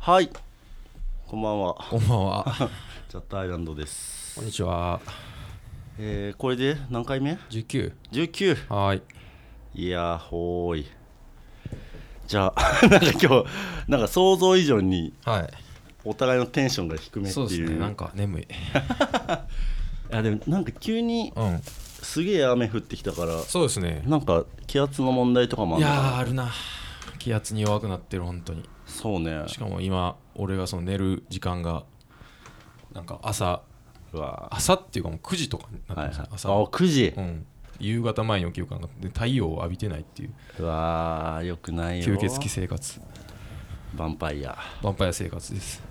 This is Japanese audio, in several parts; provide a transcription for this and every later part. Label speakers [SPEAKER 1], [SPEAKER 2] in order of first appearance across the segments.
[SPEAKER 1] はい。こんばんは。
[SPEAKER 2] こんばんは。
[SPEAKER 1] チャットアイランドです。
[SPEAKER 2] こんにちは。
[SPEAKER 1] えー、これで何回目
[SPEAKER 2] 十九。
[SPEAKER 1] ?19。
[SPEAKER 2] はーい。
[SPEAKER 1] いやー、ほーい。じゃあ、 なんか今日、なんか想像以上に
[SPEAKER 2] は
[SPEAKER 1] お互いのテンションが低め
[SPEAKER 2] い。
[SPEAKER 1] って
[SPEAKER 2] そうです
[SPEAKER 1] いう。
[SPEAKER 2] ね。なんか眠い。
[SPEAKER 1] いやでもなんか急に
[SPEAKER 2] うん。
[SPEAKER 1] すげえ雨降ってきたから、
[SPEAKER 2] そうですね。
[SPEAKER 1] なんか気圧の問題とかもあ
[SPEAKER 2] い
[SPEAKER 1] るの
[SPEAKER 2] や
[SPEAKER 1] かな
[SPEAKER 2] ーあるな。気圧に弱くなってる本当に。
[SPEAKER 1] そうね。
[SPEAKER 2] しかも今俺がその寝る時間がなんか朝
[SPEAKER 1] うわ
[SPEAKER 2] 朝っていうかもう九時とかにな
[SPEAKER 1] ーはい
[SPEAKER 2] ってま
[SPEAKER 1] はい
[SPEAKER 2] す、ね。
[SPEAKER 1] あ、
[SPEAKER 2] 朝。
[SPEAKER 1] 9時
[SPEAKER 2] う。ん。夕方前に起きようかなで太陽を浴びてないっていう
[SPEAKER 1] うわー、よくないよ。
[SPEAKER 2] 吸血鬼生活
[SPEAKER 1] バンパイア。
[SPEAKER 2] ヴァンパイア生活です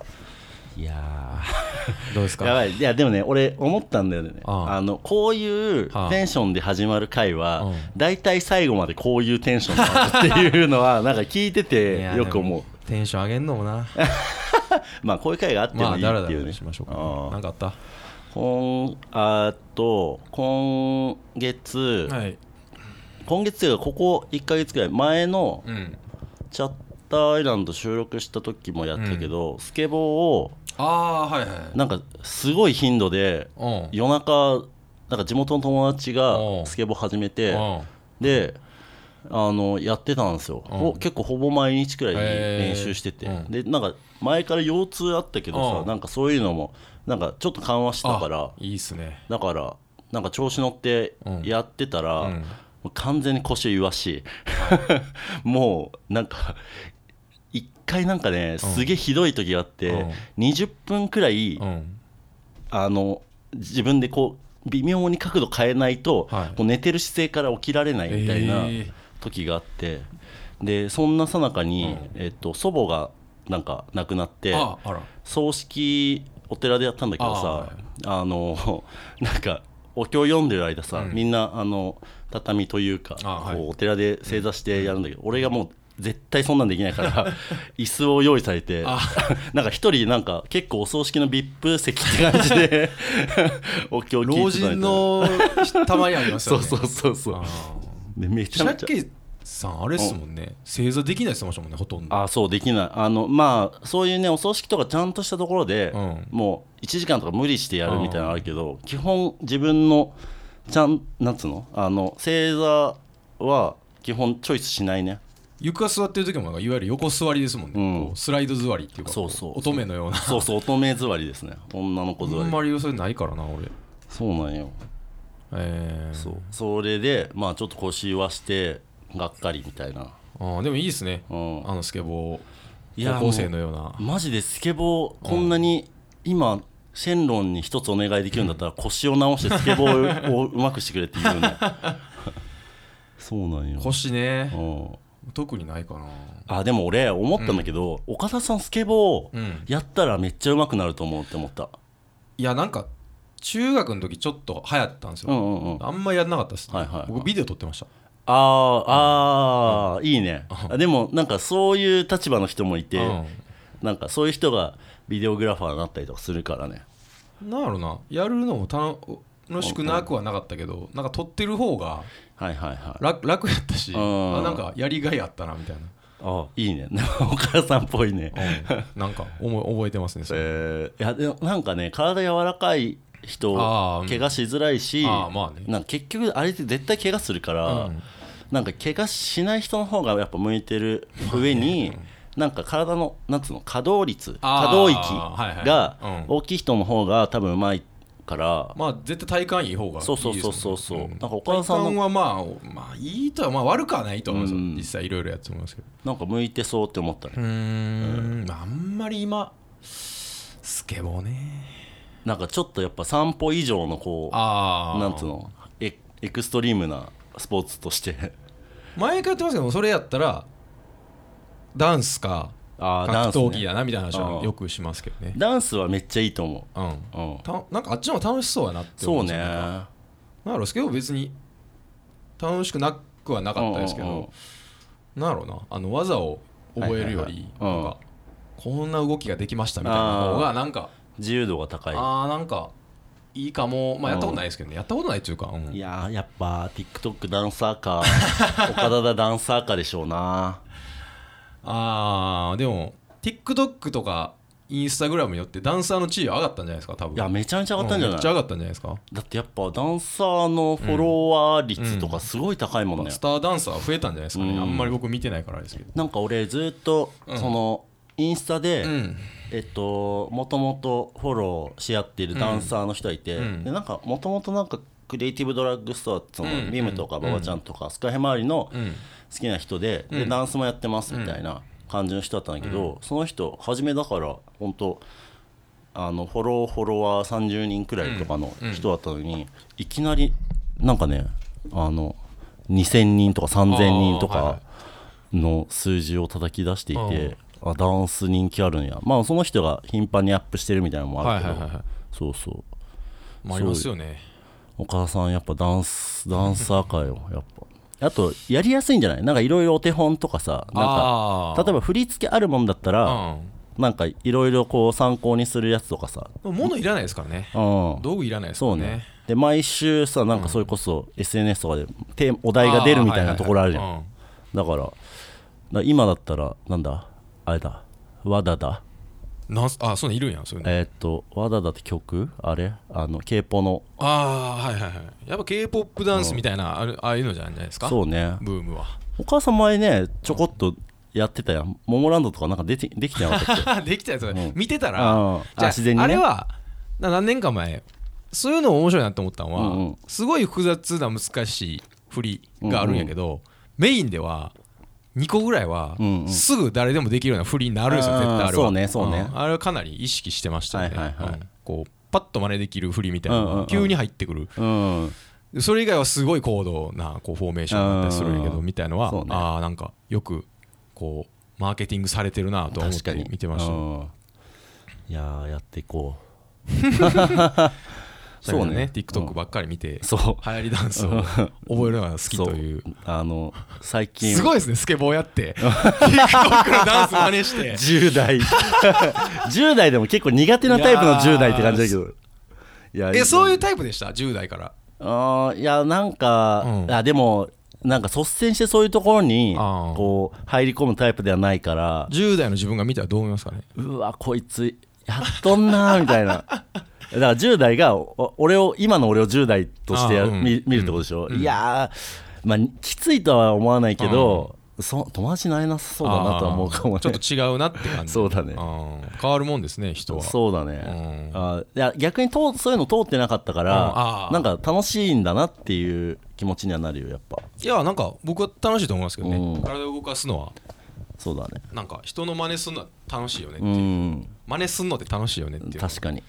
[SPEAKER 1] いやー。
[SPEAKER 2] どうです
[SPEAKER 1] や
[SPEAKER 2] か
[SPEAKER 1] ばいいやでもね俺思ったんだよね
[SPEAKER 2] あ
[SPEAKER 1] あ
[SPEAKER 2] あ
[SPEAKER 1] のこういう
[SPEAKER 2] はあ
[SPEAKER 1] テンションで始まる回は、
[SPEAKER 2] うん
[SPEAKER 1] 大体最後までこういうテンションなんだっていうの はなんか聞いて
[SPEAKER 2] い
[SPEAKER 1] て
[SPEAKER 2] や
[SPEAKER 1] よく思
[SPEAKER 2] で
[SPEAKER 1] う
[SPEAKER 2] もテンション上げんのも な
[SPEAKER 1] まあこういう回があって
[SPEAKER 2] ま
[SPEAKER 1] も
[SPEAKER 2] あ
[SPEAKER 1] い
[SPEAKER 2] だ
[SPEAKER 1] い
[SPEAKER 2] ら
[SPEAKER 1] っ
[SPEAKER 2] だ
[SPEAKER 1] ていう
[SPEAKER 2] ら
[SPEAKER 1] ね
[SPEAKER 2] にしましょうか
[SPEAKER 1] ああ
[SPEAKER 2] なんかあった
[SPEAKER 1] 今あーっと今月、
[SPEAKER 2] はい
[SPEAKER 1] 今月というかここ1か月くらい前の
[SPEAKER 2] うん
[SPEAKER 1] チャッターアイランド収録した時もやったけど、スケボーを
[SPEAKER 2] ああはいはい
[SPEAKER 1] なんかすごい頻度で
[SPEAKER 2] うん
[SPEAKER 1] 夜中なんか地元の友達が
[SPEAKER 2] うん
[SPEAKER 1] スケボー始めて、
[SPEAKER 2] うん
[SPEAKER 1] であのやってたんですよ、
[SPEAKER 2] うん
[SPEAKER 1] ほ結構ほぼ毎日くらい
[SPEAKER 2] へー
[SPEAKER 1] 練習してて、
[SPEAKER 2] うん
[SPEAKER 1] でなんか前から腰痛あったけどさ、
[SPEAKER 2] うん
[SPEAKER 1] なんかそういうのもなんかちょっと緩和してたから
[SPEAKER 2] あいいっすね
[SPEAKER 1] だからなんか調子乗って
[SPEAKER 2] うん
[SPEAKER 1] やってたら、
[SPEAKER 2] うん
[SPEAKER 1] もう完全に腰を言わ しもうなんか一回なんかねすげえひどい時があって、20分くらい、
[SPEAKER 2] うん
[SPEAKER 1] あの自分でこう微妙に角度変えないと、
[SPEAKER 2] はい
[SPEAKER 1] こう寝てる姿勢から起きられないみたいな
[SPEAKER 2] えー
[SPEAKER 1] 時があって、でそんなさなかに、えっと、祖母がなんか亡くなって
[SPEAKER 2] ああら
[SPEAKER 1] 葬式お寺でやったんだけど
[SPEAKER 2] あは
[SPEAKER 1] さ
[SPEAKER 2] い
[SPEAKER 1] あの なんかお経読んでる間さ、
[SPEAKER 2] うん
[SPEAKER 1] みんなあの畳というか
[SPEAKER 2] あはい
[SPEAKER 1] こうお寺で正座してやるんだけど、俺がもう絶対そんなんできないから 椅子を用意されて
[SPEAKER 2] あ
[SPEAKER 1] なんか一人なんか結構お葬式の VIP 席って感じ でお経を聞
[SPEAKER 2] 老
[SPEAKER 1] いてたみたい
[SPEAKER 2] 人
[SPEAKER 1] な
[SPEAKER 2] のたまにあります
[SPEAKER 1] そ
[SPEAKER 2] よ
[SPEAKER 1] う
[SPEAKER 2] ね
[SPEAKER 1] そうそうそう
[SPEAKER 2] あ
[SPEAKER 1] でめ
[SPEAKER 2] ー
[SPEAKER 1] ち
[SPEAKER 2] シ
[SPEAKER 1] ゃ
[SPEAKER 2] ャ
[SPEAKER 1] め
[SPEAKER 2] ッ
[SPEAKER 1] ちゃ
[SPEAKER 2] ケさんあれっすもんね正座できないっすもんねほとんど
[SPEAKER 1] あそうできないあのまあそういうねお葬式とかちゃんとしたところで、
[SPEAKER 2] うん
[SPEAKER 1] もう1時間とか無理してやるみたいなのあるけど、基本自分のちゃんなんつうのあの正座は基本チョイスし ないね
[SPEAKER 2] 床座ってる時もなんかいわゆる横座りですもん
[SPEAKER 1] うん
[SPEAKER 2] ねこうスライド座りっていうか
[SPEAKER 1] そうそう
[SPEAKER 2] こ乙女のような
[SPEAKER 1] そうそう乙女座りですね女の子座
[SPEAKER 2] あ
[SPEAKER 1] り、
[SPEAKER 2] んまりそれないからな俺
[SPEAKER 1] そうなんよ
[SPEAKER 2] えー
[SPEAKER 1] そうそれでまあちょっと腰はしてがっかりみたいな
[SPEAKER 2] あーでもいいっすね
[SPEAKER 1] うん
[SPEAKER 2] あのスケボ
[SPEAKER 1] い
[SPEAKER 2] ー
[SPEAKER 1] や
[SPEAKER 2] 高校生のような
[SPEAKER 1] マジでスケボーこんなに今、シェンロンに一つお願いできるんだったら腰を直してスケボーをうまくしてくれって 言うねそうなんよ
[SPEAKER 2] 腰ね
[SPEAKER 1] うん
[SPEAKER 2] 特にないかな
[SPEAKER 1] あでも俺思ったんだけど、岡田さんスケボ
[SPEAKER 2] う
[SPEAKER 1] ー
[SPEAKER 2] ん
[SPEAKER 1] やったらめっちゃうまくなると思うって思った
[SPEAKER 2] いやなんか中学の時ちょっと流行ったんですよ、
[SPEAKER 1] うんうんうんあ
[SPEAKER 2] あんまやんなかったですね、
[SPEAKER 1] はいはいはい
[SPEAKER 2] 僕ビデオ撮ってました
[SPEAKER 1] ああーいいねあでもなんかそういう立場の人もいて、
[SPEAKER 2] う
[SPEAKER 1] なんかそういう人がビデオグラファーになったりとかするからね
[SPEAKER 2] ん、なんやろなやるのも楽楽しくなくはなかったけどなんか撮ってる方が
[SPEAKER 1] はいはいはい
[SPEAKER 2] 楽楽やったし
[SPEAKER 1] うん
[SPEAKER 2] あなんかやりがいあったなみたい
[SPEAKER 1] あいいね 岡田さんっぽいね、
[SPEAKER 2] な、うん、なんか思い覚えてますねそれ
[SPEAKER 1] えーいやでもなんかね体柔らかい人
[SPEAKER 2] あーうん
[SPEAKER 1] 怪我しづらいし
[SPEAKER 2] あーまあね
[SPEAKER 1] なんか結局あれって絶対怪我するから、
[SPEAKER 2] うん
[SPEAKER 1] なんか怪我しない人の方がやっぱ向いてる上になんか体のなんつうの可動率
[SPEAKER 2] あー
[SPEAKER 1] 可動域
[SPEAKER 2] はいはい
[SPEAKER 1] が
[SPEAKER 2] うん
[SPEAKER 1] 大きい人の方が多分うまいから、
[SPEAKER 2] まあ絶対体幹いい方がいい
[SPEAKER 1] そうそう
[SPEAKER 2] ですもんね
[SPEAKER 1] そうそうなんかお
[SPEAKER 2] 体
[SPEAKER 1] 母
[SPEAKER 2] 幹
[SPEAKER 1] さんの
[SPEAKER 2] はまあおまあいいとはまあ悪くはないと思いますよ、
[SPEAKER 1] うん
[SPEAKER 2] 実際いろいろやって思いますけど
[SPEAKER 1] なんか向いてそうって思ったね、
[SPEAKER 2] うーんまああんまり今スケボーね
[SPEAKER 1] なんかちょっとやっぱ散歩以上のこ
[SPEAKER 2] あ
[SPEAKER 1] う
[SPEAKER 2] あ
[SPEAKER 1] なんつうのエエクストリームなスポーツとして
[SPEAKER 2] 毎回やってますけどそれやったらダンスか
[SPEAKER 1] あー
[SPEAKER 2] 格
[SPEAKER 1] ダンスね
[SPEAKER 2] 闘技やなみたいな話
[SPEAKER 1] う
[SPEAKER 2] は
[SPEAKER 1] ん
[SPEAKER 2] よくしますけどね
[SPEAKER 1] ダンスはめっちゃいいと思
[SPEAKER 2] うん
[SPEAKER 1] う、うん、
[SPEAKER 2] たなんかあっちの方が楽しそうやなって
[SPEAKER 1] そ
[SPEAKER 2] 思
[SPEAKER 1] う
[SPEAKER 2] です
[SPEAKER 1] ね
[SPEAKER 2] よなんかなんやろスケボー別に楽しくなくはなかったですけ
[SPEAKER 1] うんうんうん
[SPEAKER 2] どなんやろなあの技を覚えるより
[SPEAKER 1] はいはいはいうん
[SPEAKER 2] なんかこんな動きができましたみたいな方がなんか
[SPEAKER 1] 自由度が高い
[SPEAKER 2] あーなんかいいかもまあやったことないですけどねやったことないっていうかうん
[SPEAKER 1] いやーやっぱ TikTok ダンサー か岡田だダンサーかでしょうな
[SPEAKER 2] あーでも TikTok とかインスタグラムによってダンサーの地位は上がったんじゃないですか多分
[SPEAKER 1] いやめちゃめちゃ上がったんじゃ
[SPEAKER 2] う
[SPEAKER 1] ない、
[SPEAKER 2] めっちゃ上がったんじゃないですか、
[SPEAKER 1] だってやっぱダンサーのフォロワー率とかすごい高いもんね、
[SPEAKER 2] スターダンサー増えたんじゃないですか
[SPEAKER 1] う
[SPEAKER 2] ね、
[SPEAKER 1] ん
[SPEAKER 2] あんまり僕見てないからですけど
[SPEAKER 1] なんか俺ずっと
[SPEAKER 2] うん
[SPEAKER 1] そのインスタで、
[SPEAKER 2] うん
[SPEAKER 1] えっともともとフォローし合ってるダンサーの人がいて、
[SPEAKER 2] うん
[SPEAKER 1] でなんかもともとなんかクリエイティブドラッグストアってその
[SPEAKER 2] うん
[SPEAKER 1] ミムとか馬場ちゃんとかスカヘ周りの
[SPEAKER 2] うん
[SPEAKER 1] 好きな人で,、
[SPEAKER 2] う
[SPEAKER 1] で
[SPEAKER 2] ん
[SPEAKER 1] ダンスもやってますみたいな感じの人だったんだけど、その人初めだから本当あのフォローフォロワー30人くらいとかの人だったのに、いきなりなんかねあの2000人とか3000人と
[SPEAKER 2] あーはいは
[SPEAKER 1] かの数字を叩き出していて、あダンス人気あるんやまあその人が頻繁にアップしてるみたいなのもあ
[SPEAKER 2] は
[SPEAKER 1] る
[SPEAKER 2] い
[SPEAKER 1] け
[SPEAKER 2] は
[SPEAKER 1] ど、
[SPEAKER 2] いはいはい
[SPEAKER 1] そうそう
[SPEAKER 2] まあありますよね
[SPEAKER 1] お母さんやっぱダンスダンサーかよ やっぱあとやりやすいんじゃないなんかいろいろお手本とかさなんか
[SPEAKER 2] あ
[SPEAKER 1] 例えば振り付けあるもんだったら、
[SPEAKER 2] ば
[SPEAKER 1] なんかいろいろこう参考にするやつとかさ
[SPEAKER 2] うん物いらないですからね
[SPEAKER 1] うん
[SPEAKER 2] 道具いらないですか
[SPEAKER 1] そ
[SPEAKER 2] ら
[SPEAKER 1] う
[SPEAKER 2] ね
[SPEAKER 1] ねで毎週さなんかそれこそ SNS とかでテーマお題が出るみたいなところあるじゃん、
[SPEAKER 2] ん、はい
[SPEAKER 1] だからだから今だったらなんだあれだ和田だ
[SPEAKER 2] はいはいうんなんすあそういうのいるんやそういうの
[SPEAKER 1] えーっと和田だって曲あれあの k p o の
[SPEAKER 2] ああはいはいはいやっぱ k p o p ダンスみたいなあるああいうのじゃないですか
[SPEAKER 1] そうね
[SPEAKER 2] ブームは
[SPEAKER 1] お母さん前ねちょこっとやってたやんモモランドとかなんか出てできてなか ったっけ
[SPEAKER 2] できたやつ、
[SPEAKER 1] ん
[SPEAKER 2] 見てた
[SPEAKER 1] うん
[SPEAKER 2] ら
[SPEAKER 1] あ
[SPEAKER 2] じゃあ
[SPEAKER 1] 自然にね
[SPEAKER 2] あれはな何年か前そういうの面白いなと思ったのは、
[SPEAKER 1] うんうん
[SPEAKER 2] すごい複雑な難しい振りがあるんやけど、メインでは2個ぐらいは
[SPEAKER 1] うんうん
[SPEAKER 2] すぐ誰でもできるような振りになるんですよ、
[SPEAKER 1] あー
[SPEAKER 2] 絶対あれは
[SPEAKER 1] そうねそうね
[SPEAKER 2] んあれはかなり意識してましたよね、
[SPEAKER 1] はいはいはい
[SPEAKER 2] うんこうパッと真似できる振りみたいなのが
[SPEAKER 1] うんうんうん
[SPEAKER 2] 急に入ってくる、
[SPEAKER 1] うん
[SPEAKER 2] それ以外はすごい高度なこうフォーメーションだったりするんやけ
[SPEAKER 1] う
[SPEAKER 2] ど
[SPEAKER 1] ん
[SPEAKER 2] みたいのは、
[SPEAKER 1] そうね
[SPEAKER 2] ああなんかよくこうマーケティングされてるなと思っ
[SPEAKER 1] 確か
[SPEAKER 2] て
[SPEAKER 1] に
[SPEAKER 2] 見てました、
[SPEAKER 1] うんいやーやっていこう
[SPEAKER 2] そうね
[SPEAKER 1] う
[SPEAKER 2] TikTok
[SPEAKER 1] ん
[SPEAKER 2] ばっかり見て、
[SPEAKER 1] そう
[SPEAKER 2] 流行りダンス を覚えるのが好きという
[SPEAKER 1] そあの最近
[SPEAKER 2] すごいですねスケボーやって TikTok のダンス真似して
[SPEAKER 1] 10代 10代でも結構苦手なタイプの10代って感じだけどいや
[SPEAKER 2] えそういううタイプでした10代から
[SPEAKER 1] あーいやなんか、
[SPEAKER 2] うん
[SPEAKER 1] あでもなんか率先してそういうところに
[SPEAKER 2] あー
[SPEAKER 1] こう入り込むタイプではないから
[SPEAKER 2] 10代の自分が見たらどう思いますかね
[SPEAKER 1] うわこいつやっとんなーみたいな だから10代がお俺を今の俺を10代としてや
[SPEAKER 2] あーうん
[SPEAKER 1] 見見るってことでしょ、いやー、まあ、きついとは思わないけど、そ友達になれなさそうだなとは思うかも
[SPEAKER 2] あー
[SPEAKER 1] ね
[SPEAKER 2] ちょっと違うなって感じ
[SPEAKER 1] そうだね
[SPEAKER 2] あー変わるもんですね人は
[SPEAKER 1] そうだね、
[SPEAKER 2] う
[SPEAKER 1] あいや逆にとそういうの通ってなかったから、
[SPEAKER 2] うんあー
[SPEAKER 1] なんか楽しいんだなっていう気持ちにはなるよやっぱ
[SPEAKER 2] いやなんか僕は楽しいと思いますけどね、
[SPEAKER 1] うん
[SPEAKER 2] 体を動かすのは
[SPEAKER 1] そうだね
[SPEAKER 2] なんか人の真似するのは楽しいよね、
[SPEAKER 1] うん
[SPEAKER 2] 真似するのって楽しいよねっていう
[SPEAKER 1] 確かに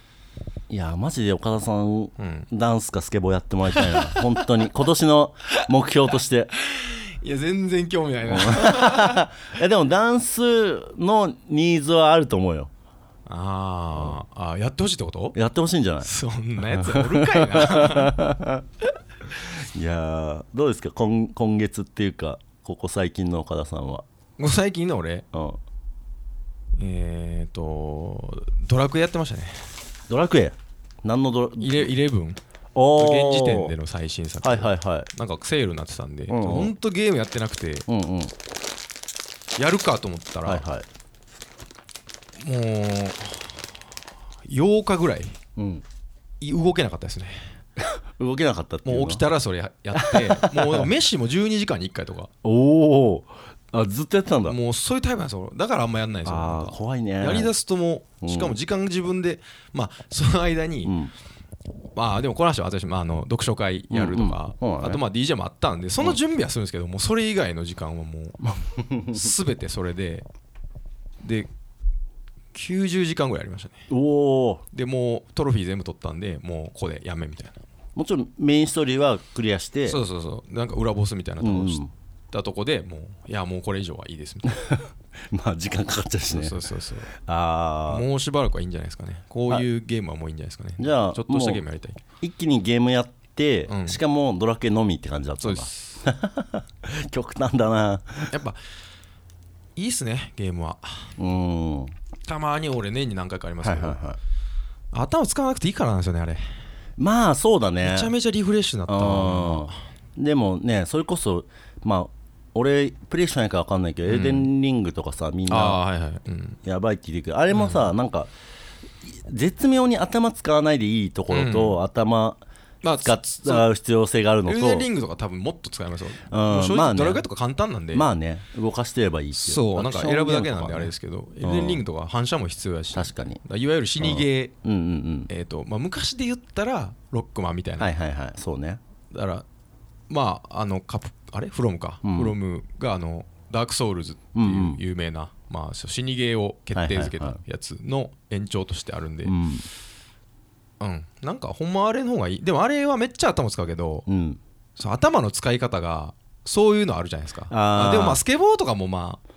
[SPEAKER 1] いやマジで岡田さん、
[SPEAKER 2] ん
[SPEAKER 1] ダンスかスケボーやってもらいたいな本当に今年の目標として
[SPEAKER 2] いや全然興味ない な
[SPEAKER 1] いやでもダンスのニーズはあると思うよ
[SPEAKER 2] あーあーやってほしいってこと
[SPEAKER 1] やってほしいんじゃない
[SPEAKER 2] そんなやつおるかいな
[SPEAKER 1] いやーどうですか今今月っていうかここ最近の岡田さんは
[SPEAKER 2] もう最近の俺
[SPEAKER 1] うん
[SPEAKER 2] えっ、ー、とドラクエやってましたね
[SPEAKER 1] ドラクエ何のドラ
[SPEAKER 2] イレイレブン現
[SPEAKER 1] おー
[SPEAKER 2] 時点での最新作、
[SPEAKER 1] はいはいはい
[SPEAKER 2] なんかセールになってたんで、
[SPEAKER 1] んうん
[SPEAKER 2] ほんとゲームやってなくて
[SPEAKER 1] うんうん
[SPEAKER 2] やるかと思ったら、
[SPEAKER 1] はいはい
[SPEAKER 2] もう8日ぐらい
[SPEAKER 1] うん
[SPEAKER 2] 動けなかったですね
[SPEAKER 1] 動けなかったっていうの
[SPEAKER 2] もう起きたらそれや やってもうなんか飯も12時間に1回とか
[SPEAKER 1] おおあずっとやってたんだ
[SPEAKER 2] もうそういうタイプなんですよだからあんまやんないんですよなん
[SPEAKER 1] あ
[SPEAKER 2] か
[SPEAKER 1] ー怖いね
[SPEAKER 2] やりだすとも
[SPEAKER 1] う
[SPEAKER 2] うんしかも時間自分でまあその間に、
[SPEAKER 1] うん
[SPEAKER 2] まあでもこの話は私、まあ、あの読書会やるとか、
[SPEAKER 1] うんうんそうだね
[SPEAKER 2] あとまあ DJ もあったんでその準備はするんですけど、もうそれ以外の時間はもう全てそれでで90時間ぐらいありましたね
[SPEAKER 1] おお
[SPEAKER 2] でもうトロフィー全部取ったんでもうここでやめみたいな
[SPEAKER 1] もちろんメインストーリーはクリアして
[SPEAKER 2] そうそうそうなんか裏ボスみたいなとこ
[SPEAKER 1] うん
[SPEAKER 2] したとこでもういやもうこれ以上はいいですみ たいな
[SPEAKER 1] まあ時間かかっちゃうしね
[SPEAKER 2] そうそうそう
[SPEAKER 1] ああ
[SPEAKER 2] もうしばらくはいいんじゃないですかねこういうゲームはもういいんじゃないですかね
[SPEAKER 1] じゃあ
[SPEAKER 2] ちょっとしたゲームやりたい
[SPEAKER 1] 一気にゲームやって、
[SPEAKER 2] うん
[SPEAKER 1] しかもドラクエのみって感じだった
[SPEAKER 2] そうんで
[SPEAKER 1] だ
[SPEAKER 2] す
[SPEAKER 1] 極端だな
[SPEAKER 2] やっぱいいっすねゲームは
[SPEAKER 1] うんは
[SPEAKER 2] たまに俺年に何回かありますけど、
[SPEAKER 1] い
[SPEAKER 2] 頭使わなくていいからなんですよねあれ
[SPEAKER 1] まあそうだね
[SPEAKER 2] めちゃめちゃリフレッシュになったわ
[SPEAKER 1] うんでもねそれこそまあ俺プレイしないから分かんないけど、エーデンリングとかさみんな
[SPEAKER 2] あーはいはい、うん、
[SPEAKER 1] やばいって言ってくるあれもさ、なんか絶妙に頭使わないでいいところと、頭
[SPEAKER 2] まあ
[SPEAKER 1] が使う必要性がある
[SPEAKER 2] エ
[SPEAKER 1] の
[SPEAKER 2] ルデン
[SPEAKER 1] と
[SPEAKER 2] リングとか多分もっと使えますよ、
[SPEAKER 1] うん
[SPEAKER 2] もう正
[SPEAKER 1] まあ
[SPEAKER 2] 直
[SPEAKER 1] ね
[SPEAKER 2] ドラクエとか簡単なんで、
[SPEAKER 1] まあね動かしてればいいってい
[SPEAKER 2] そうなんか選ぶだけなんであれですすけど、エルデンリングとか反射も必要やし、
[SPEAKER 1] 確かに
[SPEAKER 2] いわゆる死にゲー、
[SPEAKER 1] うんうんうん
[SPEAKER 2] えーとまあ、昔で言ったらロックマンみたいな、
[SPEAKER 1] はいはいはいそうね
[SPEAKER 2] だからまああのカプあれフロムか、
[SPEAKER 1] うん
[SPEAKER 2] フロムがあのダークソウルズって
[SPEAKER 1] うん
[SPEAKER 2] いう
[SPEAKER 1] うん
[SPEAKER 2] 有名な、まあ、死にゲーを決定づ
[SPEAKER 1] は
[SPEAKER 2] け
[SPEAKER 1] い
[SPEAKER 2] た
[SPEAKER 1] はい
[SPEAKER 2] やつの延長としてあるんで、
[SPEAKER 1] うん
[SPEAKER 2] うん、なんかほんまあれの方がいいでもあれはめっちゃ頭使うけど、
[SPEAKER 1] うん
[SPEAKER 2] その頭の使い方がそういうのあるじゃないですか
[SPEAKER 1] あー
[SPEAKER 2] でもまあスケボーとかもまあ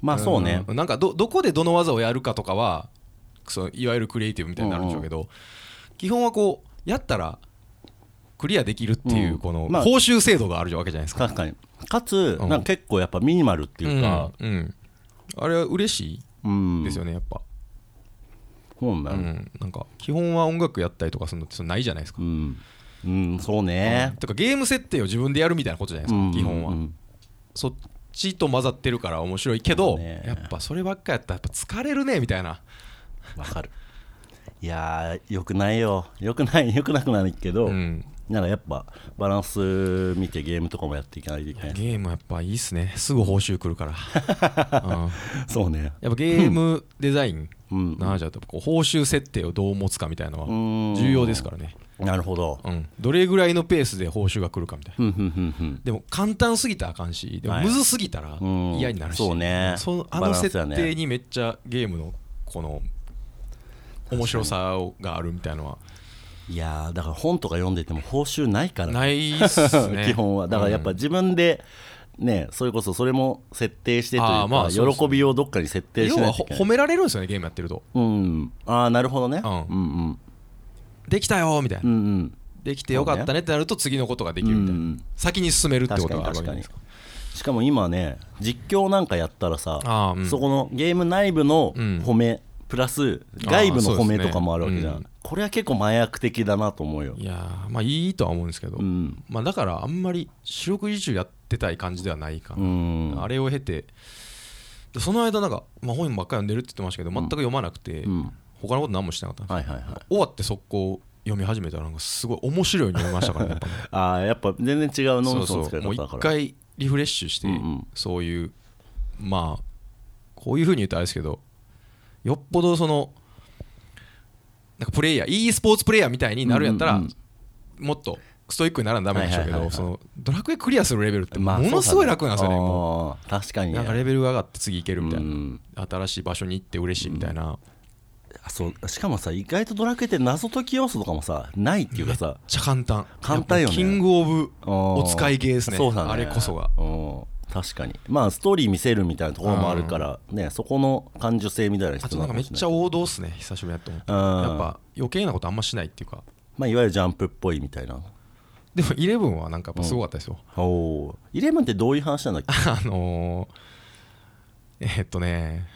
[SPEAKER 1] まあそうね
[SPEAKER 2] うんなんかどどこでどの技をやるかとかはそういわゆるクリエイティブみたいになるんでしょうけど、基本はこうやったらクリアできるっていううんこの
[SPEAKER 1] まあ
[SPEAKER 2] 報酬制度があるわけじゃないですか、
[SPEAKER 1] 確かにかつ
[SPEAKER 2] うん
[SPEAKER 1] なんか結構やっぱミニマルっていうか
[SPEAKER 2] うんうんあれは嬉し
[SPEAKER 1] うん
[SPEAKER 2] いですよねやっぱ、
[SPEAKER 1] そう
[SPEAKER 2] う
[SPEAKER 1] なんの
[SPEAKER 2] なんか基本は音楽やったりとかするのってそんなないじゃないですか、
[SPEAKER 1] うんうんそうね
[SPEAKER 2] てかゲーム設定を自分でやるみたいなことじゃないですか、
[SPEAKER 1] うん
[SPEAKER 2] 基本は、
[SPEAKER 1] うん
[SPEAKER 2] そっちと混ざってるから面白いけど、
[SPEAKER 1] そうね
[SPEAKER 2] やっぱそればっかやったらやっぱ疲れるねみたいな
[SPEAKER 1] わかるいやーよくないよよくないよくなくないけど、
[SPEAKER 2] うん
[SPEAKER 1] なんかやっぱバランス見てゲームとかもやっていかないといけない
[SPEAKER 2] ゲームやっぱいいっすねすぐ報酬来 るから、うん
[SPEAKER 1] そうね
[SPEAKER 2] やっぱゲームデザイン
[SPEAKER 1] うん
[SPEAKER 2] なあじゃあこう報酬設定をどう持つかみたいなの
[SPEAKER 1] う
[SPEAKER 2] は
[SPEAKER 1] ん
[SPEAKER 2] 重要ですからね、
[SPEAKER 1] なるほど
[SPEAKER 2] うん、どれぐらいのペースで報酬が来るかみたいな
[SPEAKER 1] ふんふんふんふん
[SPEAKER 2] でも簡単すぎたらあかんしでも
[SPEAKER 1] はい
[SPEAKER 2] むずすぎたら
[SPEAKER 1] うん
[SPEAKER 2] 嫌になるし、
[SPEAKER 1] そうね
[SPEAKER 2] そのあ
[SPEAKER 1] バ
[SPEAKER 2] の
[SPEAKER 1] ランス
[SPEAKER 2] 設
[SPEAKER 1] やね
[SPEAKER 2] 定にめっちゃゲームのこの面白さがあるみたいのはい
[SPEAKER 1] やーだから本とか読んでても報酬ないからね
[SPEAKER 2] ないっすね
[SPEAKER 1] 基本はだからやっぱ
[SPEAKER 2] うん
[SPEAKER 1] 自分でねそれこそそれも設定してという
[SPEAKER 2] あー
[SPEAKER 1] か、
[SPEAKER 2] まあそうですね
[SPEAKER 1] 喜びをどっかに設定し
[SPEAKER 2] 要
[SPEAKER 1] な
[SPEAKER 2] はい
[SPEAKER 1] と
[SPEAKER 2] ほ
[SPEAKER 1] いけない
[SPEAKER 2] 褒められるんですよねゲームやってると
[SPEAKER 1] うんああなるほどね、
[SPEAKER 2] うん
[SPEAKER 1] うんうん
[SPEAKER 2] できたよみたいな、
[SPEAKER 1] うんうん
[SPEAKER 2] できてよかったねってなると次のことができるみたいな、
[SPEAKER 1] うん
[SPEAKER 2] 先に進めるってこ
[SPEAKER 1] 確か
[SPEAKER 2] と
[SPEAKER 1] に
[SPEAKER 2] があるわ
[SPEAKER 1] 確
[SPEAKER 2] けじゃ
[SPEAKER 1] か
[SPEAKER 2] ない
[SPEAKER 1] に
[SPEAKER 2] ですか
[SPEAKER 1] しかも今ね実況なんかやったらさ
[SPEAKER 2] あーうん
[SPEAKER 1] そこのゲーム内部の
[SPEAKER 2] うん
[SPEAKER 1] 褒め、プラス外部の褒めとかもあるわけじゃん、
[SPEAKER 2] そうですね
[SPEAKER 1] これは結構麻薬的だなと思うよ
[SPEAKER 2] いやーまあいいとは思うんですけど、
[SPEAKER 1] うん
[SPEAKER 2] まあだからあんまり四六時中やってたい感じではないかな
[SPEAKER 1] う、ん
[SPEAKER 2] あれを経てでその間なんか、まあ、本ばっかり読んでるって言ってましたけど全く読まなくて、
[SPEAKER 1] うん
[SPEAKER 2] 他のこと何もしてなかったんですよ、
[SPEAKER 1] はいはいはい
[SPEAKER 2] 終わって速攻読み始めたらなんかすごい面白いように読みましたからねやっぱね
[SPEAKER 1] ああやっぱ全然違うノンスの
[SPEAKER 2] そ
[SPEAKER 1] 作
[SPEAKER 2] う
[SPEAKER 1] り
[SPEAKER 2] そ
[SPEAKER 1] 方
[SPEAKER 2] うもう
[SPEAKER 1] だ
[SPEAKER 2] 一
[SPEAKER 1] から
[SPEAKER 2] 回リフレッシュして、
[SPEAKER 1] うんうん
[SPEAKER 2] そういうまあこういうふうに言うとあれですけどよっぽどそのなんかプレイヤー e スポーツプレイヤーみたいになるんやったら、
[SPEAKER 1] うんうん
[SPEAKER 2] もっとストイックにならんダメでしょうけ
[SPEAKER 1] はいはいはいは
[SPEAKER 2] ど
[SPEAKER 1] い
[SPEAKER 2] そのドラクエクリアするレベルってものすごい楽なんですよね、
[SPEAKER 1] まあ
[SPEAKER 2] もう
[SPEAKER 1] そうだあー確かにね
[SPEAKER 2] なんかレベルが上がって次行けるみたいな、
[SPEAKER 1] うん
[SPEAKER 2] 新しい場所に行って嬉しいみたいな、めっ
[SPEAKER 1] あそうしかもさ意外とドラクエって謎解き要素とかもさないっていうかさ
[SPEAKER 2] ちゃ簡単
[SPEAKER 1] 簡単よね
[SPEAKER 2] やっぱキングオブお
[SPEAKER 1] お
[SPEAKER 2] 使いゲーですね
[SPEAKER 1] そうだね
[SPEAKER 2] あれこそが
[SPEAKER 1] うん確かにまあストーリー見せるみたいなところもあるからねそこの感受性みたいな
[SPEAKER 2] あ
[SPEAKER 1] 人
[SPEAKER 2] となんかめっちゃ王道っすね久しぶりやと思って、
[SPEAKER 1] うん
[SPEAKER 2] やっぱ余計なことあんましないっていうか
[SPEAKER 1] まあいわゆるジャンプっぽいみたいな
[SPEAKER 2] でも11はなんかやっぱすごかったですよ、
[SPEAKER 1] おおイレブンってどういう話なんだっけ
[SPEAKER 2] あのー、えーっとね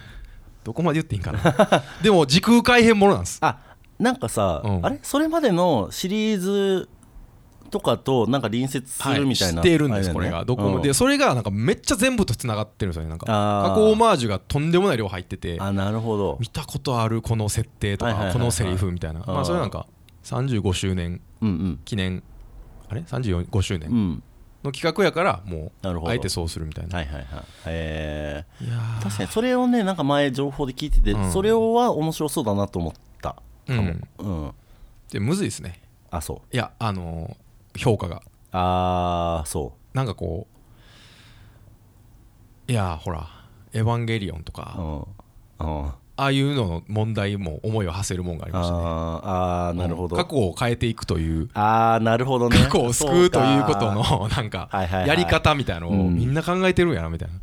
[SPEAKER 2] どこまで言っていいん かなでも時空改変ものなんです
[SPEAKER 1] あなんかさ、
[SPEAKER 2] うん
[SPEAKER 1] あれそれまでのシリーズとかとなんか隣接す
[SPEAKER 2] はい
[SPEAKER 1] るみたいな、
[SPEAKER 2] 知っているんです、
[SPEAKER 1] あ
[SPEAKER 2] こ
[SPEAKER 1] だ
[SPEAKER 2] れ
[SPEAKER 1] よね
[SPEAKER 2] がどこも、
[SPEAKER 1] うん
[SPEAKER 2] でそれがなんかめっちゃ全部とつながってるんですよねなんか
[SPEAKER 1] あー
[SPEAKER 2] 過去オマージュがとんでもない量入ってて
[SPEAKER 1] あなるほど
[SPEAKER 2] 見たことあるこの設定と
[SPEAKER 1] はいはい
[SPEAKER 2] か
[SPEAKER 1] はい
[SPEAKER 2] こ
[SPEAKER 1] はい
[SPEAKER 2] のセリフみたいな
[SPEAKER 1] あー
[SPEAKER 2] まあそれなんか35周年
[SPEAKER 1] うんうん
[SPEAKER 2] 記念あれ35周
[SPEAKER 1] う
[SPEAKER 2] 年
[SPEAKER 1] ん
[SPEAKER 2] の企画やからも
[SPEAKER 1] なるほ
[SPEAKER 2] う
[SPEAKER 1] ど
[SPEAKER 2] あえてそうするみたいな
[SPEAKER 1] はいはいはいえ
[SPEAKER 2] いや
[SPEAKER 1] ー
[SPEAKER 2] ー
[SPEAKER 1] 確かにそれをねなんか前情報で聞いてて、
[SPEAKER 2] うん
[SPEAKER 1] それは面白そうだなと思ったかもうん、
[SPEAKER 2] でむずいですね
[SPEAKER 1] あそう
[SPEAKER 2] いやあのー評価が
[SPEAKER 1] ああそ
[SPEAKER 2] なんかこういやーほら「エヴァンゲリオン」と
[SPEAKER 1] うう
[SPEAKER 2] か
[SPEAKER 1] んうん
[SPEAKER 2] ああいうのの問題も思いを馳せるもんがありましたね
[SPEAKER 1] あーあーなるほど
[SPEAKER 2] 過去を変えていくという
[SPEAKER 1] ああなるほどね
[SPEAKER 2] 過去を救うということ
[SPEAKER 1] そか
[SPEAKER 2] のなんか
[SPEAKER 1] はいはいはい
[SPEAKER 2] やり方みたいのを
[SPEAKER 1] うん
[SPEAKER 2] みんな考えてるんやなみたいな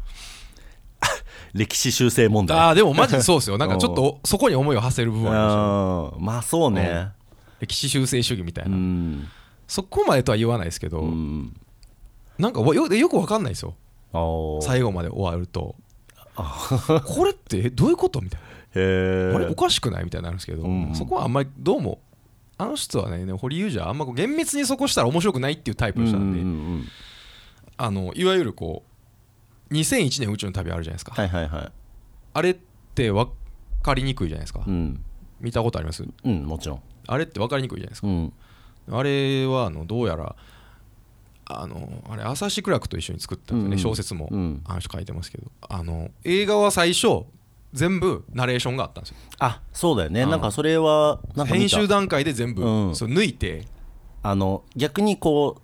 [SPEAKER 1] 歴史修正問題
[SPEAKER 2] ああでもマジでそう ですよなんかちょっとそこに思いを馳せる部分はありましたね
[SPEAKER 1] うんまあそうね
[SPEAKER 2] 歴史修正主義みたいうなんそこまでとは言わないですけど
[SPEAKER 1] うん
[SPEAKER 2] なんかわよよくわかんないですよ
[SPEAKER 1] あー
[SPEAKER 2] 最後まで終わるとこれってえどういうことみたい
[SPEAKER 1] へ
[SPEAKER 2] なあれお
[SPEAKER 1] え
[SPEAKER 2] かしくないみたいになるんですけど
[SPEAKER 1] うん
[SPEAKER 2] そこはあんまりどうもあの人はねでも堀裕二はあんまこう厳密にそこしたら面白くないっていうタイプの人なんであのいわゆるこう2001年宇宙の旅あるじゃないですか、
[SPEAKER 1] はいはいはい
[SPEAKER 2] あれって分かりにくいじゃないですか、
[SPEAKER 1] うん
[SPEAKER 2] 見たことあります
[SPEAKER 1] うんもちろん
[SPEAKER 2] あれって分かりにくいじゃないですか、
[SPEAKER 1] うん
[SPEAKER 2] あれはあのどうやらあのあれ朝志クラクと一緒に作ったんですよね、
[SPEAKER 1] うんうん
[SPEAKER 2] 小説も、
[SPEAKER 1] うん
[SPEAKER 2] あの人書いてますけどあの映画は最初全部ナレーションがあったんですよ
[SPEAKER 1] あそうだよね
[SPEAKER 2] うん
[SPEAKER 1] なんかそれはなんか見た
[SPEAKER 2] 編集段階で全部、
[SPEAKER 1] うん
[SPEAKER 2] そう抜いて
[SPEAKER 1] あの逆にこ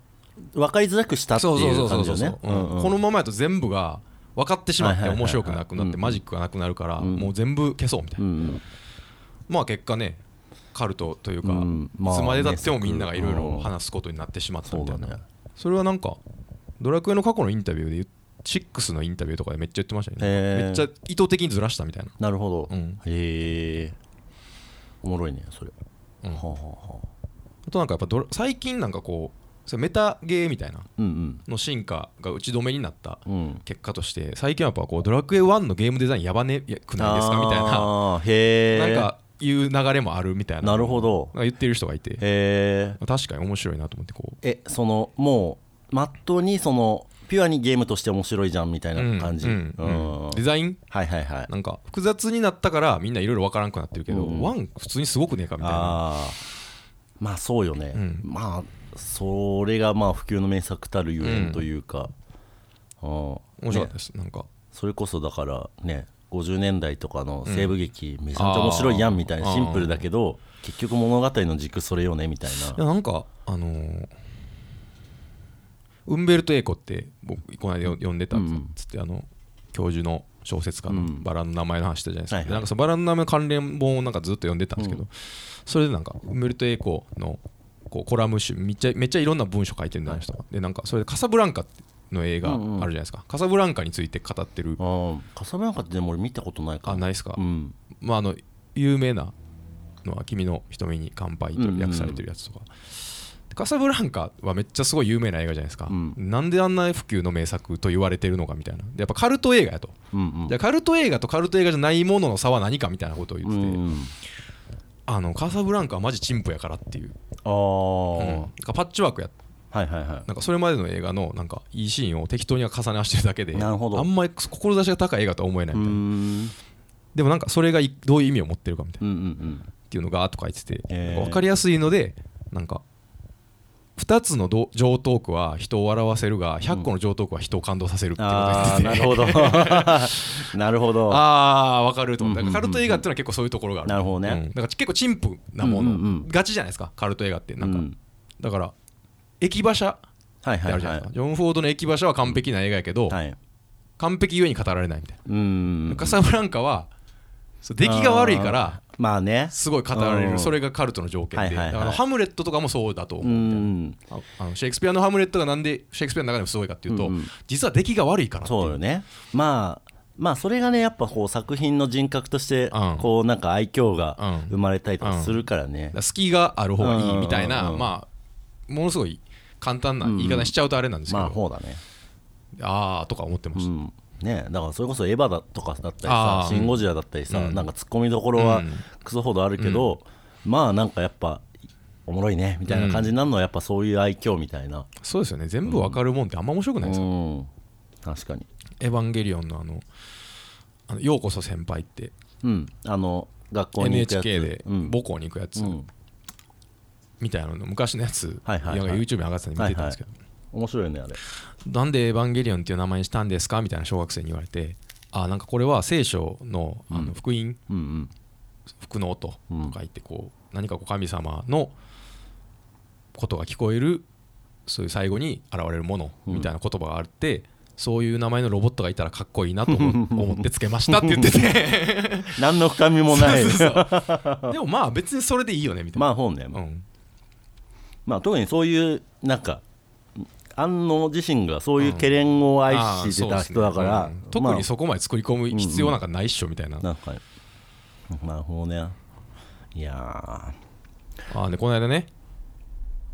[SPEAKER 1] う分かりづらくしたって
[SPEAKER 2] そうそ
[SPEAKER 1] いう
[SPEAKER 2] そううそ
[SPEAKER 1] 感
[SPEAKER 2] う
[SPEAKER 1] じ
[SPEAKER 2] そ
[SPEAKER 1] よ
[SPEAKER 2] う
[SPEAKER 1] ね
[SPEAKER 2] うんこのままやと全部が分かってしまっ
[SPEAKER 1] は
[SPEAKER 2] て
[SPEAKER 1] いはいはいはい
[SPEAKER 2] 面白くなくなってマジックがなくなるから
[SPEAKER 1] うん
[SPEAKER 2] もう全部消そうみたい
[SPEAKER 1] うん
[SPEAKER 2] な
[SPEAKER 1] うん
[SPEAKER 2] まあ結果ねカルトというか
[SPEAKER 1] うん
[SPEAKER 2] いつまでたっても
[SPEAKER 1] まあ
[SPEAKER 2] みんながいろいろ
[SPEAKER 1] うん
[SPEAKER 2] 話すことになってしまった
[SPEAKER 1] そ
[SPEAKER 2] み
[SPEAKER 1] う
[SPEAKER 2] た
[SPEAKER 1] だ
[SPEAKER 2] い
[SPEAKER 1] ね
[SPEAKER 2] なそれはなんかドラクエの過去のインタビューで言う6のインタビューとかでめっちゃ言ってましたよ
[SPEAKER 1] へ
[SPEAKER 2] ね
[SPEAKER 1] ー
[SPEAKER 2] めっちゃ意図的にずらしたみたいな
[SPEAKER 1] なるほど
[SPEAKER 2] うん
[SPEAKER 1] へえおもろいねそれ
[SPEAKER 2] うん
[SPEAKER 1] はあはあはあ
[SPEAKER 2] あとなんかやっぱドラ最近なんかこうそれメタゲーみたいな
[SPEAKER 1] うん
[SPEAKER 2] の進化が打ち止めになった
[SPEAKER 1] うんうん
[SPEAKER 2] 結果として最近はやっぱこうドラクエ1のゲームデザインやばねくないですかみたいな
[SPEAKER 1] あーへえ
[SPEAKER 2] なんかいう流れもあるみたいな
[SPEAKER 1] なるほど
[SPEAKER 2] なんか言ってる人がいて
[SPEAKER 1] へえ
[SPEAKER 2] 確かに面白いなと思ってこ
[SPEAKER 1] えそのもうまっとうにそのピュアにゲームとして面白いじゃんみた
[SPEAKER 2] う
[SPEAKER 1] いうなん感じ
[SPEAKER 2] う
[SPEAKER 1] うんん
[SPEAKER 2] うん
[SPEAKER 1] は
[SPEAKER 2] デザイン
[SPEAKER 1] いはいはい
[SPEAKER 2] なんか複雑になったからみんないろいろ分からんくなってるけど、
[SPEAKER 1] うん
[SPEAKER 2] ワン普通にすごくねえかみたいな
[SPEAKER 1] ああまあそうよね、
[SPEAKER 2] うん
[SPEAKER 1] まあそれがまあ普及の名作たるゆえんというか、うん
[SPEAKER 2] 面白かったです、なんか
[SPEAKER 1] それこそだからね50年代とかの西部劇めちゃめちゃ面白いやんみたい
[SPEAKER 2] あ
[SPEAKER 1] な
[SPEAKER 2] ー
[SPEAKER 1] シンプルだけど結局物語の軸それよねみたい
[SPEAKER 2] い
[SPEAKER 1] な
[SPEAKER 2] やなんかあのーウンベルト・エーコって僕この間よ読んでたっ
[SPEAKER 1] うん
[SPEAKER 2] つって、あの教授の小説家
[SPEAKER 1] う
[SPEAKER 2] の
[SPEAKER 1] ん
[SPEAKER 2] バラの名前の話したじゃないですか,、
[SPEAKER 1] はいはい
[SPEAKER 2] なんかそのバラの名前の関連本をなんかずっと読んでたんですけど、それでなんかウンベルト・エーコのこうコラム集めっちゃめっちゃいろんな文章書いてるんだな人がでなんかそれで「カサブランカ」の映画あるじゃないですか、カサブランカについて語って
[SPEAKER 1] う
[SPEAKER 2] る
[SPEAKER 1] んカサブランカってでも俺見たことないか
[SPEAKER 2] あ
[SPEAKER 1] ら
[SPEAKER 2] ないですか、
[SPEAKER 1] うん
[SPEAKER 2] まあ、あの有名なのは「君の瞳に乾杯」と訳されてるやつとか、でカサブランカはめっちゃすごい有名な映画じゃないですか、
[SPEAKER 1] うん
[SPEAKER 2] なんであんな普及の名作と言われてるのかみたいなでやっぱカルト映画やと、
[SPEAKER 1] うん
[SPEAKER 2] でカルト映画とカルト映画じゃないものの差は何かみたいなことを言っ
[SPEAKER 1] う
[SPEAKER 2] て
[SPEAKER 1] ん
[SPEAKER 2] て、
[SPEAKER 1] うん
[SPEAKER 2] あのカサブランカはマジチンポやからっていう、
[SPEAKER 1] あ
[SPEAKER 2] うん
[SPEAKER 1] ー、
[SPEAKER 2] なんかパッチワークや
[SPEAKER 1] はいはいは
[SPEAKER 2] なんかそれまでの映画のなんかいいシーンを適当に重ね合わせてるだけで
[SPEAKER 1] なるほど
[SPEAKER 2] あんまり志が高い映画とは思えない
[SPEAKER 1] い
[SPEAKER 2] み
[SPEAKER 1] う
[SPEAKER 2] たいな、
[SPEAKER 1] ん
[SPEAKER 2] でもなんかそれがいどういう意味を持ってるかみたいな
[SPEAKER 1] うんうん
[SPEAKER 2] っていうのがーっと書いてて、
[SPEAKER 1] へー
[SPEAKER 2] 分かりやすいのでなんか2つのど上トークは人を笑わせるが100個の上トークは人を感動させるってことを言って
[SPEAKER 1] あ
[SPEAKER 2] て、
[SPEAKER 1] あなるほど なるほど
[SPEAKER 2] あー分かると思う
[SPEAKER 1] うん
[SPEAKER 2] だ
[SPEAKER 1] うん
[SPEAKER 2] か
[SPEAKER 1] うん
[SPEAKER 2] らカルト映画っていうのは結構そういうところがある
[SPEAKER 1] なるほどね
[SPEAKER 2] うんだから結構陳腐なも
[SPEAKER 1] うんうんう
[SPEAKER 2] の
[SPEAKER 1] ん
[SPEAKER 2] ガチじゃないですかカルト映画ってなんか、
[SPEAKER 1] うん
[SPEAKER 2] だから駅馬車っ
[SPEAKER 1] はい
[SPEAKER 2] て
[SPEAKER 1] は
[SPEAKER 2] あ
[SPEAKER 1] い
[SPEAKER 2] るじゃ
[SPEAKER 1] は
[SPEAKER 2] な
[SPEAKER 1] いい
[SPEAKER 2] ですか、ジョン・フォードの駅馬車は完璧な映画やけど、
[SPEAKER 1] はい
[SPEAKER 2] 完璧ゆえに語られないみたいな、
[SPEAKER 1] うん
[SPEAKER 2] カサブランカはそう出来が悪いから
[SPEAKER 1] まあね
[SPEAKER 2] すごい語られ
[SPEAKER 1] う
[SPEAKER 2] る
[SPEAKER 1] ん
[SPEAKER 2] それがカルトの条件で、
[SPEAKER 1] はいはいはい
[SPEAKER 2] だからハムレットとかもそうだと思う
[SPEAKER 1] う
[SPEAKER 2] みたいな、
[SPEAKER 1] ん
[SPEAKER 2] ああのシェイクスピアの「ハムレット」がなんでシェイクスピアの中でもすごいかっていうと、
[SPEAKER 1] うんうん
[SPEAKER 2] 実は出来が悪いからってい
[SPEAKER 1] そうよねまあまあそれがねやっぱこう作品の人格として
[SPEAKER 2] うん
[SPEAKER 1] こうなんか愛嬌が
[SPEAKER 2] うん
[SPEAKER 1] 生まれたりとかするから
[SPEAKER 2] だ
[SPEAKER 1] ね
[SPEAKER 2] から隙がある方がいいみたいな、
[SPEAKER 1] うんうんうん
[SPEAKER 2] まあものすごい簡単な言い方しちゃうとあれなんですけど、
[SPEAKER 1] まあそうだね
[SPEAKER 2] ああーとか思ってま
[SPEAKER 1] う
[SPEAKER 2] した、
[SPEAKER 1] んねだからそれこそエヴァだとかだったり
[SPEAKER 2] あ
[SPEAKER 1] さ
[SPEAKER 2] ー
[SPEAKER 1] シン・ゴジラだったりさ
[SPEAKER 2] うん
[SPEAKER 1] なんかツッコミどころは
[SPEAKER 2] うん
[SPEAKER 1] クソほどあるけどまあなんかやっぱおもろいねみたいな感じになるのはやっぱそういう愛嬌みたいな
[SPEAKER 2] そうですよね全部わかるもんってあんま面白くな
[SPEAKER 1] う
[SPEAKER 2] いですよ、
[SPEAKER 1] ん確かに
[SPEAKER 2] エヴァンゲリオンのあの「あのようこそ先輩」って
[SPEAKER 1] うんあの学校に行くやつ
[SPEAKER 2] NHK で
[SPEAKER 1] うん
[SPEAKER 2] 母校に行くやつ
[SPEAKER 1] うん
[SPEAKER 2] みたいなの昔のやつ、
[SPEAKER 1] はいはいはい
[SPEAKER 2] なんか YouTube に上がってたんで見てたんですけど、
[SPEAKER 1] 面白いよねあれ
[SPEAKER 2] なんでエヴァンゲリオンっていう名前にしたんですかみたいな小学生に言われてあなんかこれは聖書のあの福音、
[SPEAKER 1] うんうん
[SPEAKER 2] 福の音と
[SPEAKER 1] うん
[SPEAKER 2] 書いてこう何かこう神様のことが聞こえるそういう最後に現れるものみたいな言葉があってそういう名前のロボットがいたらかっこいいなと思思ってつけましたって言ってて
[SPEAKER 1] 何の深みもない
[SPEAKER 2] そうそう そうでもまあ別にそれでいいよねみたいな
[SPEAKER 1] まあ本ね、
[SPEAKER 2] うん
[SPEAKER 1] まあ特にそういうなんか安野自身がそういうけれんを愛
[SPEAKER 2] あー
[SPEAKER 1] して
[SPEAKER 2] そう
[SPEAKER 1] た
[SPEAKER 2] ですね
[SPEAKER 1] 人だから、
[SPEAKER 2] うん特にそこまで作り込む必要なんかないっしょみたいな
[SPEAKER 1] まあ、なんかなるほどねいや
[SPEAKER 2] あーでこの間ね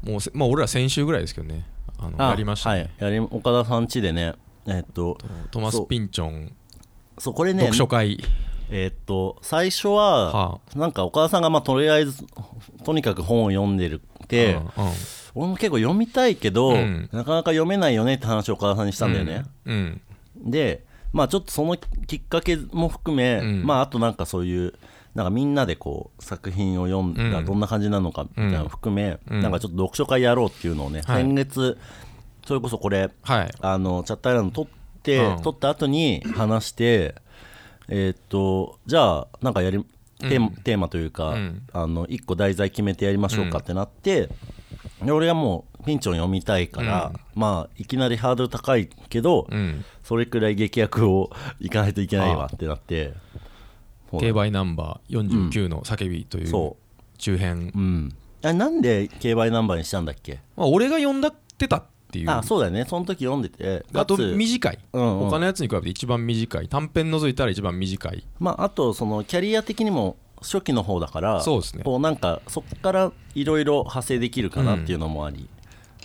[SPEAKER 2] もうせまあ俺ら先週ぐらいですけどねあ
[SPEAKER 1] ー
[SPEAKER 2] のやりました
[SPEAKER 1] は
[SPEAKER 2] ね
[SPEAKER 1] いやり岡田さん家でねえっと
[SPEAKER 2] トマス
[SPEAKER 1] そう・
[SPEAKER 2] ピンチョン
[SPEAKER 1] そうこれね
[SPEAKER 2] 読書会
[SPEAKER 1] えっと最初は、
[SPEAKER 2] は
[SPEAKER 1] なんか岡田さんがまあとりあえずとにかく本を読んでるって、
[SPEAKER 2] うんうん
[SPEAKER 1] 俺も結構読みたいけど、
[SPEAKER 2] うん
[SPEAKER 1] なかなか読めないよねって話を岡田さんにしたんだよね、
[SPEAKER 2] うん、うん
[SPEAKER 1] でまあちょっとそのきっかけも含め、
[SPEAKER 2] うん
[SPEAKER 1] まああとなんかそういうなんかみんなでこう作品を読んだ
[SPEAKER 2] う
[SPEAKER 1] ら
[SPEAKER 2] ん
[SPEAKER 1] どんな感じなのかみたいなのを含め、
[SPEAKER 2] うん
[SPEAKER 1] なんかちょっと読書会やろうっていうのをね、
[SPEAKER 2] はい
[SPEAKER 1] 先月それこそこれ
[SPEAKER 2] はい
[SPEAKER 1] あのチャットアイランド撮って、
[SPEAKER 2] うん
[SPEAKER 1] 撮った後に話してえーっとじゃあなんかやりテー,、テーマというか、
[SPEAKER 2] うん
[SPEAKER 1] あの1個題材決めてやりましょうかってなって、で俺がもうピンチョン読みたいから、まあいきなりハードル高いけど、
[SPEAKER 2] うん
[SPEAKER 1] それくらい劇薬を行かないといけないわってなってそう
[SPEAKER 2] 競売ナンバー49の叫びという
[SPEAKER 1] そ
[SPEAKER 2] 中編
[SPEAKER 1] ううんあれなんで競売ナンバーにしたんだっけ
[SPEAKER 2] まあ俺が呼んだってたっていう
[SPEAKER 1] あそうだよねその時読んでて
[SPEAKER 2] あと
[SPEAKER 1] かつ
[SPEAKER 2] 短い、
[SPEAKER 1] うんうん
[SPEAKER 2] 他のやつに比べて一番短い短編除いたら一番短い
[SPEAKER 1] まあ、あとそのキャリア的にも初期の方だから
[SPEAKER 2] そうですね
[SPEAKER 1] こうなんかそこからいろいろ派生できるかなっていうのもあり、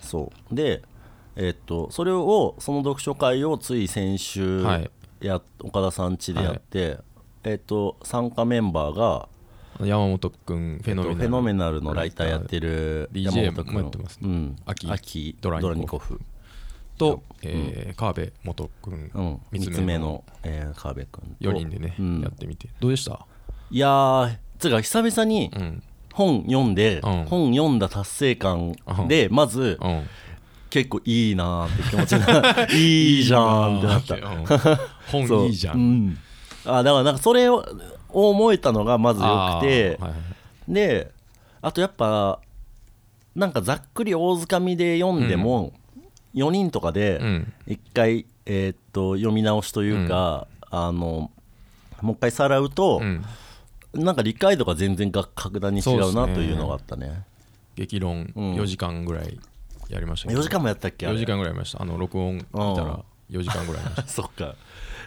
[SPEAKER 1] そうで、えっとそれをその読書会をつい先週
[SPEAKER 2] はい
[SPEAKER 1] や、岡田さん家でやって、えっと参加メンバーが
[SPEAKER 2] 山本君フェ
[SPEAKER 1] フ
[SPEAKER 2] ノメナル、
[SPEAKER 1] ェノメナルのライターやってる
[SPEAKER 2] DJ
[SPEAKER 1] 君
[SPEAKER 2] も
[SPEAKER 1] の
[SPEAKER 2] やってますね
[SPEAKER 1] うん、
[SPEAKER 2] 秋
[SPEAKER 1] 秋
[SPEAKER 2] ド
[SPEAKER 1] ド
[SPEAKER 2] ラ
[SPEAKER 1] ラ
[SPEAKER 2] ニコフ
[SPEAKER 1] ニコフ、
[SPEAKER 2] と、えー川辺元君、
[SPEAKER 1] うん、三
[SPEAKER 2] 三つ
[SPEAKER 1] つ
[SPEAKER 2] 目
[SPEAKER 1] 目
[SPEAKER 2] の
[SPEAKER 1] の、えー、川辺君と
[SPEAKER 2] 4人でね、
[SPEAKER 1] うん
[SPEAKER 2] やってみてどうでした、
[SPEAKER 1] いやーつうか久々に、
[SPEAKER 2] うん
[SPEAKER 1] 本読んで、
[SPEAKER 2] うん
[SPEAKER 1] 本読んだ達成感で、まず、
[SPEAKER 2] うん、
[SPEAKER 1] 結構いいなーって気持ちにな いいじゃんってなった
[SPEAKER 2] た、 う ん
[SPEAKER 1] そう
[SPEAKER 2] 本いいじゃ
[SPEAKER 1] うんんあだからなんかそれをを思えたのがまずよ
[SPEAKER 2] あ
[SPEAKER 1] くて
[SPEAKER 2] ーはいはい
[SPEAKER 1] であとやっぱなんかざっくり大づかみで読んでも、4人とか
[SPEAKER 2] う
[SPEAKER 1] で
[SPEAKER 2] ん
[SPEAKER 1] 一回、えーっと読み直しというか、あのもう一回さらうと
[SPEAKER 2] う、ん、
[SPEAKER 1] なんか理解度が全然が格段に違う
[SPEAKER 2] そうっ
[SPEAKER 1] な
[SPEAKER 2] すね
[SPEAKER 1] というのがあったね
[SPEAKER 2] 激論
[SPEAKER 1] うん
[SPEAKER 2] 4時間ぐらいやりましたけど
[SPEAKER 1] 4時間もやったっけあれ
[SPEAKER 2] 4時間ぐらいやりましたあの録音見たら4時間ぐらいやりま し
[SPEAKER 1] そっか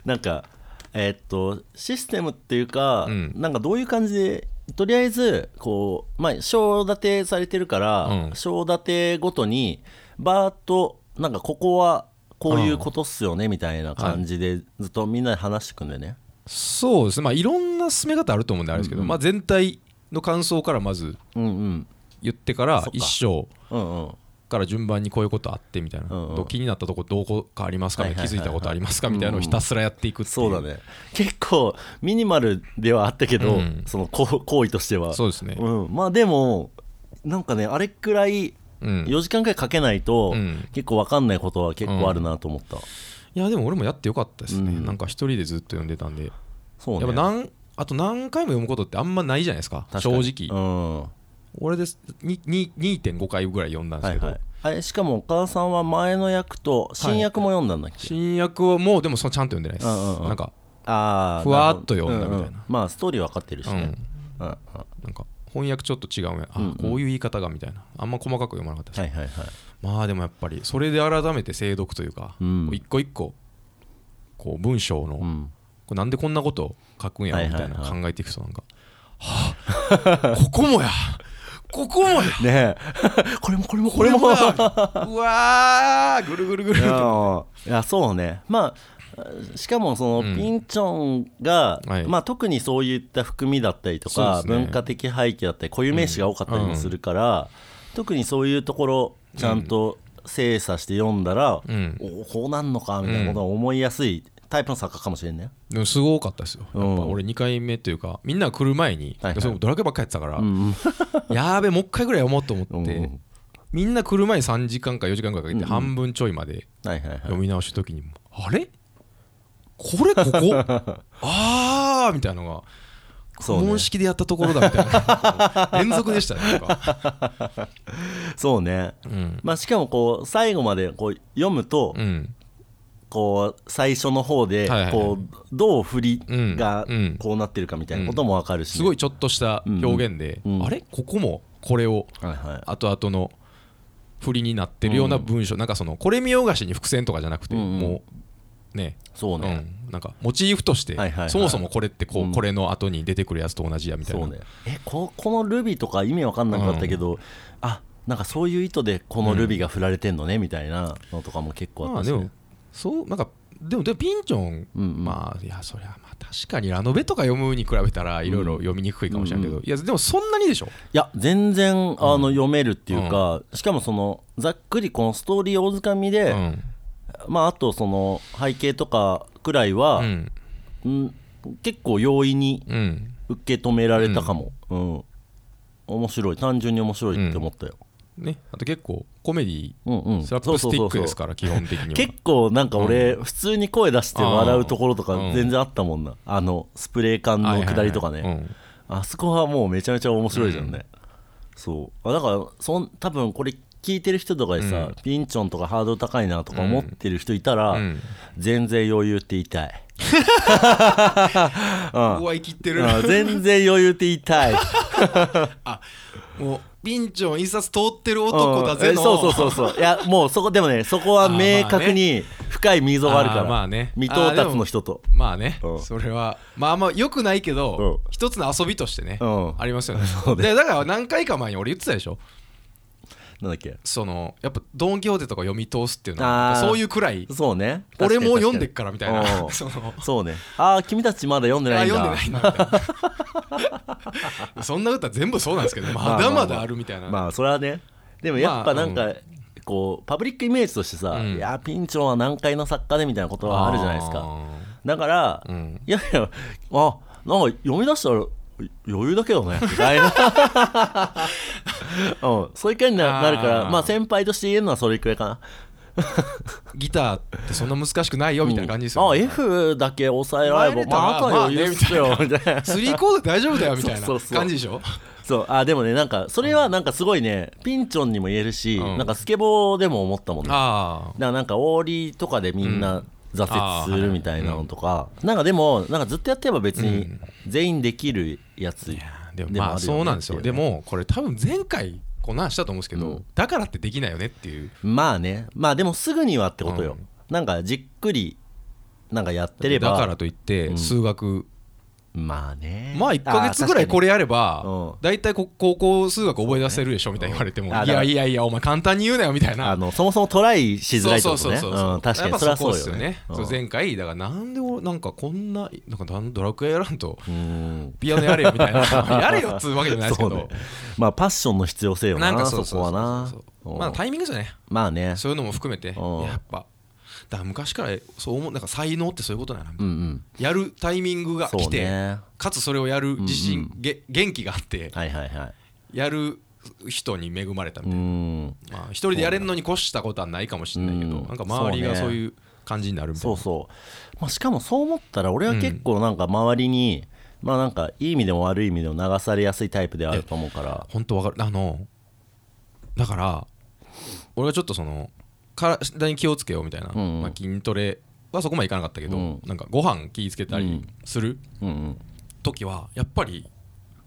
[SPEAKER 1] なんかえーっとシステムっていうか、
[SPEAKER 2] うん
[SPEAKER 1] なんかどういう感じでとりあえずこうまあ章立てされてるから、
[SPEAKER 2] うん
[SPEAKER 1] 章立てごとにバーッとなんかここはこういうことっすよねみたいな感じでずっとみんなで話してくんでね、
[SPEAKER 2] た そうですねまあいろんな進め方あると思うんであれですけど、まあ、全体の感想からまず
[SPEAKER 1] うんうん
[SPEAKER 2] 言ってから
[SPEAKER 1] そっか
[SPEAKER 2] 一章
[SPEAKER 1] うんうん
[SPEAKER 2] から順番にこういうことあってみたいな、
[SPEAKER 1] うんうん
[SPEAKER 2] どう気になったとこどうこうかありますか、
[SPEAKER 1] はいはいはいはい
[SPEAKER 2] 気づいたことありますかみたいなのをひたすらやっていくっていう
[SPEAKER 1] そうだね結構ミニマルではあったけど、
[SPEAKER 2] うん
[SPEAKER 1] その行行為としては
[SPEAKER 2] そうですね
[SPEAKER 1] うん、まあでもなんかねあれくらい
[SPEAKER 2] うん
[SPEAKER 1] 4時間くらいかけないと、
[SPEAKER 2] うん
[SPEAKER 1] 結構わかんないことは結構あるなと思った、
[SPEAKER 2] いやでも俺もやってよかったですね、
[SPEAKER 1] うん
[SPEAKER 2] なんか一人でずっと読んでたんで、
[SPEAKER 1] そうね
[SPEAKER 2] やっぱ何あと何回も読むことってあんまないじゃないですか
[SPEAKER 1] 確か
[SPEAKER 2] 正
[SPEAKER 1] に
[SPEAKER 2] 直、
[SPEAKER 1] うん
[SPEAKER 2] 俺ですにに2.5回ぐらい読んだんで
[SPEAKER 1] は
[SPEAKER 2] すけ
[SPEAKER 1] い
[SPEAKER 2] ど、
[SPEAKER 1] はいあれしかも岡田さんは前の役と新役も読んだんだっけ、
[SPEAKER 2] 新訳をもうでもそのちゃんと読んでないです、
[SPEAKER 1] うんうんうん
[SPEAKER 2] なんか
[SPEAKER 1] ああ
[SPEAKER 2] ふわっと読んだみたいな
[SPEAKER 1] まあストーリー分かってるしね、うんうんは
[SPEAKER 2] なんか翻訳ちょっと違うねあ、
[SPEAKER 1] うんうん
[SPEAKER 2] こういう言い方がみたいなあんま細かく読まなかったで
[SPEAKER 1] い
[SPEAKER 2] す、
[SPEAKER 1] はいはい
[SPEAKER 2] まあでもやっぱりそれで改めて精読というか、
[SPEAKER 1] うん
[SPEAKER 2] 一個一個こう文章の、
[SPEAKER 1] う
[SPEAKER 2] こ
[SPEAKER 1] ん
[SPEAKER 2] れなんでこんなことを書くんやろみたいな
[SPEAKER 1] はいはいは
[SPEAKER 2] 考えていくとなんか、はあここもやここもや
[SPEAKER 1] ねえこれもこれも
[SPEAKER 2] こ
[SPEAKER 1] こ
[SPEAKER 2] れ
[SPEAKER 1] れ
[SPEAKER 2] も
[SPEAKER 1] も
[SPEAKER 2] やうわーぐるぐるぐる
[SPEAKER 1] いやーいやそうねまあしかもそ
[SPEAKER 2] うん
[SPEAKER 1] のピンチョンが、
[SPEAKER 2] はい
[SPEAKER 1] まあ、特にそういった含みだったりと
[SPEAKER 2] そ
[SPEAKER 1] か、
[SPEAKER 2] うですね
[SPEAKER 1] 文化的背景だったり固有名詞が多かったりもするから、特にそういうところちゃんと精査して読んだら、
[SPEAKER 2] うん
[SPEAKER 1] おこうなんのかみたいなことが思いやすいタイプの作家かもしれんね。
[SPEAKER 2] でもすごかったですよやっぱ
[SPEAKER 1] うん
[SPEAKER 2] 俺2回目というかみんなが来る前に、
[SPEAKER 1] はいはい
[SPEAKER 2] それもドラクエばっかやってたから、
[SPEAKER 1] うん
[SPEAKER 2] やーべもう一回ぐらい読もうと思って、
[SPEAKER 1] うん
[SPEAKER 2] みんな来る前に3時間か4時間ぐらいかけて半分ちょいまで
[SPEAKER 1] はいはいはい
[SPEAKER 2] 読み直した時に、あれこれこ こあーみたいなのが、
[SPEAKER 1] そうね
[SPEAKER 2] 公式でやったところだみたい な連続でしたねなんか、
[SPEAKER 1] そうね、
[SPEAKER 2] うん
[SPEAKER 1] まあ、しかもこう最後までこう読むと、
[SPEAKER 2] うん、
[SPEAKER 1] こう最初の方で
[SPEAKER 2] はいはいはい
[SPEAKER 1] こうどう振りが
[SPEAKER 2] うんうん
[SPEAKER 1] こうなってるかみたいなことも分かるしね、
[SPEAKER 2] すごいちょっとした表現で、
[SPEAKER 1] うんうん
[SPEAKER 2] あれここもこれを
[SPEAKER 1] はいはい
[SPEAKER 2] 後々の振りになってるような文章、なんかそのこれ見よがしに伏線とかじゃなくて、
[SPEAKER 1] うんうん
[SPEAKER 2] もうね
[SPEAKER 1] そうね、
[SPEAKER 2] うん、なんかモチーフとして、
[SPEAKER 1] はいはいはい
[SPEAKER 2] そもそもこれってこう、
[SPEAKER 1] うん
[SPEAKER 2] これの後に出てくるやつと同じやみたいな
[SPEAKER 1] そうねえここのルビーとか意味わかんなくなったけど、あなんかそういう意図でこのルビーが振られてんのねみたいなのとかも結構あ
[SPEAKER 2] ま
[SPEAKER 1] っ
[SPEAKER 2] あ
[SPEAKER 1] たし、
[SPEAKER 2] で
[SPEAKER 1] ね
[SPEAKER 2] もそうなんかでもでもピンチョン、
[SPEAKER 1] うんうん
[SPEAKER 2] まあいやそりゃまあ確かにラノベとか読むに比べたらいろいろ読みにくいかもしれないけど、いやでもそんなにでしょ
[SPEAKER 1] いや全然あの読めるっていうか、しかもそのざっくりこのストーリー大づかみで、
[SPEAKER 2] うん
[SPEAKER 1] あまああとその背景とかくらいは、
[SPEAKER 2] うん
[SPEAKER 1] うん結構容易に
[SPEAKER 2] うん
[SPEAKER 1] 受け止められたかも、うん面白い単純に面白いって思ったよ、
[SPEAKER 2] ねあと結構コメディ
[SPEAKER 1] うんうん、
[SPEAKER 2] スラップスティックです
[SPEAKER 1] か
[SPEAKER 2] から基本的には
[SPEAKER 1] 結構なんか俺、普通に声出して笑うところとか
[SPEAKER 2] あーうん
[SPEAKER 1] 全然あったもんな、あのスプレー缶の下りとかね、
[SPEAKER 2] はいはいはいうん
[SPEAKER 1] あそこはもうめちゃめちゃ面白いじゃんね、そうあだからそん多分これ聞いてる人とかでさ、ピンチョンとかハードル高いなとか思ってる人いたら、
[SPEAKER 2] ん
[SPEAKER 1] 全然余裕って言いた い、
[SPEAKER 2] うわ生きてる
[SPEAKER 1] うん、全然余裕って言いたい
[SPEAKER 2] もうピンチョン一冊通ってる 男だぜ
[SPEAKER 1] うんえ
[SPEAKER 2] の
[SPEAKER 1] そうそうそうそういやもうそこでもねそこは明確に深い溝があるから
[SPEAKER 2] あーまあね
[SPEAKER 1] 未到達の人と
[SPEAKER 2] まあね、
[SPEAKER 1] うん
[SPEAKER 2] それはまあまあよくないけど、
[SPEAKER 1] うん
[SPEAKER 2] 一つの遊びとしてね、
[SPEAKER 1] うん
[SPEAKER 2] ありますよね
[SPEAKER 1] そうね
[SPEAKER 2] でだから何回か前に俺言ってたでしょ
[SPEAKER 1] なんだっけ
[SPEAKER 2] そのやっぱ「ドン・キホーテ」とか読み通すっていうのは
[SPEAKER 1] あー
[SPEAKER 2] そういうくらい
[SPEAKER 1] そうね
[SPEAKER 2] 俺も
[SPEAKER 1] 確かに確かに
[SPEAKER 2] 読んでっからみたいな
[SPEAKER 1] うん
[SPEAKER 2] その
[SPEAKER 1] そうねああ君たちまだ読んでな
[SPEAKER 2] あ
[SPEAKER 1] いんだ
[SPEAKER 2] 読んでないなみたいな そんな歌全部そうなん ですけどまだまだあるみたいな、
[SPEAKER 1] まあそれはねでもやっぱなん
[SPEAKER 2] ま
[SPEAKER 1] か、こうパブリックイメージとしてさ、
[SPEAKER 2] うん
[SPEAKER 1] いやーピンチョンは難解の作家でみたいなことはあるじゃないですかだから、
[SPEAKER 2] ん
[SPEAKER 1] いやいやあなんか読み出したら余裕だけどねみたいな、 うん、そういう感じにななるから
[SPEAKER 2] あー
[SPEAKER 1] まあ先輩として言えるのはそれくらいかな
[SPEAKER 2] ギターってそんな難しくないよみたいな感じです
[SPEAKER 1] うん
[SPEAKER 2] よ、
[SPEAKER 1] あ
[SPEAKER 2] ね
[SPEAKER 1] F だけ抑えられればまああとは余裕っすよみたいな
[SPEAKER 2] スリーコード大丈夫だよみたいな
[SPEAKER 1] そうそうそう
[SPEAKER 2] 感じでしょ
[SPEAKER 1] そうあでもねなんかそれはなんかすごいねピンチョンにも言えるし、
[SPEAKER 2] うん
[SPEAKER 1] なんかスケボーでも思ったもんねだか
[SPEAKER 2] ああ
[SPEAKER 1] らなんかオーリーとかでみんな挫折するみたいなのとか、なんかでもなんかずっとやってれば別に全員できるやつ、
[SPEAKER 2] でも
[SPEAKER 1] でも
[SPEAKER 2] ま
[SPEAKER 1] あ
[SPEAKER 2] あ
[SPEAKER 1] るよね
[SPEAKER 2] そうなんですよ
[SPEAKER 1] ってい
[SPEAKER 2] で
[SPEAKER 1] う
[SPEAKER 2] もこれ多分前回こんなんしたと思うんですけど、だからってできないよねっていう
[SPEAKER 1] まあねまあでもすぐにはってことよ、
[SPEAKER 2] うん
[SPEAKER 1] なんかじっくりなんかやってれば
[SPEAKER 2] だからといって数学、
[SPEAKER 1] まあね
[SPEAKER 2] まあ1か月ぐらいこ
[SPEAKER 1] れ
[SPEAKER 2] れやれ
[SPEAKER 1] う
[SPEAKER 2] ば
[SPEAKER 1] ん
[SPEAKER 2] 大体こ高校数学覚え出せるでしょみたいに言われても
[SPEAKER 1] あだ
[SPEAKER 2] い
[SPEAKER 1] から
[SPEAKER 2] やいやいやお前簡単に言うなよみたい
[SPEAKER 1] あ
[SPEAKER 2] な
[SPEAKER 1] のそもそもトライしづらいってことねうん確か
[SPEAKER 2] やっ
[SPEAKER 1] に
[SPEAKER 2] ぱ
[SPEAKER 1] それは
[SPEAKER 2] こ
[SPEAKER 1] そう
[SPEAKER 2] です
[SPEAKER 1] よね
[SPEAKER 2] そう前回だからなんで俺なんかこんななんかなんドラクエやらんと
[SPEAKER 1] うん
[SPEAKER 2] ピアノやれよみたいなやれよっつうわけじゃないです け
[SPEAKER 1] そう
[SPEAKER 2] ど
[SPEAKER 1] ねまあパッションの必要性よ
[SPEAKER 2] なん
[SPEAKER 1] な
[SPEAKER 2] か
[SPEAKER 1] そ
[SPEAKER 2] そう
[SPEAKER 1] こ
[SPEAKER 2] そう
[SPEAKER 1] は
[SPEAKER 2] そう
[SPEAKER 1] な
[SPEAKER 2] そう
[SPEAKER 1] うん
[SPEAKER 2] まあタイミングですよね
[SPEAKER 1] まあね
[SPEAKER 2] そういうのも含めてや
[SPEAKER 1] うん
[SPEAKER 2] っぱだから昔からそう思うなんか才能ってそういうことだな
[SPEAKER 1] うんうん
[SPEAKER 2] やるタイミングが
[SPEAKER 1] そ
[SPEAKER 2] 来
[SPEAKER 1] う
[SPEAKER 2] て、
[SPEAKER 1] ね
[SPEAKER 2] かつそれをやる自信、げ元気があって
[SPEAKER 1] はいはいはい
[SPEAKER 2] やる人に恵まれたみ
[SPEAKER 1] う
[SPEAKER 2] たい
[SPEAKER 1] ん
[SPEAKER 2] な、まあ、一人でやれるのに越したことはないかもしれないけど、
[SPEAKER 1] うん
[SPEAKER 2] なんか周りが
[SPEAKER 1] そうね
[SPEAKER 2] そういう感じになるみたい
[SPEAKER 1] そ
[SPEAKER 2] な
[SPEAKER 1] うそう、まあ、しかもそう思ったら俺は結構なんか周りに、まあなんかいい意味でも悪い意味でも流されやすいタイプではあると思うから
[SPEAKER 2] 本当わかるあのだから俺はちょっとその体に気をつけようみたいな、
[SPEAKER 1] んうん
[SPEAKER 2] まあ、筋トレはそこまでいかなかったけど、
[SPEAKER 1] うん
[SPEAKER 2] なんかご飯気をつけたりする
[SPEAKER 1] うんうん
[SPEAKER 2] 時はやっぱり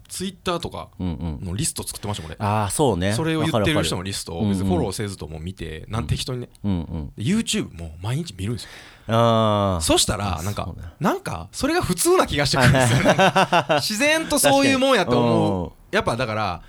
[SPEAKER 2] ツイッターとか
[SPEAKER 1] うんうん
[SPEAKER 2] のリスト作ってましたもん俺
[SPEAKER 1] ああそうね
[SPEAKER 2] それを言ってる人
[SPEAKER 1] も
[SPEAKER 2] のリストを別にフォローせずとも見て、なん適当にね、
[SPEAKER 1] うんうん
[SPEAKER 2] で YouTube も毎日見るんですよ
[SPEAKER 1] ああ
[SPEAKER 2] そしたらなんか
[SPEAKER 1] そうね
[SPEAKER 2] なんかそれが普通な気がしてくるんですよ なんか自然とそういうもんやと思う
[SPEAKER 1] 確
[SPEAKER 2] やっぱだから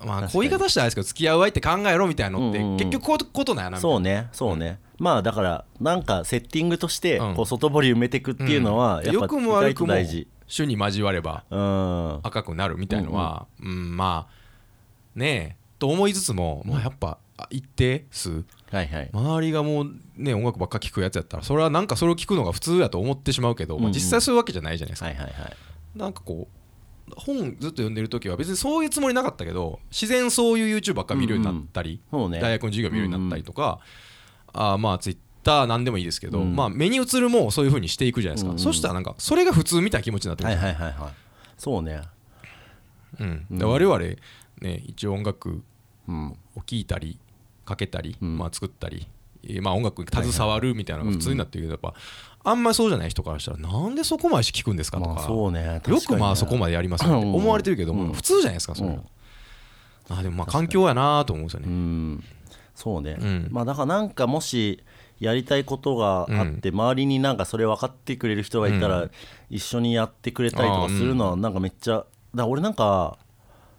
[SPEAKER 2] ま
[SPEAKER 1] 確か
[SPEAKER 2] あ
[SPEAKER 1] に
[SPEAKER 2] こういう言い方したらあれですけど付き合う相手考えろみたいなのって
[SPEAKER 1] うんうんうん
[SPEAKER 2] 結局こういうことなんやなみたいな
[SPEAKER 1] そうねそうね、まあだからなんかセッティングとして
[SPEAKER 2] うん
[SPEAKER 1] こう外堀埋めていくっていうのはやっぱ
[SPEAKER 2] 良
[SPEAKER 1] 意
[SPEAKER 2] くも悪
[SPEAKER 1] 外
[SPEAKER 2] く
[SPEAKER 1] と
[SPEAKER 2] も
[SPEAKER 1] 大事
[SPEAKER 2] 種に交われば
[SPEAKER 1] うん
[SPEAKER 2] 赤くなるみたいのはうんまあねえと思いつつもまあやっぱあ一定数
[SPEAKER 1] はいはい
[SPEAKER 2] 周りがもうね音楽ばっか聴くやつやったらそれはなんかそれを聴くのが普通やと思ってしまうけどまあ
[SPEAKER 1] うんうん
[SPEAKER 2] 実際そういうわけじゃないじゃないですか
[SPEAKER 1] はいはいはい
[SPEAKER 2] なんかこう本ずっと読んでる時は別にそういうつもりなかったけど自然そういう YouTube ばっか見るようになったり、
[SPEAKER 1] そうね
[SPEAKER 2] 大学の授業見るようになったりとか、あーまあ Twitter 何でもいいですけど、
[SPEAKER 1] うん
[SPEAKER 2] まあ、目に映るもんをそういうふうにしていくじゃないですか、
[SPEAKER 1] うんうん
[SPEAKER 2] そしたらなんかそれが普通みたいな気持ちになってく
[SPEAKER 1] は
[SPEAKER 2] る
[SPEAKER 1] い
[SPEAKER 2] んで
[SPEAKER 1] はいはいはいそうね
[SPEAKER 2] すよ、うんで我々、ね、一応音楽
[SPEAKER 1] うん
[SPEAKER 2] を聴いたりかけたり、
[SPEAKER 1] ん
[SPEAKER 2] まあ、作ったり、えーまあ、音楽に携わるみたいなのが普通になってるけどやっぱあんまりそうじゃない人からしたらなんでそこまでして聞くんですかとか、
[SPEAKER 1] まあそうね
[SPEAKER 2] よくまあそこ
[SPEAKER 1] で
[SPEAKER 2] までやりますよねって
[SPEAKER 1] うん
[SPEAKER 2] 思われてるけど
[SPEAKER 1] うん
[SPEAKER 2] も普通じゃないですかそれ
[SPEAKER 1] うん
[SPEAKER 2] あでもまあ環境やなと思うんですよ
[SPEAKER 1] う
[SPEAKER 2] ね
[SPEAKER 1] んそうね、
[SPEAKER 2] うん
[SPEAKER 1] まあだからなんかもしやりたいことがあって、周りになんかそれ分かってくれる人がいたら、一緒にやってくれたりと
[SPEAKER 2] あ
[SPEAKER 1] か
[SPEAKER 2] ー
[SPEAKER 1] するのはなんかめっちゃだから俺なんか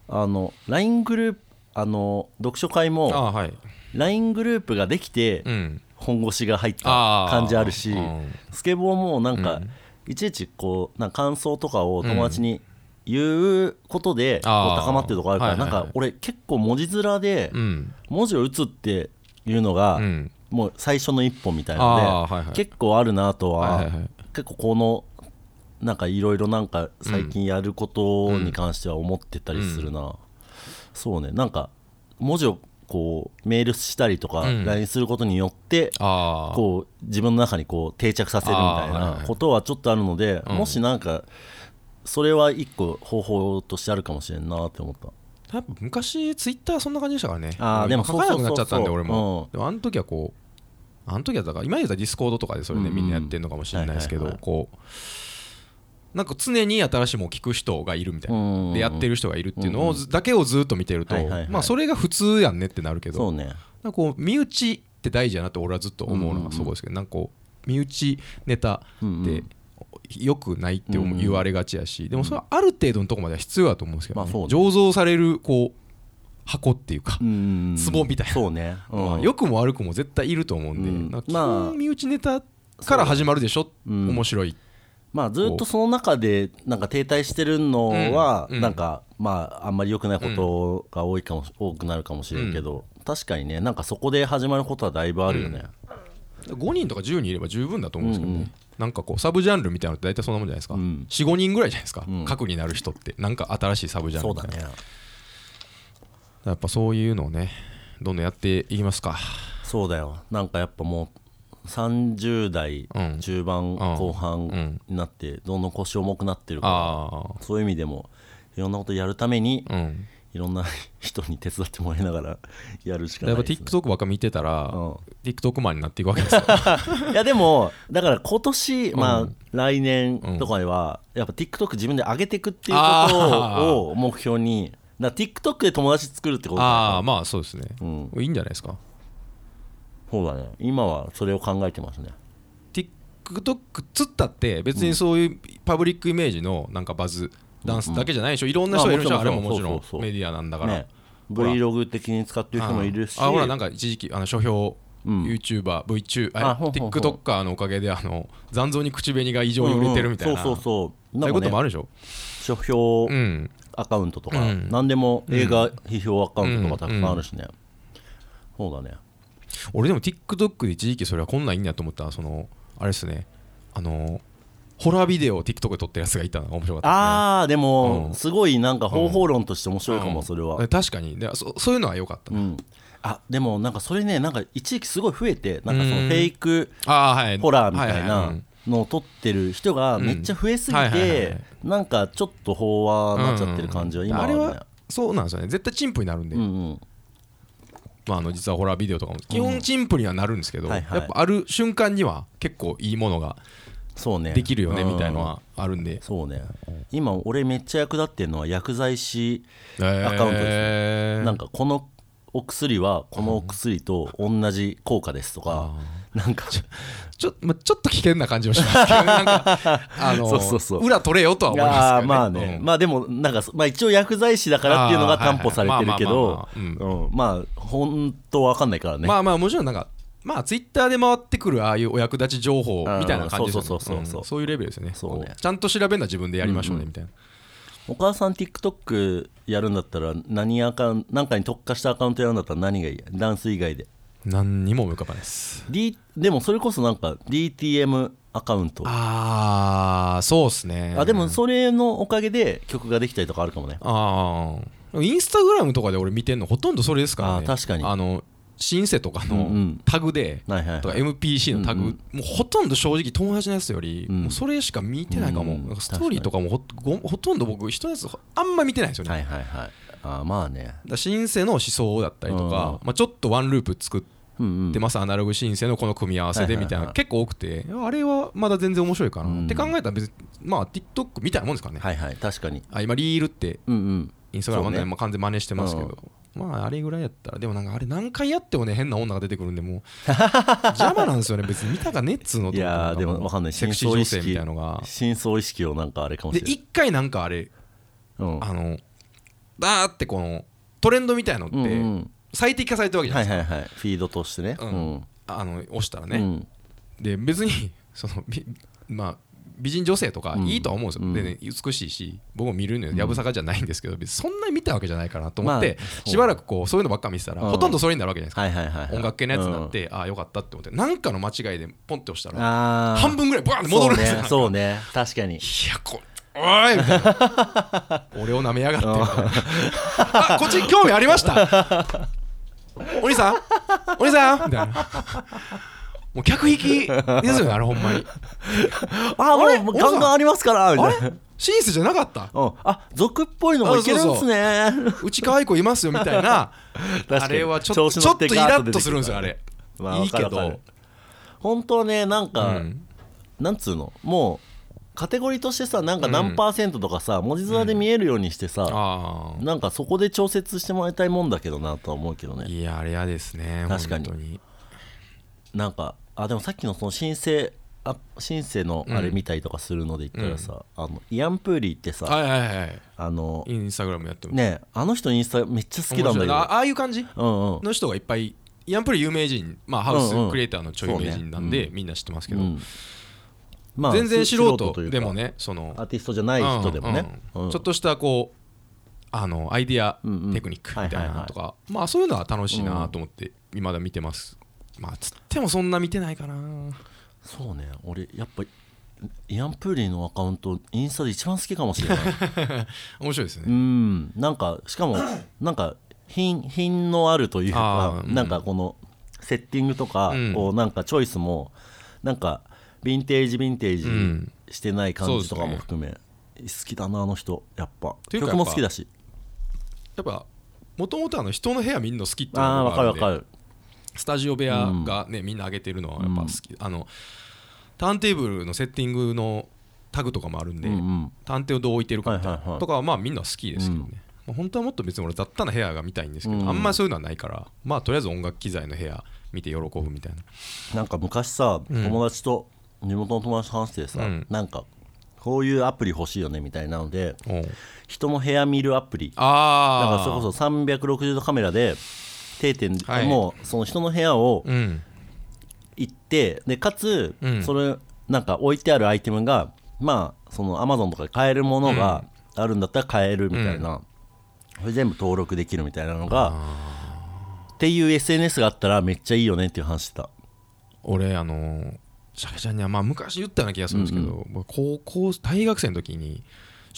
[SPEAKER 1] あの LINE グループあの読書会
[SPEAKER 2] あ
[SPEAKER 1] も
[SPEAKER 2] あはい
[SPEAKER 1] LINE グループができて
[SPEAKER 2] うん
[SPEAKER 1] 本腰が入った
[SPEAKER 2] あー
[SPEAKER 1] 感じあるし
[SPEAKER 2] うん
[SPEAKER 1] スケボーもなんかいちいちこうなんか感想とかを友達に言うことでこう
[SPEAKER 2] あー
[SPEAKER 1] 高まってるとこあるか
[SPEAKER 2] は
[SPEAKER 1] ら
[SPEAKER 2] いは
[SPEAKER 1] ないん
[SPEAKER 2] はい
[SPEAKER 1] か俺結構文字面で
[SPEAKER 2] うん
[SPEAKER 1] 文字を打つっていうのが
[SPEAKER 2] うん
[SPEAKER 1] もう最初の一歩みたい
[SPEAKER 2] あ
[SPEAKER 1] な
[SPEAKER 2] あはいは
[SPEAKER 1] ので
[SPEAKER 2] い
[SPEAKER 1] 結構あるなと
[SPEAKER 2] はいはい
[SPEAKER 1] は
[SPEAKER 2] はい
[SPEAKER 1] 結構このなんかいろいろなんか最近やることに関しては思ってたりするなそうねなんか文字をこうメールしたりとか
[SPEAKER 2] うん
[SPEAKER 1] LINE することによって
[SPEAKER 2] ああ
[SPEAKER 1] こう自分の中にこう定着させるみたい
[SPEAKER 2] あーはいは
[SPEAKER 1] ないことはちょっとあるので
[SPEAKER 2] うん
[SPEAKER 1] もしなんかそれは一個方法としてあるかもしれんなって思った
[SPEAKER 2] やっぱ昔ツイッターそんな感じでしたからね
[SPEAKER 1] あーでも
[SPEAKER 2] 書かなくなっちゃったん
[SPEAKER 1] そうそう
[SPEAKER 2] で
[SPEAKER 1] そう
[SPEAKER 2] 俺も、
[SPEAKER 1] うん
[SPEAKER 2] でもあの時はこうあの時はだから今言ったらディスコードとかでそれ
[SPEAKER 1] うん
[SPEAKER 2] で
[SPEAKER 1] うん
[SPEAKER 2] みんなやってるのかもしれないですけど、
[SPEAKER 1] はいはいはい
[SPEAKER 2] こうなんか常に新しいものを聞く人がいるみたいな、
[SPEAKER 1] うん
[SPEAKER 2] でやってる人がいるっていうのをず、だけをずっと見てると、
[SPEAKER 1] はいはいはい
[SPEAKER 2] まあそれが普通やんねってなるけど
[SPEAKER 1] そうね
[SPEAKER 2] なんかこう身内って大事やなって俺はずっと思う
[SPEAKER 1] うん
[SPEAKER 2] の
[SPEAKER 1] うん
[SPEAKER 2] がそこですけど、なんかこう身内ネタ
[SPEAKER 1] うん
[SPEAKER 2] っ
[SPEAKER 1] う
[SPEAKER 2] て
[SPEAKER 1] ん
[SPEAKER 2] よくないって思
[SPEAKER 1] うんう
[SPEAKER 2] うん言われがちやし、でもそれはある程度のとこまでは必要だと思うんですけどね、
[SPEAKER 1] まあそうね
[SPEAKER 2] 醸造されるこう箱っていうか、
[SPEAKER 1] うん
[SPEAKER 2] 壺みたいな
[SPEAKER 1] そうねうん
[SPEAKER 2] まあ、良くも悪くも絶対いると思うんで、
[SPEAKER 1] うん
[SPEAKER 2] なんか基
[SPEAKER 1] まあ
[SPEAKER 2] 本身内ネタから始まるでしょ、
[SPEAKER 1] うん
[SPEAKER 2] 面白い、
[SPEAKER 1] まあずっとその中でなんか停滞してるのは
[SPEAKER 2] うん
[SPEAKER 1] なんかまああんまり良くないことが多いかも多くなるかもしれんけど確かにねなんかそこで始まることはだいぶあるよね
[SPEAKER 2] 5人とか10人いれば十分だと思うんですけどね、
[SPEAKER 1] うんうん
[SPEAKER 2] なんかこうサブジャンルみたいなのって大体そんなもんじゃないですか、
[SPEAKER 1] うん
[SPEAKER 2] 45人ぐらいじゃないですか、
[SPEAKER 1] うん
[SPEAKER 2] 核になる人ってなんか新しいサブジャンル
[SPEAKER 1] そう
[SPEAKER 2] みた
[SPEAKER 1] だ
[SPEAKER 2] いな
[SPEAKER 1] ね
[SPEAKER 2] やっぱそういうのをねどんどんやっていきますか
[SPEAKER 1] そうだよなんかやっぱもう30代
[SPEAKER 2] うん
[SPEAKER 1] 中盤
[SPEAKER 2] うん
[SPEAKER 1] 後半
[SPEAKER 2] ん
[SPEAKER 1] になってどんどん腰重くなってるか
[SPEAKER 2] あ
[SPEAKER 1] らそういう意味でもいろんなことやるために
[SPEAKER 2] あうん
[SPEAKER 1] いろんな 人に手伝ってもらいながら やるしかな
[SPEAKER 2] や
[SPEAKER 1] い
[SPEAKER 2] っぱ
[SPEAKER 1] ですね
[SPEAKER 2] TikTok ばっか見てたら、
[SPEAKER 1] うん
[SPEAKER 2] TikTok マンになっていくわけ ですよ
[SPEAKER 1] いやでもだから今年、ま
[SPEAKER 2] う
[SPEAKER 1] あ
[SPEAKER 2] ん
[SPEAKER 1] 来年とかではやっぱ TikTok 自分で上げていくっていうことを目標にだから TikTok で友達作るってこと
[SPEAKER 2] ああまあそうですね、
[SPEAKER 1] うん
[SPEAKER 2] いいんじゃないですか
[SPEAKER 1] そうだね今はそれを考えてますね
[SPEAKER 2] TikTok つったって別にそういうパブリックイメージのなんかバズダンスだけじゃないでしょいろんな人がいるでし
[SPEAKER 1] ま
[SPEAKER 2] ょ
[SPEAKER 1] あ
[SPEAKER 2] あれももち
[SPEAKER 1] そう
[SPEAKER 2] ろ
[SPEAKER 1] そうそうん
[SPEAKER 2] メディアなんだから、
[SPEAKER 1] ね Vlog 的に使ってる人もいるし
[SPEAKER 2] あほらなんか一時期あの書評
[SPEAKER 1] うん
[SPEAKER 2] YouTuberV 中
[SPEAKER 1] あほうほうほう
[SPEAKER 2] TikToker のおかげであの残像に口紅が異常に売れてるみたいな
[SPEAKER 1] うんうんそう
[SPEAKER 2] う
[SPEAKER 1] そうそう
[SPEAKER 2] そう
[SPEAKER 1] ないんか
[SPEAKER 2] うことも
[SPEAKER 1] ね
[SPEAKER 2] あるでしょ
[SPEAKER 1] 書評
[SPEAKER 2] うん
[SPEAKER 1] アカウントとか、
[SPEAKER 2] うん
[SPEAKER 1] 何でも映画批評アカウントとかたくさんあるしね、そうだね
[SPEAKER 2] 俺でも TikTok で一時期それはこんなんいいんやと思ったのはそのあれですねあのホラービデオを TikTok で撮ってるやつがいたのが面白かった
[SPEAKER 1] ああでも、
[SPEAKER 2] うん
[SPEAKER 1] すごいなんか方法論として面白いか
[SPEAKER 2] ですね
[SPEAKER 1] もそれは、
[SPEAKER 2] うん確かにでそそういうのは良かった
[SPEAKER 1] う
[SPEAKER 2] な、
[SPEAKER 1] ん、あでもなんかそれねなんか一時期すごい増えてなんかその
[SPEAKER 2] うん
[SPEAKER 1] フェイク
[SPEAKER 2] ああはい
[SPEAKER 1] ホラーみたい
[SPEAKER 2] はは
[SPEAKER 1] な
[SPEAKER 2] はうん
[SPEAKER 1] のを撮ってる人がめっちゃ増えすぎ
[SPEAKER 2] うんはいはいは
[SPEAKER 1] て
[SPEAKER 2] い
[SPEAKER 1] なんかちょっと飽和になっちゃってる感じは今
[SPEAKER 2] あ
[SPEAKER 1] あ
[SPEAKER 2] れ
[SPEAKER 1] るね
[SPEAKER 2] はそうなんですよね絶対チンプになるんで、
[SPEAKER 1] うんうん
[SPEAKER 2] まあ、あの実はホラービデオとかも基本チンプにはなるんですけど、
[SPEAKER 1] はいはい
[SPEAKER 2] やっぱある瞬間には結構いいものが
[SPEAKER 1] そうね
[SPEAKER 2] できるよね
[SPEAKER 1] うん
[SPEAKER 2] みたいのはあるんで、
[SPEAKER 1] そうね今俺めっちゃ役立ってるのは薬剤師
[SPEAKER 2] えー
[SPEAKER 1] アカウントです
[SPEAKER 2] ね
[SPEAKER 1] なんかこのお薬はこのお薬と同じ効果ですとか、なんか
[SPEAKER 2] ちょ,、まあ、ちょっと危険な感じもしますけどなんかあの
[SPEAKER 1] そうそうそう
[SPEAKER 2] 裏取れよとは思います
[SPEAKER 1] あー
[SPEAKER 2] けど、ね、
[SPEAKER 1] まあね、
[SPEAKER 2] うん
[SPEAKER 1] まあでもなんかそ、まあ、一応薬剤師だからっていうのが
[SPEAKER 2] あーは
[SPEAKER 1] 担
[SPEAKER 2] いは
[SPEAKER 1] 保
[SPEAKER 2] い
[SPEAKER 1] されてるけど
[SPEAKER 2] まあまあまあま
[SPEAKER 1] うんまあ本当わかんないからね、
[SPEAKER 2] まあまあもちろんなんかまあツイッターで回ってくるああいうお役立ち情報みたいな感じですよね
[SPEAKER 1] うんそうそうそうそうん
[SPEAKER 2] そういうレベルですよね
[SPEAKER 1] そうね
[SPEAKER 2] こちゃんと調べるのは自分でやりましょうねみたいな、
[SPEAKER 1] お母さん TikTok やるんだったら何アカウンなんかに特化したアカウントやるんだったら何がいいダンス以外で、
[SPEAKER 2] 何にも思い浮かばないです
[SPEAKER 1] D、でもそれこそなんか DTM アカウントあ
[SPEAKER 2] ああそうっすね
[SPEAKER 1] でもそれのおかげで曲ができたりとかあるかもね
[SPEAKER 2] ああインスタグラムとかで俺見てんのほとんどそれですから
[SPEAKER 1] あ
[SPEAKER 2] ね
[SPEAKER 1] ー確かに
[SPEAKER 2] あのシンセとか
[SPEAKER 1] うんう
[SPEAKER 2] の
[SPEAKER 1] ん
[SPEAKER 2] タグで、
[SPEAKER 1] はいはい
[SPEAKER 2] とか
[SPEAKER 1] はい
[SPEAKER 2] MPC のタグ、
[SPEAKER 1] うんう
[SPEAKER 2] もうほとんど正直友達のやつより、
[SPEAKER 1] うん
[SPEAKER 2] もうそれしか見てないか
[SPEAKER 1] う
[SPEAKER 2] も、
[SPEAKER 1] ん
[SPEAKER 2] なんかストーリーとかもほごほとんど僕人のやつあんま見てないんですよね、
[SPEAKER 1] はいはいはいあーまあね
[SPEAKER 2] だからシンセの思想だったりとか、
[SPEAKER 1] うんうん
[SPEAKER 2] まあ、ちょっとワンループ作っ
[SPEAKER 1] うんうん
[SPEAKER 2] てます、アナログシンセのこの組み合わせでみたい
[SPEAKER 1] はいはい
[SPEAKER 2] な、
[SPEAKER 1] はい
[SPEAKER 2] 結構多くてあれはまだ全然面白いかな、
[SPEAKER 1] うん
[SPEAKER 2] って考えたら別にまあ TikTok みたいなもんですからね、
[SPEAKER 1] はいはい確かに
[SPEAKER 2] あ今リールって
[SPEAKER 1] うんうん
[SPEAKER 2] インスタグラムはね
[SPEAKER 1] そうね
[SPEAKER 2] まあ完全に真似してますけど、まああれぐらいやったらでもなんかあれ何回やってもね変な女が出てくるんでもう 邪魔なんですよね別に見たかねっつうのと
[SPEAKER 1] いやーでもわかんない
[SPEAKER 2] セクシー女性みたいなのが
[SPEAKER 1] 深層意識をなんかあれかも
[SPEAKER 2] で
[SPEAKER 1] しれない
[SPEAKER 2] 一回なんかあれ
[SPEAKER 1] うん
[SPEAKER 2] あのバーってこのトレンドみたいのっ
[SPEAKER 1] うんう
[SPEAKER 2] て
[SPEAKER 1] ん
[SPEAKER 2] 最適化されてるわけじゃな
[SPEAKER 1] はいい
[SPEAKER 2] です
[SPEAKER 1] はいはいフィードとしてね
[SPEAKER 2] か、
[SPEAKER 1] うん
[SPEAKER 2] うんあの押したら
[SPEAKER 1] う
[SPEAKER 2] ね、
[SPEAKER 1] ん
[SPEAKER 2] で別にそのみまあ美人女性とか
[SPEAKER 1] うん
[SPEAKER 2] いいとは思うんですよ、
[SPEAKER 1] うん
[SPEAKER 2] でね、美しいし僕も見るのよやぶさかじゃないんですけど、別にそんなに見たわけじゃないかなと思って、
[SPEAKER 1] まあそう
[SPEAKER 2] しばらくこうそういうのばっか見てたら、
[SPEAKER 1] うん
[SPEAKER 2] ほとんどそれになるわけじゃないですか、
[SPEAKER 1] はいはいはいはい
[SPEAKER 2] 音楽系のやつになって、ああよかったって思ってなんかの間違いでポンって押した
[SPEAKER 1] うん
[SPEAKER 2] ら
[SPEAKER 1] あー
[SPEAKER 2] 半分ぐらいバーンって戻るんですよ、
[SPEAKER 1] そうねそうね確かに
[SPEAKER 2] いやこおいみたい な俺を舐めやがってみたいなあこっち興味ありましたお兄さんお兄さんみたいなもう客引きですよ ねあれほんまに
[SPEAKER 1] あ
[SPEAKER 2] あれ
[SPEAKER 1] もうもうガンガンありますからみ
[SPEAKER 2] あ
[SPEAKER 1] た
[SPEAKER 2] れ
[SPEAKER 1] いな
[SPEAKER 2] シンセじゃなかった
[SPEAKER 1] うんあ俗っぽいのもいけるんすね
[SPEAKER 2] うち可愛い子いますよみたいな
[SPEAKER 1] かに
[SPEAKER 2] あれはちょ
[SPEAKER 1] 調
[SPEAKER 2] っと
[SPEAKER 1] 子
[SPEAKER 2] ちょ
[SPEAKER 1] 乗
[SPEAKER 2] っ
[SPEAKER 1] っ
[SPEAKER 2] と
[SPEAKER 1] て
[SPEAKER 2] イ
[SPEAKER 1] ガーッ
[SPEAKER 2] ラ
[SPEAKER 1] と
[SPEAKER 2] ッ
[SPEAKER 1] 出
[SPEAKER 2] と
[SPEAKER 1] て
[SPEAKER 2] す
[SPEAKER 1] く
[SPEAKER 2] るん
[SPEAKER 1] る
[SPEAKER 2] ですよあれ、
[SPEAKER 1] まあ
[SPEAKER 2] いいけ
[SPEAKER 1] わかるわか
[SPEAKER 2] ど
[SPEAKER 1] る本当ねなん
[SPEAKER 2] う
[SPEAKER 1] か、
[SPEAKER 2] ん
[SPEAKER 1] なんつうのもうカテゴリーとしてさなんか何パーセントとかさ、文字面で見えるようにしてさ、
[SPEAKER 2] あ
[SPEAKER 1] なんかそこで調節してもらいたいもんだけどなとは思うけど
[SPEAKER 2] あ
[SPEAKER 1] ね
[SPEAKER 2] いやあれ嫌ですね
[SPEAKER 1] 確かに
[SPEAKER 2] 本当に
[SPEAKER 1] なんかあでもさっきのその申請あ申請のあれ見たりとかするので言ったらさ、あのイアン・プーリーってさ
[SPEAKER 2] はいはいはい
[SPEAKER 1] あの
[SPEAKER 2] インスタグラムやってます
[SPEAKER 1] ねあの人インスタめっちゃ好きなんだ
[SPEAKER 2] 面白
[SPEAKER 1] け
[SPEAKER 2] い
[SPEAKER 1] ど
[SPEAKER 2] なああいう感じ
[SPEAKER 1] うんうん
[SPEAKER 2] の人がいっぱいイアンプレ有名人、まあ、ハウ
[SPEAKER 1] うんう
[SPEAKER 2] ス
[SPEAKER 1] ん
[SPEAKER 2] クリエイターのちょい有名人なん
[SPEAKER 1] そう
[SPEAKER 2] で
[SPEAKER 1] ね
[SPEAKER 2] みんな知ってますけ
[SPEAKER 1] う
[SPEAKER 2] ど、
[SPEAKER 1] んま
[SPEAKER 2] 全然
[SPEAKER 1] す
[SPEAKER 2] 素
[SPEAKER 1] とい
[SPEAKER 2] 人
[SPEAKER 1] うか
[SPEAKER 2] でもねその
[SPEAKER 1] アーティストじゃない人でもね、
[SPEAKER 2] うんうん
[SPEAKER 1] うん
[SPEAKER 2] ちょっとしたこうあのアイディア、
[SPEAKER 1] うんうん
[SPEAKER 2] テクニックみたいなのとか、まあそういうのは楽しいなと思って今だ見てます、まあつってもそんな見てないかな
[SPEAKER 1] そうね俺やっぱイアン・プーリーのアカウントインスタで一番好きかもしれな い
[SPEAKER 2] 面白いですね、
[SPEAKER 1] うんなんかしかもなんか品品のあるという
[SPEAKER 2] あ
[SPEAKER 1] か、
[SPEAKER 2] ーうん
[SPEAKER 1] なんかこのセッティングとか、
[SPEAKER 2] うん
[SPEAKER 1] こうなんかチョイスもなんかヴィンテージヴィンテ
[SPEAKER 2] う
[SPEAKER 1] ー
[SPEAKER 2] ん
[SPEAKER 1] ジしてない感じとかも
[SPEAKER 2] そうです
[SPEAKER 1] 含め、好きだなあの人やっぱ
[SPEAKER 2] ていうか
[SPEAKER 1] 曲も好きだし
[SPEAKER 2] やっぱもともとあの人の部屋みんな好きっていう
[SPEAKER 1] ああー
[SPEAKER 2] の
[SPEAKER 1] わ
[SPEAKER 2] が
[SPEAKER 1] かる
[SPEAKER 2] あ
[SPEAKER 1] わ
[SPEAKER 2] るんで
[SPEAKER 1] かる
[SPEAKER 2] スタジオ部屋がね、みんな上げてるのはやっぱ好き、あのターンテーブルのセッティングのタグとかもあるんで、
[SPEAKER 1] うんうん
[SPEAKER 2] 探偵をどう置いてるかみたいな、
[SPEAKER 1] はいはいはい
[SPEAKER 2] とかはまあみんな好きですけど
[SPEAKER 1] うん
[SPEAKER 2] ね、まあ本当はもっと別に俺雑多な部屋が見たいんですけど、
[SPEAKER 1] うん
[SPEAKER 2] あんまりそういうのはないからまあとりあえず音楽機材の部屋見て喜ぶみたいな
[SPEAKER 1] なんか昔さ、
[SPEAKER 2] ん
[SPEAKER 1] 友達と地元の友達と話しててさ、
[SPEAKER 2] うん
[SPEAKER 1] なんかこういうアプリ欲しいよねみたいなので
[SPEAKER 2] おう
[SPEAKER 1] 人の部屋見るアプリだ
[SPEAKER 2] あ
[SPEAKER 1] か
[SPEAKER 2] あ
[SPEAKER 1] らそれこそ360度カメラで定点、
[SPEAKER 2] はい
[SPEAKER 1] もうその人の部屋を
[SPEAKER 2] うん
[SPEAKER 1] 行ってでかつ、
[SPEAKER 2] うん
[SPEAKER 1] それなんか置いてあるアイテムがまあそのアマゾンとかで買えるものがあるんだったら買えるみたいな、それ全部登録できるみたいなのがっていう SNS があったらめっちゃいいよねっていう話してた
[SPEAKER 2] 俺あのーシャケちゃんにはまあ昔言ったような気がするんですけど、僕高校大学生の時に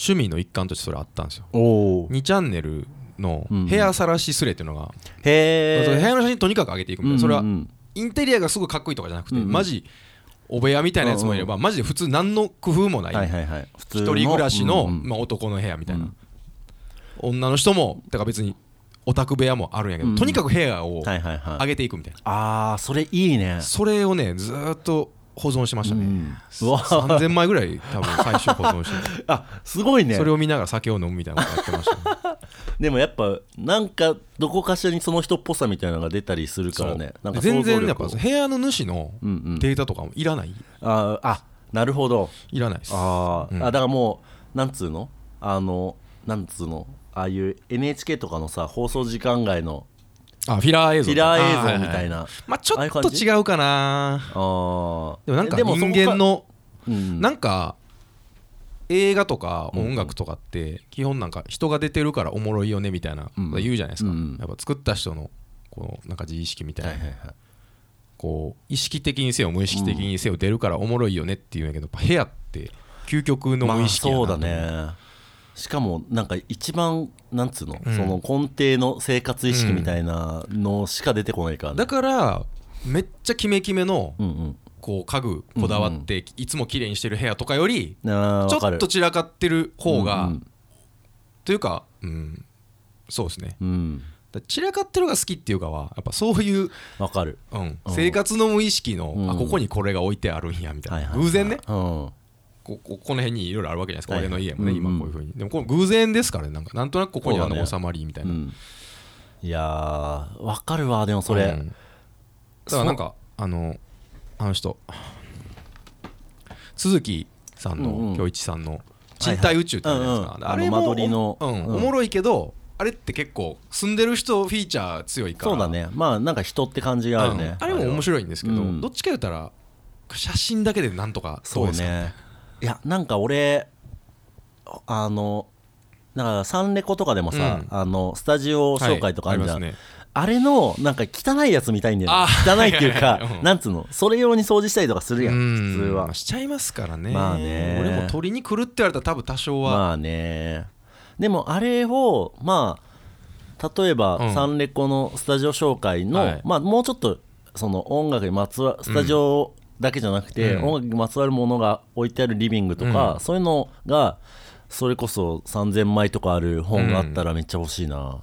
[SPEAKER 2] 趣味の一環としてそれあったんですよ
[SPEAKER 1] お
[SPEAKER 2] 2チャンネルの部屋晒しスレっていうのが、
[SPEAKER 1] へ
[SPEAKER 2] だから部
[SPEAKER 1] え
[SPEAKER 2] 屋の写真とにかく上げていくみたいな、それはインテリアがすごいかっこいいとかじゃなくて、マジお部屋みたいなやつもいれば、マジで普通何の工夫もない、
[SPEAKER 1] はいはいはい普通
[SPEAKER 2] 一
[SPEAKER 1] の
[SPEAKER 2] 人暮らしの、
[SPEAKER 1] うんうん
[SPEAKER 2] まあ、男の部屋みたいな、女の人もだから別にオタク部屋もあるんやけど、
[SPEAKER 1] うん
[SPEAKER 2] とにかく部屋を
[SPEAKER 1] はいはいはい
[SPEAKER 2] 上げていくみたいな、
[SPEAKER 1] ああそれいいね
[SPEAKER 2] それをねずーっと保存しました
[SPEAKER 1] う
[SPEAKER 2] ね、
[SPEAKER 1] んうわ
[SPEAKER 2] 3000枚ぐらい多分最初保存 してて
[SPEAKER 1] あすごいね
[SPEAKER 2] それを見ながら酒を飲むみたいなことやってました、ね、
[SPEAKER 1] でもやっぱなんかどこかしらにその人っぽさみたいなのが出たりするからねなんか想
[SPEAKER 2] 全
[SPEAKER 1] 像力
[SPEAKER 2] 然やっぱ
[SPEAKER 1] を
[SPEAKER 2] 部屋の主の
[SPEAKER 1] うんうん
[SPEAKER 2] データとかもいらない、
[SPEAKER 1] あーあなるほど
[SPEAKER 2] いらないです
[SPEAKER 1] あー、
[SPEAKER 2] うん
[SPEAKER 1] あだからもうなんつうのあのなんつうのああいう NHK とかのさ放送時間外の
[SPEAKER 2] あフィラー映像
[SPEAKER 1] フィラ
[SPEAKER 2] あ
[SPEAKER 1] ー映
[SPEAKER 2] は
[SPEAKER 1] 像
[SPEAKER 2] は
[SPEAKER 1] みたいな
[SPEAKER 2] まあちょ
[SPEAKER 1] ああい
[SPEAKER 2] っ
[SPEAKER 1] う感
[SPEAKER 2] と
[SPEAKER 1] じ
[SPEAKER 2] 違うかな
[SPEAKER 1] あー
[SPEAKER 2] でもなんか
[SPEAKER 1] え
[SPEAKER 2] 人間の
[SPEAKER 1] そこからうん
[SPEAKER 2] なんか映画とか音楽とかって基本なんか人が出てるからおもろいよねみたいな
[SPEAKER 1] うん
[SPEAKER 2] 言うじゃないですか
[SPEAKER 1] うん
[SPEAKER 2] やっぱ作った人のこうなんか自意識みた
[SPEAKER 1] はい
[SPEAKER 2] い
[SPEAKER 1] はい
[SPEAKER 2] な
[SPEAKER 1] はい
[SPEAKER 2] こう意識的にせよ無意識的にせよ出るからおもろいよねっていうんやけどやっぱ部屋って究極の
[SPEAKER 1] ま
[SPEAKER 2] 無
[SPEAKER 1] あ
[SPEAKER 2] 意識やな
[SPEAKER 1] そうだねしかもなんか一番なんつうの,、
[SPEAKER 2] うん
[SPEAKER 1] その根底の生活意識みたいなのしか出てこないからね、
[SPEAKER 2] だからめっちゃキメキメの
[SPEAKER 1] うんうん
[SPEAKER 2] こう家具こだわっていつも綺麗にしてる部屋とかより
[SPEAKER 1] あー
[SPEAKER 2] ち
[SPEAKER 1] わか
[SPEAKER 2] ょっ
[SPEAKER 1] る
[SPEAKER 2] と散らかってる方が、
[SPEAKER 1] うんうん
[SPEAKER 2] というか、うん、そうですね
[SPEAKER 1] うん
[SPEAKER 2] だ散らかってるが好きっていうかはやっぱそういう、
[SPEAKER 1] わかる
[SPEAKER 2] うん、生活の無意識の、
[SPEAKER 1] うん
[SPEAKER 2] あここにこれが置いてあるんやみた
[SPEAKER 1] はいい
[SPEAKER 2] な、
[SPEAKER 1] はいはい
[SPEAKER 2] 偶然ね
[SPEAKER 1] うん
[SPEAKER 2] こここの辺にいろいろあるわけじゃないですか、
[SPEAKER 1] はい
[SPEAKER 2] 俺の家もね、
[SPEAKER 1] うんうん
[SPEAKER 2] 今こういうふうにでもこれ偶然ですからねなんかなんとなくここにあ
[SPEAKER 1] そうだ
[SPEAKER 2] の
[SPEAKER 1] ね
[SPEAKER 2] 収まりみたいうな、
[SPEAKER 1] んいやーわかるわでもそれ、
[SPEAKER 2] うんだからなんかあのあの人鈴木さん
[SPEAKER 1] うんう
[SPEAKER 2] の
[SPEAKER 1] ん
[SPEAKER 2] 恭一さんの「賃貸宇宙」ってあるじゃないですか、
[SPEAKER 1] はい
[SPEAKER 2] で
[SPEAKER 1] はい
[SPEAKER 2] あ
[SPEAKER 1] うんうん
[SPEAKER 2] れも
[SPEAKER 1] あの間取りの
[SPEAKER 2] うん
[SPEAKER 1] うん
[SPEAKER 2] おもろいけどあれって結構住んでる人フィーチャー強いから
[SPEAKER 1] そうだねまあなんか人って感じがあるね、
[SPEAKER 2] うんあれも面白いんですけど、
[SPEAKER 1] うん
[SPEAKER 2] どっちか言ったら写真だけでなんとか
[SPEAKER 1] そう
[SPEAKER 2] どうですか
[SPEAKER 1] ねいやなんか俺あのだからサンレコとかでもさ、
[SPEAKER 2] うん
[SPEAKER 1] あのスタジオ紹介とかあるじゃん、
[SPEAKER 2] はいありますね
[SPEAKER 1] あれのなんか汚いやつみたいんだよね
[SPEAKER 2] あ
[SPEAKER 1] 汚いっていう
[SPEAKER 2] はいはい
[SPEAKER 1] か
[SPEAKER 2] はいうん
[SPEAKER 1] なんつうのそれ用に掃除したりとかするやん
[SPEAKER 2] うん
[SPEAKER 1] 普通は
[SPEAKER 2] まあしちゃいますからね,、
[SPEAKER 1] まあね
[SPEAKER 2] 俺も鳥に来るって言われたら多分多少は、
[SPEAKER 1] まあねでもあれをまあ例えば、
[SPEAKER 2] うん
[SPEAKER 1] サンレコのスタジオ紹介の、
[SPEAKER 2] はい
[SPEAKER 1] まあもうちょっとその音楽にまつわスタジオだけじゃなくて、
[SPEAKER 2] うん
[SPEAKER 1] 音楽にまつわるものが置いてあるリビングとか、
[SPEAKER 2] うん
[SPEAKER 1] そういうのがそれこそ3000枚とかある本があったらめっちゃ欲しいな、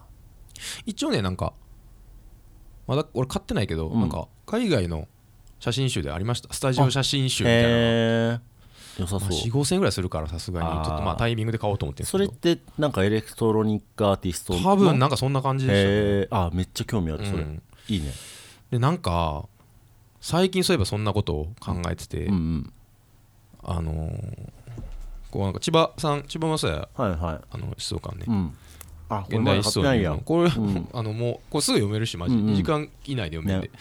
[SPEAKER 2] 一応ねなんかまだ俺買ってないけど、なんか海外の写真集でありましたスタジオ写真集みたいな、
[SPEAKER 1] へえ良さ
[SPEAKER 2] ま
[SPEAKER 1] そ
[SPEAKER 2] あ、
[SPEAKER 1] う
[SPEAKER 2] 4 5千円ぐらいするからさすがに
[SPEAKER 1] あー
[SPEAKER 2] ちょっとまあタイミングで買おうと思ってるんです
[SPEAKER 1] そ
[SPEAKER 2] け
[SPEAKER 1] れ
[SPEAKER 2] ど
[SPEAKER 1] ってなんかエレクトロニックアーティストの
[SPEAKER 2] 多分なんかそんな感じでした、ね
[SPEAKER 1] へえあめっちゃ興味あるそれ、
[SPEAKER 2] うん
[SPEAKER 1] いいね
[SPEAKER 2] でなんか最近そういえばそんなことを考えてて、
[SPEAKER 1] うんうん
[SPEAKER 2] あのーこうなんか千葉さん千葉雅也
[SPEAKER 1] はいはい
[SPEAKER 2] あの思想館ね、
[SPEAKER 1] うんあこれ
[SPEAKER 2] 現
[SPEAKER 1] まだ買って
[SPEAKER 2] 代思想
[SPEAKER 1] ない
[SPEAKER 2] 入
[SPEAKER 1] やん
[SPEAKER 2] 門これ、
[SPEAKER 1] ん
[SPEAKER 2] あのもうこれすぐ読めるしマジ、
[SPEAKER 1] うんうん
[SPEAKER 2] 2時間以内で読めるんで、
[SPEAKER 1] ね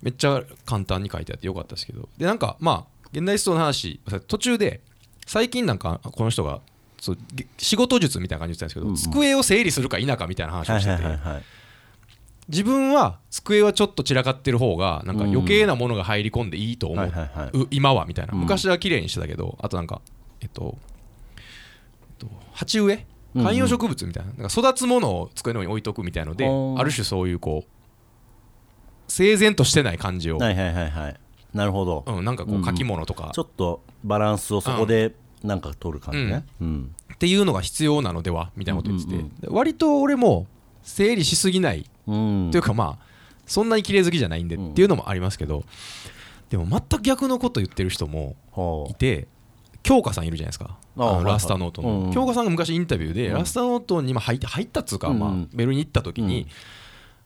[SPEAKER 2] めっちゃ簡単に書いてあってよかったですけどでなんかまあ現代思想の話途中で最近なんかこの人がそうげ仕事術みたいな感じで言ってたんですけど、机を整理するか否かみたいな話
[SPEAKER 1] は
[SPEAKER 2] を
[SPEAKER 1] い
[SPEAKER 2] し
[SPEAKER 1] は
[SPEAKER 2] て
[SPEAKER 1] い
[SPEAKER 2] て、
[SPEAKER 1] はいはい
[SPEAKER 2] 自分は机はちょっと散らかってる方がなんか余計なものが入り込んでいいと思う、
[SPEAKER 1] はいはいは
[SPEAKER 2] う今はみたいな
[SPEAKER 1] うん
[SPEAKER 2] 昔は綺麗にしてたけど、あとなんかえっと、えっと、鉢植え
[SPEAKER 1] うんうん
[SPEAKER 2] 観葉植物みたいな,、なんか育つものを机の上に置いとくみたいので
[SPEAKER 1] おー
[SPEAKER 2] ある種そういうこう整然としてない感じを、
[SPEAKER 1] いはいはいはいはいなるほど、
[SPEAKER 2] うん、なんかこ
[SPEAKER 1] うんう
[SPEAKER 2] うん書き物とか
[SPEAKER 1] ちょっとバランスをそこでなんか取る感じねうん、
[SPEAKER 2] っていうのが必要なのではみたいなこと言ってて、
[SPEAKER 1] うんうん
[SPEAKER 2] で割と俺も整理しすぎない
[SPEAKER 1] うん
[SPEAKER 2] というかまあそんなに綺麗好きじゃないんでっていうのもありますけど、でも全く逆のこと言ってる人も
[SPEAKER 1] ほ
[SPEAKER 2] いて京香さんいるじゃないですかあ
[SPEAKER 1] ああは
[SPEAKER 2] の
[SPEAKER 1] いはい
[SPEAKER 2] ラスタノート
[SPEAKER 1] うんう
[SPEAKER 2] の
[SPEAKER 1] ん
[SPEAKER 2] 京香さんが昔インタビューで
[SPEAKER 1] うん
[SPEAKER 2] ラスタノートにまあ入って入ったっつうか
[SPEAKER 1] うんうん
[SPEAKER 2] まあベルに行った時
[SPEAKER 1] う
[SPEAKER 2] に
[SPEAKER 1] ん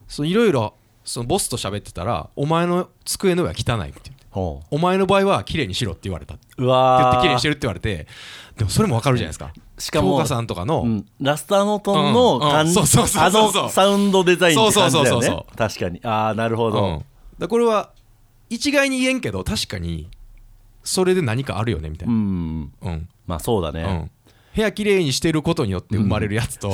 [SPEAKER 2] そういろいろそのボスと喋ってたら「お前の机の上は汚い」って言って
[SPEAKER 1] うほ
[SPEAKER 2] お前の場合は綺麗にしろ」って言われたって
[SPEAKER 1] うう
[SPEAKER 2] 言って
[SPEAKER 1] わ
[SPEAKER 2] 綺麗にして
[SPEAKER 1] る
[SPEAKER 2] るって言われてでもそれもわかるじゃないですか
[SPEAKER 1] しか
[SPEAKER 2] 京
[SPEAKER 1] も
[SPEAKER 2] 香さんとかの、
[SPEAKER 1] うん、ラスターノトンの感じ、
[SPEAKER 2] うんうんそうそうそう
[SPEAKER 1] あ
[SPEAKER 2] そう
[SPEAKER 1] のサウンドデザインって感じだ
[SPEAKER 2] そうそ
[SPEAKER 1] よ
[SPEAKER 2] うそう
[SPEAKER 1] ね
[SPEAKER 2] そ
[SPEAKER 1] 確かにああなるほど、
[SPEAKER 2] うん、だからこれは一概に言えんけど確かにそれで何かあるよねみたいうな、
[SPEAKER 1] ん
[SPEAKER 2] うん
[SPEAKER 1] まあそうだ
[SPEAKER 2] う
[SPEAKER 1] ね、
[SPEAKER 2] ん、部屋綺麗にしてることによって生まれるやつと、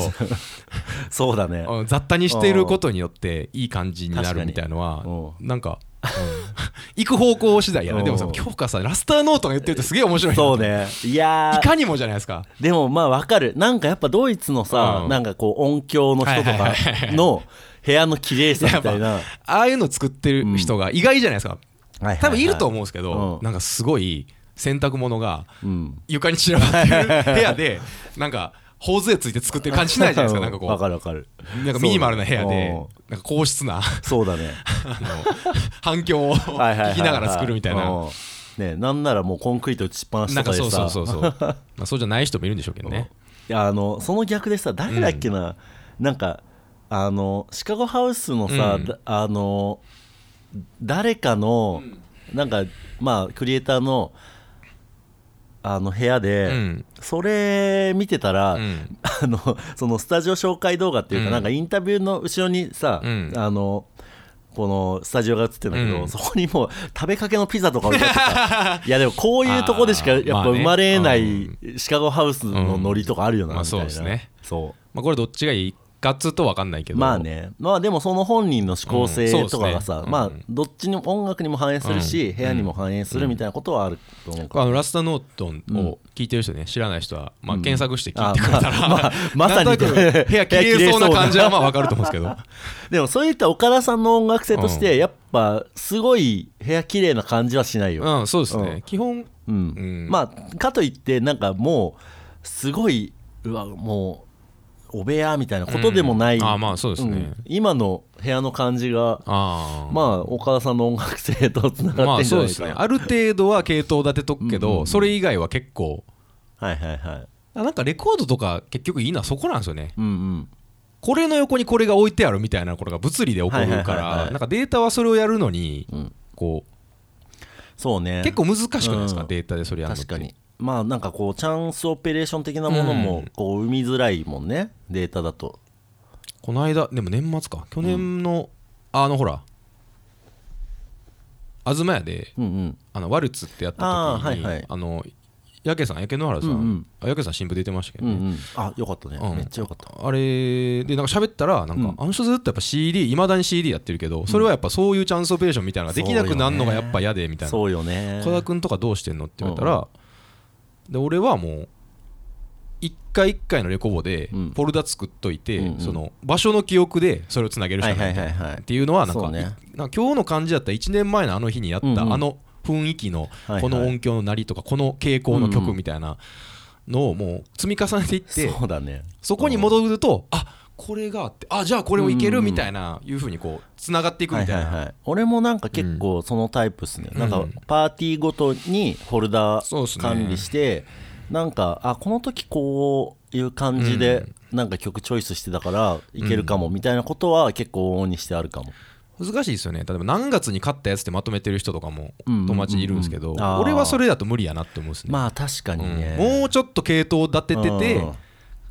[SPEAKER 1] そうだね、
[SPEAKER 2] うん雑多にしてることによっていい感じになるみたいの
[SPEAKER 1] 確かに
[SPEAKER 2] は
[SPEAKER 1] う
[SPEAKER 2] なんか、 行く方向次第やな、
[SPEAKER 1] うん
[SPEAKER 2] でもさ京香さんラスターノートが言ってるってすげえ面白いな
[SPEAKER 1] そうねいや
[SPEAKER 2] い
[SPEAKER 1] ー
[SPEAKER 2] かにもじゃないですか
[SPEAKER 1] でもまあわかるなんかやっぱドイツのさ、
[SPEAKER 2] うん
[SPEAKER 1] なんかこう音響の人と
[SPEAKER 2] はいは
[SPEAKER 1] か
[SPEAKER 2] いはいはい
[SPEAKER 1] の部屋の綺麗さみたいな、
[SPEAKER 2] やっぱああいうの作ってる人が意外じゃないですか、
[SPEAKER 1] はいはいはい
[SPEAKER 2] 多分いると思うんですけど、
[SPEAKER 1] うん
[SPEAKER 2] なんかすごい洗濯物が
[SPEAKER 1] うん
[SPEAKER 2] 床に散らばって る部屋でなんか頬杖ついて作ってる感じしないじゃ ないですかなんかこ
[SPEAKER 1] わか
[SPEAKER 2] う
[SPEAKER 1] るわかる
[SPEAKER 2] なんかミニマルな部屋で
[SPEAKER 1] うん
[SPEAKER 2] なんか硬質な
[SPEAKER 1] そうだね
[SPEAKER 2] あの 反響を
[SPEAKER 1] はいはいはいはい
[SPEAKER 2] 聞きながら作るみたいな。
[SPEAKER 1] うんねなんならもうコンクリート打ちっぱなし
[SPEAKER 2] な
[SPEAKER 1] と
[SPEAKER 2] んか
[SPEAKER 1] かでさ
[SPEAKER 2] そうそうそうそう まあそうじゃない人もいるんでしょうけどね
[SPEAKER 1] いやあのその逆でさ誰だっけな、なんかあのシカゴハウスのさ、
[SPEAKER 2] うん
[SPEAKER 1] だあの誰かの、なんかまあクリエイターのあの部屋で、
[SPEAKER 2] うん
[SPEAKER 1] それ見てたら、
[SPEAKER 2] うん
[SPEAKER 1] あのそのスタジオ紹介動画っていうか、
[SPEAKER 2] うん
[SPEAKER 1] なんかインタビューの後ろにさ、
[SPEAKER 2] うん
[SPEAKER 1] あのこのスタジオが映ってんだけど、
[SPEAKER 2] うん
[SPEAKER 1] そこにもう食べかけのピザとか置いてあってさ いやでもこういうとこでしかやっ
[SPEAKER 2] あーまあ
[SPEAKER 1] ぱ
[SPEAKER 2] ね
[SPEAKER 1] 生まれな
[SPEAKER 2] う
[SPEAKER 1] いシカゴハウスのノリとかあるよな、
[SPEAKER 2] うん
[SPEAKER 1] みたいな、
[SPEAKER 2] まあそうですね
[SPEAKER 1] そ
[SPEAKER 2] まあこれどっちがいいかっつうと分かんないけ
[SPEAKER 1] う
[SPEAKER 2] ど
[SPEAKER 1] まあねまあでもその本人の思考
[SPEAKER 2] うんそう
[SPEAKER 1] 性
[SPEAKER 2] です
[SPEAKER 1] と
[SPEAKER 2] ね
[SPEAKER 1] かがさ、
[SPEAKER 2] うん
[SPEAKER 1] まあどっちにも音楽にも反映するし、
[SPEAKER 2] うん
[SPEAKER 1] 部屋にも反映するみたいなことはあると思うから、
[SPEAKER 2] あのラスタノートンを聞いてる人ね知らない人はまあ検索して聞いてくれたら
[SPEAKER 1] あまあまあまさに
[SPEAKER 2] なんとな く部屋綺麗そうな感じはまあ分かると思うんですけど
[SPEAKER 1] でもそういった岡田さんの音楽性としてやっぱすごい部屋綺麗な感じはしないよ、
[SPEAKER 2] うんそうです
[SPEAKER 1] う
[SPEAKER 2] ね基本
[SPEAKER 1] うん
[SPEAKER 2] うん
[SPEAKER 1] まあかといってなんかもうすごいうわもうお部屋みたいなことでもない、
[SPEAKER 2] うんあまあそうですね
[SPEAKER 1] ん今の部屋の感じが
[SPEAKER 2] ああ
[SPEAKER 1] まあ岡田さんの音楽性とつながっ
[SPEAKER 2] ま
[SPEAKER 1] てんじ
[SPEAKER 2] あ
[SPEAKER 1] ゃ
[SPEAKER 2] そう
[SPEAKER 1] ない
[SPEAKER 2] です
[SPEAKER 1] か
[SPEAKER 2] ね
[SPEAKER 1] な、
[SPEAKER 2] ある程度は系統立てとく
[SPEAKER 1] う
[SPEAKER 2] け
[SPEAKER 1] んう
[SPEAKER 2] ど
[SPEAKER 1] ん
[SPEAKER 2] それ以外は結構
[SPEAKER 1] はいはいはい
[SPEAKER 2] あなんかレコードとか結局いいのはそこなんですよね
[SPEAKER 1] うんうん
[SPEAKER 2] これの横にこれが置いてあるみたいなことが物理で起こ
[SPEAKER 1] は
[SPEAKER 2] るか
[SPEAKER 1] いはいはい
[SPEAKER 2] ら
[SPEAKER 1] はい
[SPEAKER 2] なんかデータはそれをやるのに
[SPEAKER 1] うん
[SPEAKER 2] こう
[SPEAKER 1] そうね
[SPEAKER 2] 結構難しくないですか、
[SPEAKER 1] うん
[SPEAKER 2] データでそれやるのっ
[SPEAKER 1] 確
[SPEAKER 2] て
[SPEAKER 1] かにまあなんかこうチャンスオペレーション的なものもこう生みづらいもんね、データだと
[SPEAKER 2] この間でも年末か去年の、あのほら東屋で
[SPEAKER 1] うんうん
[SPEAKER 2] あのワルツってやった時に
[SPEAKER 1] あー
[SPEAKER 2] あ、
[SPEAKER 1] はいはい
[SPEAKER 2] のやけさんやけ野原さ
[SPEAKER 1] うんうんん
[SPEAKER 2] あやけさん新聞出てましたけ
[SPEAKER 1] う
[SPEAKER 2] ど
[SPEAKER 1] んう
[SPEAKER 2] ね
[SPEAKER 1] んあよかったね
[SPEAKER 2] うん
[SPEAKER 1] めっちゃよかった
[SPEAKER 2] あれでなんか喋ったらなんか、
[SPEAKER 1] うん
[SPEAKER 2] あの人ずっとやっぱ CD いまだに CD やってるけどそれはやっぱそういうチャンスオペレーションみたいなのができなくなるのがやっぱ嫌でみたいな
[SPEAKER 1] そうよね
[SPEAKER 2] 小田君とかどうしてんのって言われたら、で俺はもう一回一回のレコボで
[SPEAKER 1] うん
[SPEAKER 2] フォルダ作っといて、
[SPEAKER 1] うんうん
[SPEAKER 2] その場所の記憶でそれをつなげるし
[SPEAKER 1] は
[SPEAKER 2] か
[SPEAKER 1] いは
[SPEAKER 2] ないい
[SPEAKER 1] はいはい
[SPEAKER 2] っていうのはなん
[SPEAKER 1] そ
[SPEAKER 2] か,、
[SPEAKER 1] うね
[SPEAKER 2] なんか今日の感じだったら1年前のあの日にやった、
[SPEAKER 1] うんうん
[SPEAKER 2] あの雰囲気の
[SPEAKER 1] いはい
[SPEAKER 2] この音響の鳴りとかこの傾向の曲みたいなのをもう積み重ねていって、
[SPEAKER 1] そうだね
[SPEAKER 2] そこに戻ると、あこれがあってあじゃあこれもいけるみたいないうふうにこうつながっていく
[SPEAKER 1] は
[SPEAKER 2] み
[SPEAKER 1] い
[SPEAKER 2] たい
[SPEAKER 1] は、
[SPEAKER 2] ない
[SPEAKER 1] はい俺もなんか結構そのタイプっすね、
[SPEAKER 2] うん
[SPEAKER 1] なんかパーティーごとにフォルダ
[SPEAKER 2] そうっすね
[SPEAKER 1] 管理して、なんかあこの時こういう感じでなんか曲チョイスしてたからいけるかもみたいなことは結構往々にしてあるかも、
[SPEAKER 2] 難しいですよね例えば何月に買ったやつってまとめてる人とかも
[SPEAKER 1] うんうんうんうん
[SPEAKER 2] 友達にいるんですけど、
[SPEAKER 1] あー
[SPEAKER 2] 俺はそれだと無理やなって思うんですね,、
[SPEAKER 1] まあ確かにね、
[SPEAKER 2] もうちょっと系統立ててて、
[SPEAKER 1] うん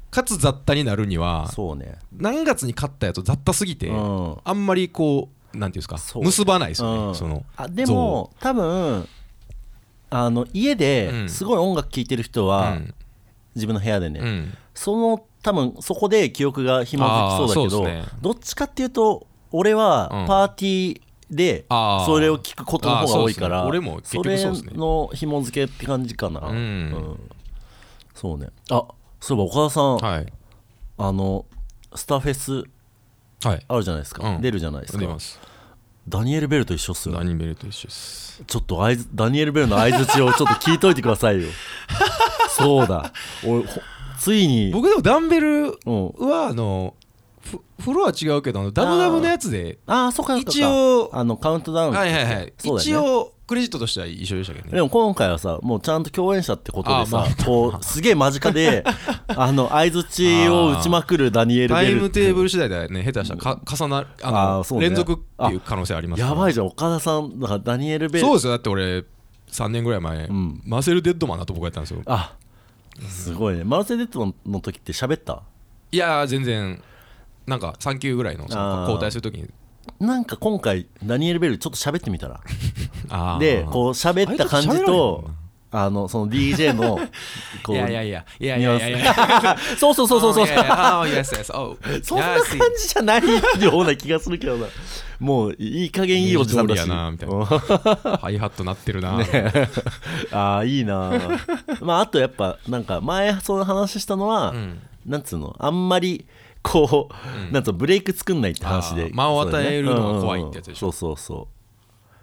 [SPEAKER 2] かつ雑多になるには
[SPEAKER 1] そうね
[SPEAKER 2] 何月に買ったやつ雑多すぎて、
[SPEAKER 1] うん
[SPEAKER 2] あんまりこうなんていうんですか
[SPEAKER 1] そう
[SPEAKER 2] 結ばないですよね、
[SPEAKER 1] うん
[SPEAKER 2] その
[SPEAKER 1] あでも多分あの家
[SPEAKER 2] う
[SPEAKER 1] で
[SPEAKER 2] ん
[SPEAKER 1] すごい音楽聴いてる人
[SPEAKER 2] 像
[SPEAKER 1] は、
[SPEAKER 2] うん
[SPEAKER 1] 自分の部屋でね、
[SPEAKER 2] うん
[SPEAKER 1] その多分そこで記憶が紐づきそうだけど
[SPEAKER 2] あーそうですね
[SPEAKER 1] どっちかっていうと俺は
[SPEAKER 2] うん
[SPEAKER 1] パーティーで
[SPEAKER 2] あー
[SPEAKER 1] それを聞くことの方が多いから
[SPEAKER 2] あーそうですね俺も結
[SPEAKER 1] そ
[SPEAKER 2] 局
[SPEAKER 1] れ
[SPEAKER 2] そうですね
[SPEAKER 1] の紐付けって感じかな、
[SPEAKER 2] うん
[SPEAKER 1] そうねあそういえば岡田さん、
[SPEAKER 2] はい
[SPEAKER 1] あのスターフェス
[SPEAKER 2] はい
[SPEAKER 1] あるじゃないですか、
[SPEAKER 2] うん
[SPEAKER 1] 出るじゃないです
[SPEAKER 2] 出
[SPEAKER 1] か
[SPEAKER 2] ます
[SPEAKER 1] ダニエル・ベルと一緒っすよ
[SPEAKER 2] ダニベルと一緒です
[SPEAKER 1] ちょっと相づダニエル・ベルの相づちをちょっと聞いといてください よそうだ俺ほついに
[SPEAKER 2] 僕でもダンベル
[SPEAKER 1] うん、
[SPEAKER 2] はあのフフロア違うけどあのダムダムのやつで
[SPEAKER 1] ああそっかそっか
[SPEAKER 2] 一応
[SPEAKER 1] あのカウントダウン
[SPEAKER 2] はいはいはい、
[SPEAKER 1] そうだよ
[SPEAKER 2] 一
[SPEAKER 1] ね
[SPEAKER 2] 応クレジットとしては一緒でしたけど
[SPEAKER 1] で
[SPEAKER 2] ね
[SPEAKER 1] も今回はさもうちゃんと共演者ってことでさ、
[SPEAKER 2] あーまあ
[SPEAKER 1] こうすげえ間近 であの相づちを打ちまくるダニエル・
[SPEAKER 2] タ
[SPEAKER 1] ベ
[SPEAKER 2] イ
[SPEAKER 1] ル
[SPEAKER 2] ムテーブル次第ではね下手したらか重なあの
[SPEAKER 1] あーそうね
[SPEAKER 2] 連続っていう可能性ありますから
[SPEAKER 1] やばいじゃん岡田さんだからダニエル・ベル
[SPEAKER 2] そうですよだって俺3年ぐらい前、
[SPEAKER 1] ん
[SPEAKER 2] マセル・デッドマンだと僕やったんですよ
[SPEAKER 1] あすごいねマルセデッドのの時って喋った
[SPEAKER 2] いやー全然なんか3級ぐらいのその
[SPEAKER 1] あー
[SPEAKER 2] 交代するときに
[SPEAKER 1] なんか今回ダニエル・ベルちょっと喋ってみたら
[SPEAKER 2] あー
[SPEAKER 1] でこう喋った感じ
[SPEAKER 2] あいつ喋らないも
[SPEAKER 1] と
[SPEAKER 2] んな
[SPEAKER 1] あのその DJ のこう
[SPEAKER 2] いやいやいやいやい
[SPEAKER 1] ニュア
[SPEAKER 2] や
[SPEAKER 1] ン
[SPEAKER 2] い
[SPEAKER 1] ス
[SPEAKER 2] やいや
[SPEAKER 1] そう そうそうそうそう
[SPEAKER 2] あーいやいやあー yes, yes. Oh,
[SPEAKER 1] そんな
[SPEAKER 2] yes.
[SPEAKER 1] 感じじゃないような気がするけどなもういい加減いいおじさんだし
[SPEAKER 2] イメージ通りやなみたいなハイハットなって るな、
[SPEAKER 1] ああいい なあまああとやっぱなんか前その話したのは、
[SPEAKER 2] うん
[SPEAKER 1] なんつうのあんまりこう、なんつうのブレイク作んないって話
[SPEAKER 2] あ
[SPEAKER 1] で
[SPEAKER 2] ー間を
[SPEAKER 1] そうだよね
[SPEAKER 2] 与えるのが怖いってやつでしょ
[SPEAKER 1] うんそうそうそ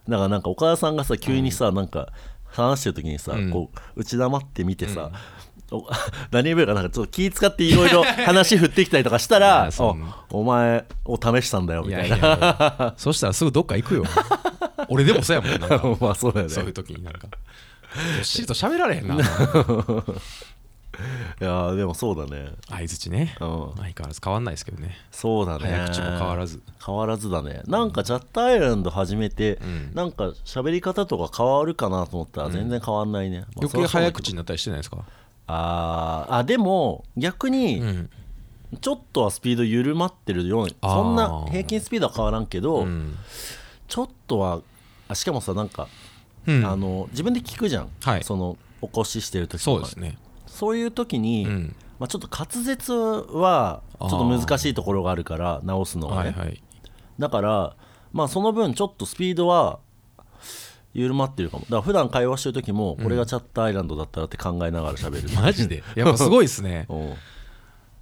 [SPEAKER 1] うだからなんか岡田さんがさ急にさ、なんか話してる時にさ、
[SPEAKER 2] ん
[SPEAKER 1] こう内黙って見てさ、お ダニエル・ベルがなんかちょっと気使っていろいろ 話振ってきたりとかした
[SPEAKER 2] い
[SPEAKER 1] ら
[SPEAKER 2] やそん
[SPEAKER 1] おお前を試したんだよ
[SPEAKER 2] い
[SPEAKER 1] みた
[SPEAKER 2] や
[SPEAKER 1] い
[SPEAKER 2] い
[SPEAKER 1] な
[SPEAKER 2] やいやそしたらすぐどっか行く よ俺でもそうやもんなんか
[SPEAKER 1] まあそうだよね
[SPEAKER 2] そういう時になんかどっしりと喋られへんな
[SPEAKER 1] いやーでもそうだね
[SPEAKER 2] 相づちね
[SPEAKER 1] うん
[SPEAKER 2] 相変わらず変わんないですけどね
[SPEAKER 1] そうだね
[SPEAKER 2] 早口も変わらず
[SPEAKER 1] 変わらずだねなんかチャットアイランド始めて、なんか喋り方とか変わるかなと思ったら全然変わんないね、まあ
[SPEAKER 2] 余
[SPEAKER 1] そり
[SPEAKER 2] 計
[SPEAKER 1] ゃそうだ
[SPEAKER 2] 早
[SPEAKER 1] けど
[SPEAKER 2] 口になったりしてないですか
[SPEAKER 1] あーあでも逆に
[SPEAKER 2] うん
[SPEAKER 1] ちょっとはスピード緩まってるような、
[SPEAKER 2] あー
[SPEAKER 1] そんな平均スピードは変わらんけど、
[SPEAKER 2] うん
[SPEAKER 1] ちょっとはあしかもさなんか、
[SPEAKER 2] うん
[SPEAKER 1] あの自分で聞くじゃん、
[SPEAKER 2] はい
[SPEAKER 1] その起こししてる時
[SPEAKER 2] そ
[SPEAKER 1] と
[SPEAKER 2] う
[SPEAKER 1] か
[SPEAKER 2] ですね
[SPEAKER 1] そういう時に、
[SPEAKER 2] うん
[SPEAKER 1] まあ、ちょっと滑舌はちょっと難しいところがあるから直すのがね、
[SPEAKER 2] はいはい
[SPEAKER 1] だからまあその分ちょっとスピードは緩まってるかもだから普段会話してる時もこれがチャットアイランドだったらって考えながら喋る、
[SPEAKER 2] マジでやっぱすごいですね
[SPEAKER 1] おう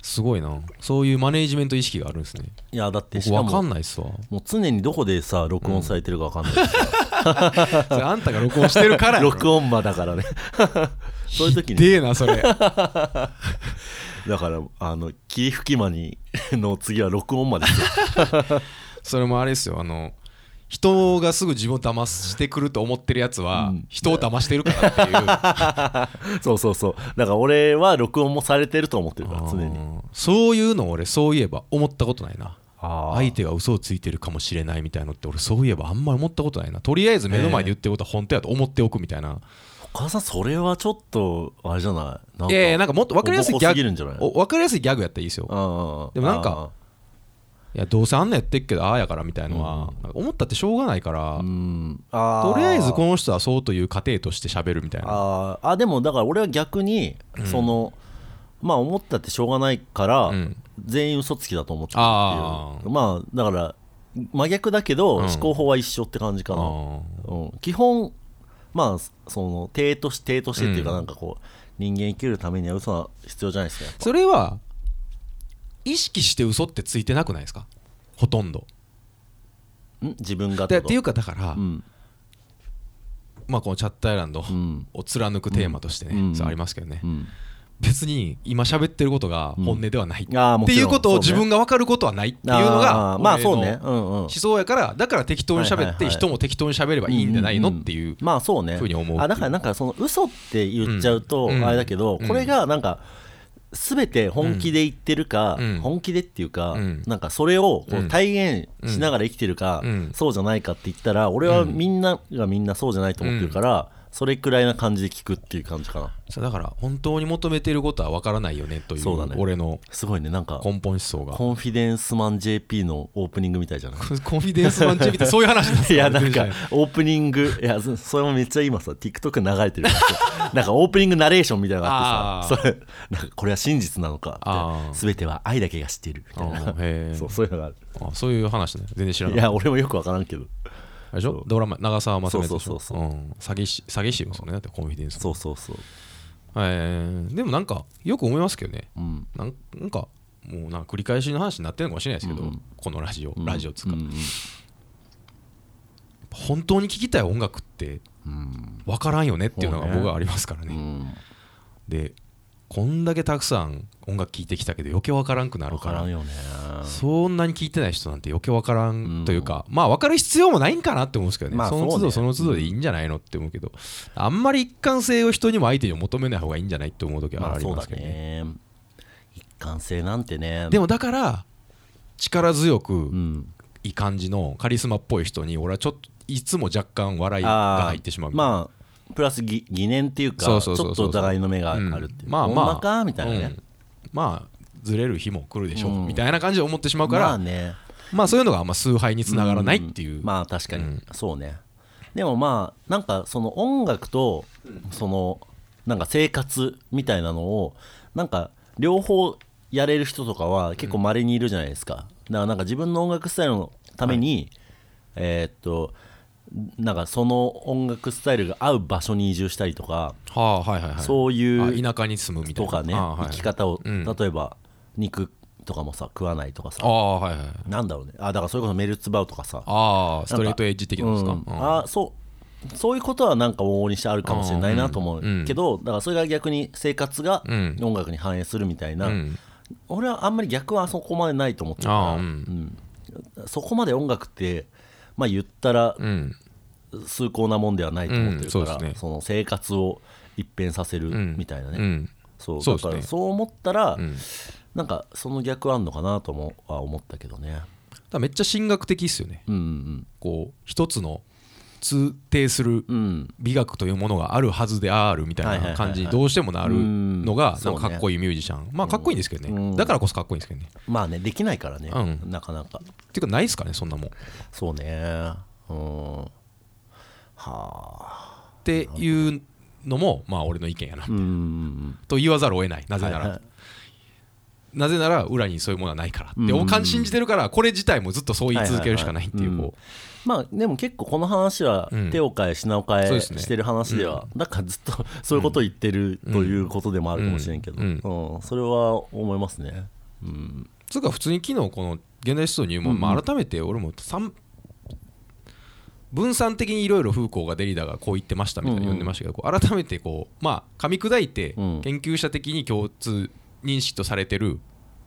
[SPEAKER 2] すごいなそういうマネージメント意識があるんですね
[SPEAKER 1] いやだってし
[SPEAKER 2] 僕
[SPEAKER 1] か
[SPEAKER 2] わか
[SPEAKER 1] も
[SPEAKER 2] んないっすわ
[SPEAKER 1] もう常にどこでさ録音されてるかわかんない、
[SPEAKER 2] それあんたが録音してるからやろ
[SPEAKER 1] 録音場だから ねそういう時に
[SPEAKER 2] でえなそれ
[SPEAKER 1] だからあの霧吹き間にの次は録音まで
[SPEAKER 2] それもあれですよあの人がすぐ自分を騙してくると思ってるやつは、人を騙してるか らっていう
[SPEAKER 1] そうそうそうだから俺は録音もされてると思ってるから
[SPEAKER 2] あー
[SPEAKER 1] 常に
[SPEAKER 2] そういうの俺そういえば思ったことないな
[SPEAKER 1] あ
[SPEAKER 2] 相手が嘘をついてるかもしれないみたいなのって俺そういえばあんまり思ったことないなとりあえず目の前で言ってることは本当やと思っておくみたいな、
[SPEAKER 1] お母さんそれはちょっとあれじゃないなん
[SPEAKER 2] いやいやなんかもっと分かりやす
[SPEAKER 1] お
[SPEAKER 2] いギ
[SPEAKER 1] ぼこすぎるんじゃ
[SPEAKER 2] ャ
[SPEAKER 1] ない
[SPEAKER 2] グお分かりやすいギャグやったらいいですよ
[SPEAKER 1] で
[SPEAKER 2] でもなんかいやどうせあんなやってっけどああやからみたいのは、なんか思ったってしょうがないから、
[SPEAKER 1] うんあー
[SPEAKER 2] とりあえずこの人はそうという過程として喋るみたいな
[SPEAKER 1] あーあでもだから俺は逆にその、まあ思ったってしょうがないから、
[SPEAKER 2] うん
[SPEAKER 1] 全員嘘つきだと思ってた
[SPEAKER 2] あ
[SPEAKER 1] ってい
[SPEAKER 2] ー
[SPEAKER 1] うまあだから真逆だけど
[SPEAKER 2] うん
[SPEAKER 1] 思考法は一緒って感じか
[SPEAKER 2] あ
[SPEAKER 1] な、
[SPEAKER 2] ー
[SPEAKER 1] うん、基本まあその体として体としてっていうか
[SPEAKER 2] うん
[SPEAKER 1] なんかこう人間生きるためには嘘は必要じゃないですか
[SPEAKER 2] それは意識して嘘ってついてなくないですかほとんど
[SPEAKER 1] ん自分が
[SPEAKER 2] でっていううかだから、
[SPEAKER 1] うん
[SPEAKER 2] まあこのチャットアイランド
[SPEAKER 1] うん
[SPEAKER 2] を貫くテーマとしてね、
[SPEAKER 1] うん
[SPEAKER 2] そうありますけどね、
[SPEAKER 1] うん
[SPEAKER 2] 別に今喋ってることが本音ではない、
[SPEAKER 1] うんあー
[SPEAKER 2] っ
[SPEAKER 1] も
[SPEAKER 2] て
[SPEAKER 1] ちろん
[SPEAKER 2] いうことを
[SPEAKER 1] そうね
[SPEAKER 2] 自分が分かることはないっていうの
[SPEAKER 1] あ
[SPEAKER 2] が
[SPEAKER 1] ーまあそう
[SPEAKER 2] 俺
[SPEAKER 1] ね
[SPEAKER 2] の
[SPEAKER 1] うんうん
[SPEAKER 2] 思想やからだから適当に
[SPEAKER 1] はい
[SPEAKER 2] 喋
[SPEAKER 1] は
[SPEAKER 2] っ
[SPEAKER 1] いは
[SPEAKER 2] て
[SPEAKER 1] い
[SPEAKER 2] 人も適当に喋ればいいんじゃないのっていう
[SPEAKER 1] まあそうね
[SPEAKER 2] ふうに思う
[SPEAKER 1] あだからなんかその嘘って言っちゃうと
[SPEAKER 2] うん
[SPEAKER 1] あれだけど、
[SPEAKER 2] うん
[SPEAKER 1] これがなんか全て本気で言ってるか、
[SPEAKER 2] うん
[SPEAKER 1] 本気でっていうか、
[SPEAKER 2] うん
[SPEAKER 1] なんかそれをこ
[SPEAKER 2] う
[SPEAKER 1] うん体現しながら生きてるか、
[SPEAKER 2] うん
[SPEAKER 1] そうじゃないかって言ったら俺は
[SPEAKER 2] うん
[SPEAKER 1] みんながみんなそうじゃないと思ってるから、それくらいな感じで聞くっていう感じかな
[SPEAKER 2] そうだから本当に求めていることは分からないよねという
[SPEAKER 1] そうだね
[SPEAKER 2] 俺の
[SPEAKER 1] すごいねなんか
[SPEAKER 2] 根本思想が
[SPEAKER 1] コンフィデンスマン JP のオープニングみたいじゃない
[SPEAKER 2] コンフィデンスマンチビってそういう話なんですか
[SPEAKER 1] いやなんか
[SPEAKER 2] 全然
[SPEAKER 1] オープニングいやそそれもめっちゃ今さ TikTok 流れてる からなんかオープニングナレーションみたいなのがあってさそれなんかこれは真実なのか
[SPEAKER 2] あ
[SPEAKER 1] って
[SPEAKER 2] ー
[SPEAKER 1] 全ては愛だけが知っているみたい
[SPEAKER 2] あーへ
[SPEAKER 1] な
[SPEAKER 2] ー
[SPEAKER 1] そうそういうのがある
[SPEAKER 2] あそういう話ね全然知らないかっ
[SPEAKER 1] や
[SPEAKER 2] た
[SPEAKER 1] 俺もよく分からんけど
[SPEAKER 2] あれでしょドラマ長澤まさみのやつでしょ
[SPEAKER 1] そうそうそう
[SPEAKER 2] うん詐欺師詐欺師ですよねだってコンフィデンス
[SPEAKER 1] そうそうそう
[SPEAKER 2] えーでもなんかよく思いますけどね
[SPEAKER 1] うん
[SPEAKER 2] なんなんかもうなんか繰り返しの話になってるのかもしれないですけど、
[SPEAKER 1] うんうん
[SPEAKER 2] このラジオ、
[SPEAKER 1] うん
[SPEAKER 2] ラジオっつうか、
[SPEAKER 1] うん
[SPEAKER 2] 本当に聴きたい音楽って
[SPEAKER 1] うん
[SPEAKER 2] 分からんよねっていうのが
[SPEAKER 1] そうね
[SPEAKER 2] 僕はありますからね
[SPEAKER 1] うん
[SPEAKER 2] でこんだけたくさん音楽聴いてきたけど余計分からんくなる
[SPEAKER 1] 分
[SPEAKER 2] か
[SPEAKER 1] かららんよね
[SPEAKER 2] そんなに聴いてない人なんて余計分から
[SPEAKER 1] うん
[SPEAKER 2] んというか、まあ分かる必要もないんかなって思うんですけどね,、
[SPEAKER 1] まあ
[SPEAKER 2] その都度
[SPEAKER 1] そ
[SPEAKER 2] そう
[SPEAKER 1] ね
[SPEAKER 2] の都度でいいんじゃないのって思うけどあんまり一貫性を人にも相手にも求めない方がいいんじゃないって思う時
[SPEAKER 1] ま
[SPEAKER 2] はあ
[SPEAKER 1] あ
[SPEAKER 2] り
[SPEAKER 1] そう
[SPEAKER 2] ま
[SPEAKER 1] だ
[SPEAKER 2] すけどね,、
[SPEAKER 1] ね一貫性なんてね
[SPEAKER 2] で
[SPEAKER 1] も
[SPEAKER 2] もだから力強く、
[SPEAKER 1] うん
[SPEAKER 2] いい感じのカリスマっぽい人に俺はちょっといつも若干笑いが入ってしまうみたいな
[SPEAKER 1] まあプラスぎ疑念っていうかち
[SPEAKER 2] そ
[SPEAKER 1] ょ
[SPEAKER 2] うそうそうそう
[SPEAKER 1] っとお互いの目があ
[SPEAKER 2] うん
[SPEAKER 1] るっていう
[SPEAKER 2] まあまあ
[SPEAKER 1] ほんまかみたいなね、
[SPEAKER 2] うんまあずれる日も来るでしょ、
[SPEAKER 1] うん
[SPEAKER 2] みたいな感じで思ってしまうから、
[SPEAKER 1] ま
[SPEAKER 2] ま
[SPEAKER 1] あ
[SPEAKER 2] あ
[SPEAKER 1] ね
[SPEAKER 2] そういうのがあんま崇拝につながらないっていう、
[SPEAKER 1] んまあ確かに、
[SPEAKER 2] うん
[SPEAKER 1] そうねでもまあなんかその音楽とそのなんか生活みたいなのをなんか両方やれる人とかは結構まれにいるじゃないですか、だからなんか自分の音楽スタイルのために、えーっとなんかその音楽スタイルが合う場所に移住したりとか、
[SPEAKER 2] はあはいはいはい
[SPEAKER 1] そういう
[SPEAKER 2] あ田舎に住むみたい
[SPEAKER 1] とか
[SPEAKER 2] な
[SPEAKER 1] ね、
[SPEAKER 2] ああはい
[SPEAKER 1] 生き方を、
[SPEAKER 2] うん
[SPEAKER 1] 例えば肉とかもさ食わないとか
[SPEAKER 2] あ
[SPEAKER 1] さ
[SPEAKER 2] あはいはい
[SPEAKER 1] なんだろうねあだからそれこそメルツバウとかさ
[SPEAKER 2] ああストレートエッジ的なんですか、
[SPEAKER 1] うん
[SPEAKER 2] うん
[SPEAKER 1] あそうそういうことはなんか往々にしてあるかもしれないなと思
[SPEAKER 2] うんう
[SPEAKER 1] うんけど、だからそれが逆に生活が
[SPEAKER 2] うん
[SPEAKER 1] 音楽に反映するみたいな、
[SPEAKER 2] うん
[SPEAKER 1] 俺はあんまり逆はそこまでないと思ってるから
[SPEAKER 2] ああうん
[SPEAKER 1] うんそこまで音楽ってまあ言ったら
[SPEAKER 2] うん
[SPEAKER 1] 崇高なもんではないと思ってるから、
[SPEAKER 2] うんそうですね
[SPEAKER 1] その生活を一変させるみたいなね、
[SPEAKER 2] うん
[SPEAKER 1] そうだ
[SPEAKER 2] そうです
[SPEAKER 1] か
[SPEAKER 2] ね
[SPEAKER 1] らそう思ったら、
[SPEAKER 2] うん
[SPEAKER 1] なんかその逆あんのかなともは思ったけどね
[SPEAKER 2] だからめっちゃ神学的っすよね
[SPEAKER 1] うん
[SPEAKER 2] こう一つの通底する
[SPEAKER 1] うんうん
[SPEAKER 2] 美学というものがあるはずであるみた
[SPEAKER 1] はい
[SPEAKER 2] い
[SPEAKER 1] はいはいは
[SPEAKER 2] ない感じにどうしてもなるの
[SPEAKER 1] うん
[SPEAKER 2] が
[SPEAKER 1] そ
[SPEAKER 2] な
[SPEAKER 1] うんね
[SPEAKER 2] かかっこいいミュージシャンまあかっこいいんですけど
[SPEAKER 1] うん
[SPEAKER 2] ねだからこそかっこいいんですけどね
[SPEAKER 1] まあねできないからね、
[SPEAKER 2] う
[SPEAKER 1] なかなか
[SPEAKER 2] っていうかないですかねそんなもんっ
[SPEAKER 1] そうねうんはあ
[SPEAKER 2] ていうのもまあ俺の意見やな
[SPEAKER 1] うん
[SPEAKER 2] と言わざるを得ないなぜ
[SPEAKER 1] は
[SPEAKER 2] な
[SPEAKER 1] いは
[SPEAKER 2] ら
[SPEAKER 1] い
[SPEAKER 2] なぜなら裏にそういうものはないから
[SPEAKER 1] うん
[SPEAKER 2] でお感信じてるからこれ自体もずっとそう言い続けるしかないってい
[SPEAKER 1] はいうはいはい
[SPEAKER 2] こ
[SPEAKER 1] まあでも結構この話は
[SPEAKER 2] うん
[SPEAKER 1] 手を変え品を変
[SPEAKER 2] そう
[SPEAKER 1] え
[SPEAKER 2] ですね
[SPEAKER 1] してる話ではだからずっと そういうことを言ってるということでもあるかもしれんけど
[SPEAKER 2] うん
[SPEAKER 1] うんそれは思いますねうん
[SPEAKER 2] うつうか普通に昨日この現代思想入門まあ改めて俺も三分散的にいろいろ風光がデリダがこう言ってましたみたいに読んでましたけどこう改めてこうまあ噛み砕いて
[SPEAKER 1] うん
[SPEAKER 2] 研究者的に共通認識とされてる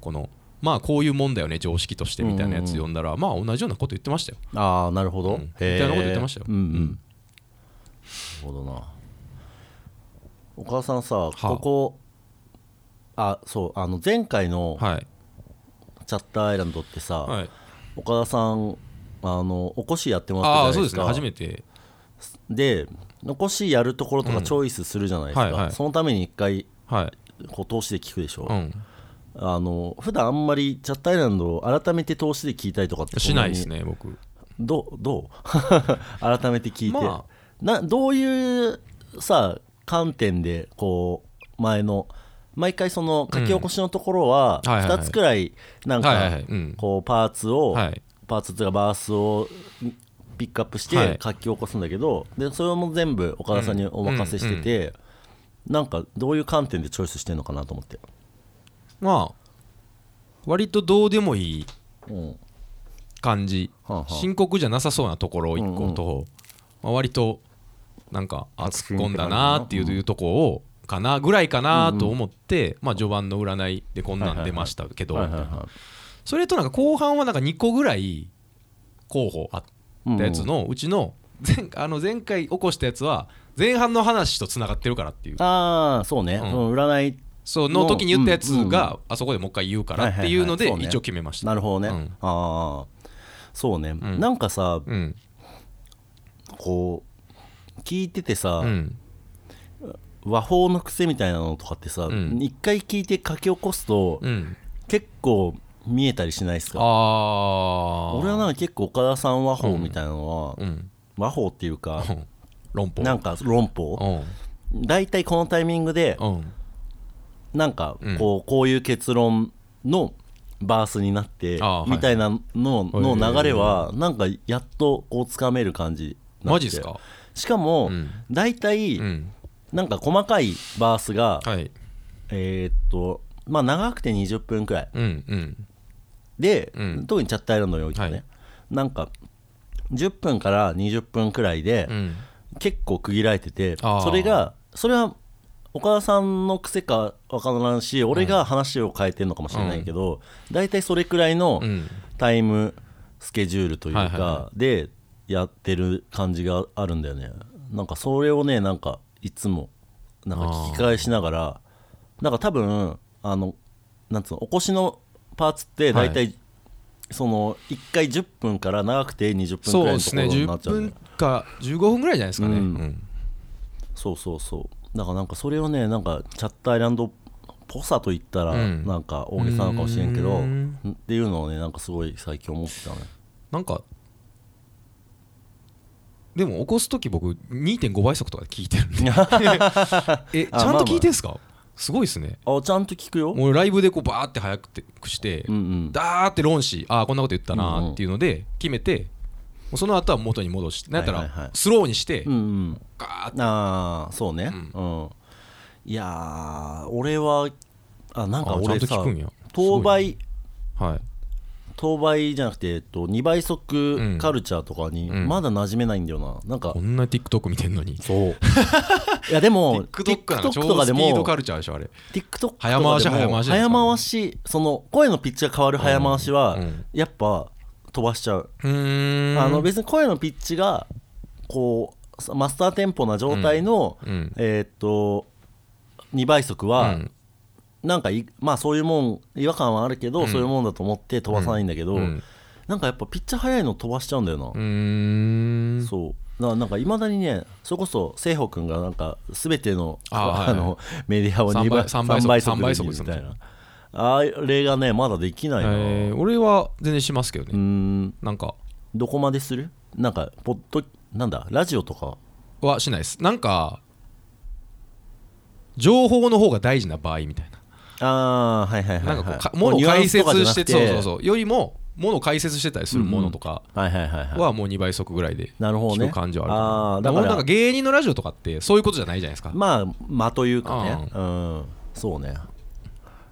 [SPEAKER 2] このまあこういうもんだよね常識としてみたいなやつ読んだらまあ同じようなこと言ってましたよ
[SPEAKER 1] ああなるほど
[SPEAKER 2] うん
[SPEAKER 1] へえ
[SPEAKER 2] みたいなこと言ってましたよ
[SPEAKER 1] うんうんなるほどなお母さんさここあそうあの前回の
[SPEAKER 2] はい
[SPEAKER 1] チャッターアイランドってさ、
[SPEAKER 2] はい
[SPEAKER 1] 岡田さんあのおこしやっても
[SPEAKER 2] あ
[SPEAKER 1] ら
[SPEAKER 2] あ
[SPEAKER 1] ったじ
[SPEAKER 2] そ
[SPEAKER 1] ゃ
[SPEAKER 2] う
[SPEAKER 1] ない
[SPEAKER 2] で
[SPEAKER 1] ですすか
[SPEAKER 2] ね初めて
[SPEAKER 1] でおこしやるところとかチョイスするじゃないですか、
[SPEAKER 2] うんはいはい
[SPEAKER 1] そのために一回
[SPEAKER 2] はい
[SPEAKER 1] こう通して聞くでしょ、
[SPEAKER 2] うん
[SPEAKER 1] あの普段あんまりチャットアイランドを改めて投資で聞いたりとかって
[SPEAKER 2] しないです
[SPEAKER 1] ね
[SPEAKER 2] ね僕
[SPEAKER 1] どうどう 改めて聞いて、
[SPEAKER 2] ま
[SPEAKER 1] などういうさ観点でこう前の毎回その書き起こしのところは
[SPEAKER 2] うんはいはいは
[SPEAKER 1] 2
[SPEAKER 2] い
[SPEAKER 1] つくらいなん
[SPEAKER 2] はいはいは
[SPEAKER 1] か
[SPEAKER 2] いうん
[SPEAKER 1] こうパーツを、
[SPEAKER 2] はい
[SPEAKER 1] パーツというかバースをピックアップし
[SPEAKER 2] は
[SPEAKER 1] て
[SPEAKER 2] い
[SPEAKER 1] 書き起こすんだけど、でそれも全部岡田さんにお任せしてて、なんかどういう観点でチョイスしてるのかなと思って。
[SPEAKER 2] まあ割とどうでもいい
[SPEAKER 1] うん
[SPEAKER 2] 感じ
[SPEAKER 1] はあはあ
[SPEAKER 2] 深刻じゃなさそうなところを1個と、まあ、割となんかあ突っ込んだなっていうとこをかなぐらいかなと思って、まあ、序盤の占いでこんなん出ましたけど、
[SPEAKER 1] はいはいは
[SPEAKER 2] それとなんか後半はなんか2個ぐらい候補あったやつのうちの前あの前回起こしたやつは前半の話とつながってるからっていう
[SPEAKER 1] い、ああそうね、
[SPEAKER 2] うん
[SPEAKER 1] うん、占い
[SPEAKER 2] そうの時に言ったやつ
[SPEAKER 1] うんうん
[SPEAKER 2] があそこでもう一回言うからっていうので一応決めました。
[SPEAKER 1] なるほどね、
[SPEAKER 2] うん
[SPEAKER 1] ああそうね、
[SPEAKER 2] ん
[SPEAKER 1] なんかさ
[SPEAKER 2] うん
[SPEAKER 1] こう聞いててさ、
[SPEAKER 2] うん
[SPEAKER 1] 和法の癖みたいなのとかってさ、
[SPEAKER 2] ん
[SPEAKER 1] 一回聞いて書き起こすと、
[SPEAKER 2] うん、
[SPEAKER 1] 結構見えたりしないです
[SPEAKER 2] あ
[SPEAKER 1] か
[SPEAKER 2] あ
[SPEAKER 1] 俺はなんか結構岡田さん和法みたいなのは、
[SPEAKER 2] うん、
[SPEAKER 1] 和法っていうか、
[SPEAKER 2] 論法
[SPEAKER 1] なんか論法大体このタイミングで
[SPEAKER 2] うんうん
[SPEAKER 1] なんかこう,、こういう結論のバースになって
[SPEAKER 2] あーはい
[SPEAKER 1] みたいなの
[SPEAKER 2] へ
[SPEAKER 1] の
[SPEAKER 2] ー
[SPEAKER 1] 流れはなんかやっとこうつかめる感じになって
[SPEAKER 2] マジっすか
[SPEAKER 1] しかも
[SPEAKER 2] うん
[SPEAKER 1] 大体
[SPEAKER 2] うん
[SPEAKER 1] なんか細かいバースが
[SPEAKER 2] はい
[SPEAKER 1] えーっとまあ長くて20分くらい
[SPEAKER 2] うんうん
[SPEAKER 1] で
[SPEAKER 2] うん
[SPEAKER 1] 特にチャットアイランドにおいては
[SPEAKER 2] は
[SPEAKER 1] ね
[SPEAKER 2] い
[SPEAKER 1] なんか10分から20分くらいで
[SPEAKER 2] うん
[SPEAKER 1] 結構区切られてて
[SPEAKER 2] あー
[SPEAKER 1] それがそれは岡田さんの癖かわからんし俺が話を変えてるのかもしれないけど大体それくらいの
[SPEAKER 2] うん
[SPEAKER 1] タイムスケジュールという
[SPEAKER 2] はいはい
[SPEAKER 1] か
[SPEAKER 2] は
[SPEAKER 1] でやってる感じがあるんだよねなんかそれをねなんかいつもなんか聞き返しながらなんか多分あのなんつうのお越しのパーツって大体、
[SPEAKER 2] は
[SPEAKER 1] その1回10分から長くて20分
[SPEAKER 2] そ
[SPEAKER 1] く
[SPEAKER 2] う
[SPEAKER 1] らいの
[SPEAKER 2] で
[SPEAKER 1] と
[SPEAKER 2] す
[SPEAKER 1] こ
[SPEAKER 2] ね
[SPEAKER 1] ろになっち
[SPEAKER 2] 10
[SPEAKER 1] ゃうんだ
[SPEAKER 2] 分
[SPEAKER 1] よ
[SPEAKER 2] か15分ぐらいじゃないですかね、
[SPEAKER 1] う
[SPEAKER 2] うんん
[SPEAKER 1] そうそうそうだからなんかそれをねなんかチャットアイランドっぽさと言ったら
[SPEAKER 2] うん
[SPEAKER 1] なんか大げさなのかもしれんけど、
[SPEAKER 2] うん
[SPEAKER 1] っていうのをねなんかすごい最近思ってたね
[SPEAKER 2] なんかでも起こす時僕2.5倍速とかで聞い てるんでえちゃんと聞いてんすかすごいですね
[SPEAKER 1] あちゃんと聞くよ
[SPEAKER 2] もうライブでこうバーって早くてくして、
[SPEAKER 1] うんうん
[SPEAKER 2] ダーって論しああこんなこと言ったなーっていうので決めて、もうその後は元に戻してなんやった
[SPEAKER 1] はいはいはい
[SPEAKER 2] らスローにして、
[SPEAKER 1] うんうん
[SPEAKER 2] ガーって
[SPEAKER 1] ああそうねうん、いやー俺はあなんか
[SPEAKER 2] あ
[SPEAKER 1] 俺
[SPEAKER 2] ちゃ
[SPEAKER 1] さ
[SPEAKER 2] んと聞くんや
[SPEAKER 1] 当倍、
[SPEAKER 2] はい
[SPEAKER 1] 当倍じゃなくて、えっと、2倍速カルチャーとかに
[SPEAKER 2] うん
[SPEAKER 1] まだ馴染めないんだよな、なんか
[SPEAKER 2] こんな TikTok 見てんのに
[SPEAKER 1] そういやでも
[SPEAKER 2] TikTok なんか超
[SPEAKER 1] TikTok とかで
[SPEAKER 2] スピード
[SPEAKER 1] も
[SPEAKER 2] カルチャーでしょあれ
[SPEAKER 1] TikTok とかで
[SPEAKER 2] 早
[SPEAKER 1] も
[SPEAKER 2] 回し早回し
[SPEAKER 1] 早回しその声のピッチが変わる早回しは、
[SPEAKER 2] うんうん
[SPEAKER 1] やっぱ飛ばしちゃう、
[SPEAKER 2] うーん
[SPEAKER 1] あの別に声のピッチがこうマスターテンポな状態の、
[SPEAKER 2] うん
[SPEAKER 1] えーっと2倍速
[SPEAKER 2] う
[SPEAKER 1] は、
[SPEAKER 2] ん
[SPEAKER 1] なんかいまあそういうもん違和感はあるけど、そういうもんだと思って飛ばさないんだけど、
[SPEAKER 2] うん
[SPEAKER 1] なんかやっぱピッチャー速いの飛ばしちゃうんだよな、
[SPEAKER 2] うーん
[SPEAKER 1] そうななんかいまだにねそれこそ聖穂君がなんか全ての
[SPEAKER 2] あ
[SPEAKER 1] あ
[SPEAKER 2] はいはい
[SPEAKER 1] のメディアを2
[SPEAKER 2] 3
[SPEAKER 1] 倍
[SPEAKER 2] 倍
[SPEAKER 1] 3
[SPEAKER 2] 3
[SPEAKER 1] 倍
[SPEAKER 2] 倍
[SPEAKER 1] 速
[SPEAKER 2] 3倍速
[SPEAKER 1] で見るみたい
[SPEAKER 2] で
[SPEAKER 1] なあれがねまだできないな、
[SPEAKER 2] えー俺は全然しますけど
[SPEAKER 1] うー
[SPEAKER 2] ね
[SPEAKER 1] ん
[SPEAKER 2] なんか
[SPEAKER 1] どこまでするなんかポッドなんだラジオとか
[SPEAKER 2] はしないですなんか情報の方が大事な場合みたいな
[SPEAKER 1] ああはいはいはい、は、
[SPEAKER 2] ないんかこうか
[SPEAKER 1] も
[SPEAKER 2] 物を解説して
[SPEAKER 1] う
[SPEAKER 2] そう
[SPEAKER 1] ニュアンスとかじゃな
[SPEAKER 2] そう
[SPEAKER 1] く
[SPEAKER 2] そうよりも物を解説してたりするものとか
[SPEAKER 1] はいはいはいはい
[SPEAKER 2] はもう2倍速ぐらいで
[SPEAKER 1] なるほど
[SPEAKER 2] 聞
[SPEAKER 1] ね
[SPEAKER 2] く感じは
[SPEAKER 1] あ
[SPEAKER 2] あ
[SPEAKER 1] ー
[SPEAKER 2] る
[SPEAKER 1] だ
[SPEAKER 2] か
[SPEAKER 1] から
[SPEAKER 2] らなんか芸人のラジオとかってそういうことじゃないじゃないですか
[SPEAKER 1] まあ間というかねうんそうね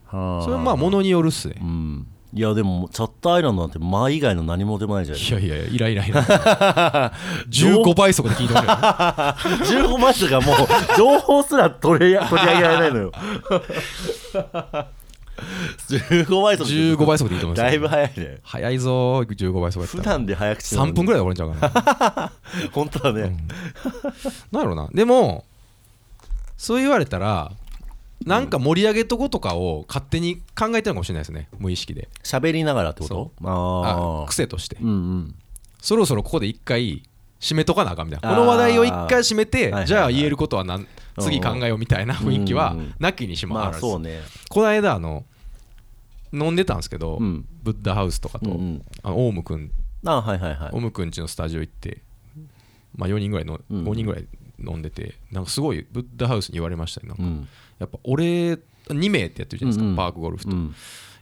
[SPEAKER 1] は
[SPEAKER 2] それはまあものによるっすね
[SPEAKER 1] うんいやでもチャットアイランドなんて間以外の何も出もないじゃない
[SPEAKER 2] いやいやいやイライライラ 15倍速で聞いてほしいな
[SPEAKER 1] 15マスがもう情報すら取り取り上げられないのよ15倍 速
[SPEAKER 2] 15倍速でいいと思います
[SPEAKER 1] だいぶ早いね
[SPEAKER 2] 早いぞー15倍速やっ
[SPEAKER 1] 普
[SPEAKER 2] たら
[SPEAKER 1] 段で早口
[SPEAKER 2] 3分ぐ
[SPEAKER 1] らい
[SPEAKER 2] らいで終われちゃうから な
[SPEAKER 1] 本当だね、
[SPEAKER 2] なんやろうなでもそう言われたらなんか盛り上げとことかを勝手に考えてるのかもしれないですね無意識で
[SPEAKER 1] 喋りながらってこと
[SPEAKER 2] そ
[SPEAKER 1] あ
[SPEAKER 2] あ
[SPEAKER 1] あ
[SPEAKER 2] 癖として
[SPEAKER 1] うんうん
[SPEAKER 2] そろそろここで一回締めとかなあかんみたいな
[SPEAKER 1] あー
[SPEAKER 2] この話題を一回締めて
[SPEAKER 1] いはいはい
[SPEAKER 2] じゃあ言えることはなん次考えようみたいな雰囲気は
[SPEAKER 1] うん
[SPEAKER 2] なきにしも
[SPEAKER 1] ま
[SPEAKER 2] あ
[SPEAKER 1] あ
[SPEAKER 2] らず
[SPEAKER 1] そうね
[SPEAKER 2] この間あの飲んでたんですけど、
[SPEAKER 1] うん
[SPEAKER 2] ブッダハウスとかと、
[SPEAKER 1] うんうん
[SPEAKER 2] あのオウムくん
[SPEAKER 1] あはいはいは
[SPEAKER 2] オウ
[SPEAKER 1] い
[SPEAKER 2] ムくんちのスタジオ行って、まあ、4人ぐらいの、
[SPEAKER 1] うん
[SPEAKER 2] 5人ぐらい飲んでてなんかすごいブッダハウスに言われましたねなんか、
[SPEAKER 1] うん
[SPEAKER 2] やっぱ俺2名ってやってるじゃないですか、
[SPEAKER 1] うんうん
[SPEAKER 2] パークゴルフと、
[SPEAKER 1] うん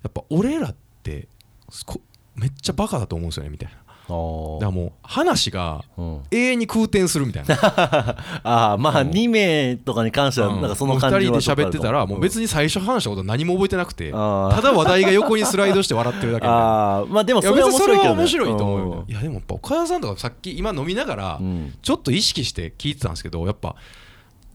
[SPEAKER 2] やっぱ俺らってすこめっちゃバカだと思うんですよねみたいなだか
[SPEAKER 1] あー
[SPEAKER 2] らもう話が
[SPEAKER 1] うん
[SPEAKER 2] 永遠に空転するみ たいな
[SPEAKER 1] あーまあ2名とかに関してはなんかその感じ
[SPEAKER 2] 2人
[SPEAKER 1] は
[SPEAKER 2] で
[SPEAKER 1] ちょとあ
[SPEAKER 2] 喋
[SPEAKER 1] る
[SPEAKER 2] って
[SPEAKER 1] か
[SPEAKER 2] たらもう別に最初話したこと何も覚えてなくてた
[SPEAKER 1] あー
[SPEAKER 2] だ話題が横にスライドして笑ってるだけみたいな
[SPEAKER 1] ああまあでも
[SPEAKER 2] いや
[SPEAKER 1] それ
[SPEAKER 2] 別
[SPEAKER 1] は
[SPEAKER 2] に
[SPEAKER 1] 面
[SPEAKER 2] そ
[SPEAKER 1] 白
[SPEAKER 2] れ
[SPEAKER 1] いけどね
[SPEAKER 2] は面白いと思うよね、いやでもやっぱ岡田さんとかさっき今飲みながら
[SPEAKER 1] うん
[SPEAKER 2] ちょっと意識して聞いてたんですけどやっぱ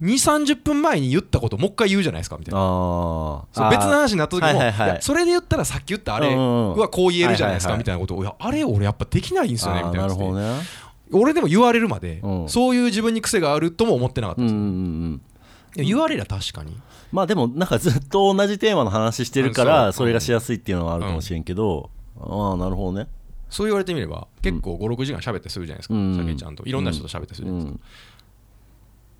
[SPEAKER 2] 2 3 0分前に言ったこともう一回言うじゃないですかみたいな
[SPEAKER 1] あ
[SPEAKER 2] そう
[SPEAKER 1] あ
[SPEAKER 2] 別の話になった時も、
[SPEAKER 1] はいいはいはい
[SPEAKER 2] やそれで言ったらさっき言ったあれ
[SPEAKER 1] うんうんうん
[SPEAKER 2] はこう言えるじゃないです
[SPEAKER 1] はいはいはい
[SPEAKER 2] かみたいなことをいやあれ俺やっぱできないんですよねみ
[SPEAKER 1] あー
[SPEAKER 2] たい
[SPEAKER 1] な
[SPEAKER 2] な
[SPEAKER 1] るほどね
[SPEAKER 2] 俺でも言われるまで
[SPEAKER 1] うん
[SPEAKER 2] そういう自分に癖があるとも思ってなかった
[SPEAKER 1] うん
[SPEAKER 2] で
[SPEAKER 1] んう
[SPEAKER 2] す
[SPEAKER 1] んうん
[SPEAKER 2] いや言われりゃ確かに
[SPEAKER 1] まあでもなんかずっと同じテーマの話してるから
[SPEAKER 2] うんそう
[SPEAKER 1] それがしやすいっていうのはあるかもしれんけどああなるほどね
[SPEAKER 2] そう言われてみれば結構56時間喋ってするじゃないですか
[SPEAKER 1] うん
[SPEAKER 2] 酒井ちゃんといろんな人と喋ってする
[SPEAKER 1] う
[SPEAKER 2] じゃないですか
[SPEAKER 1] ん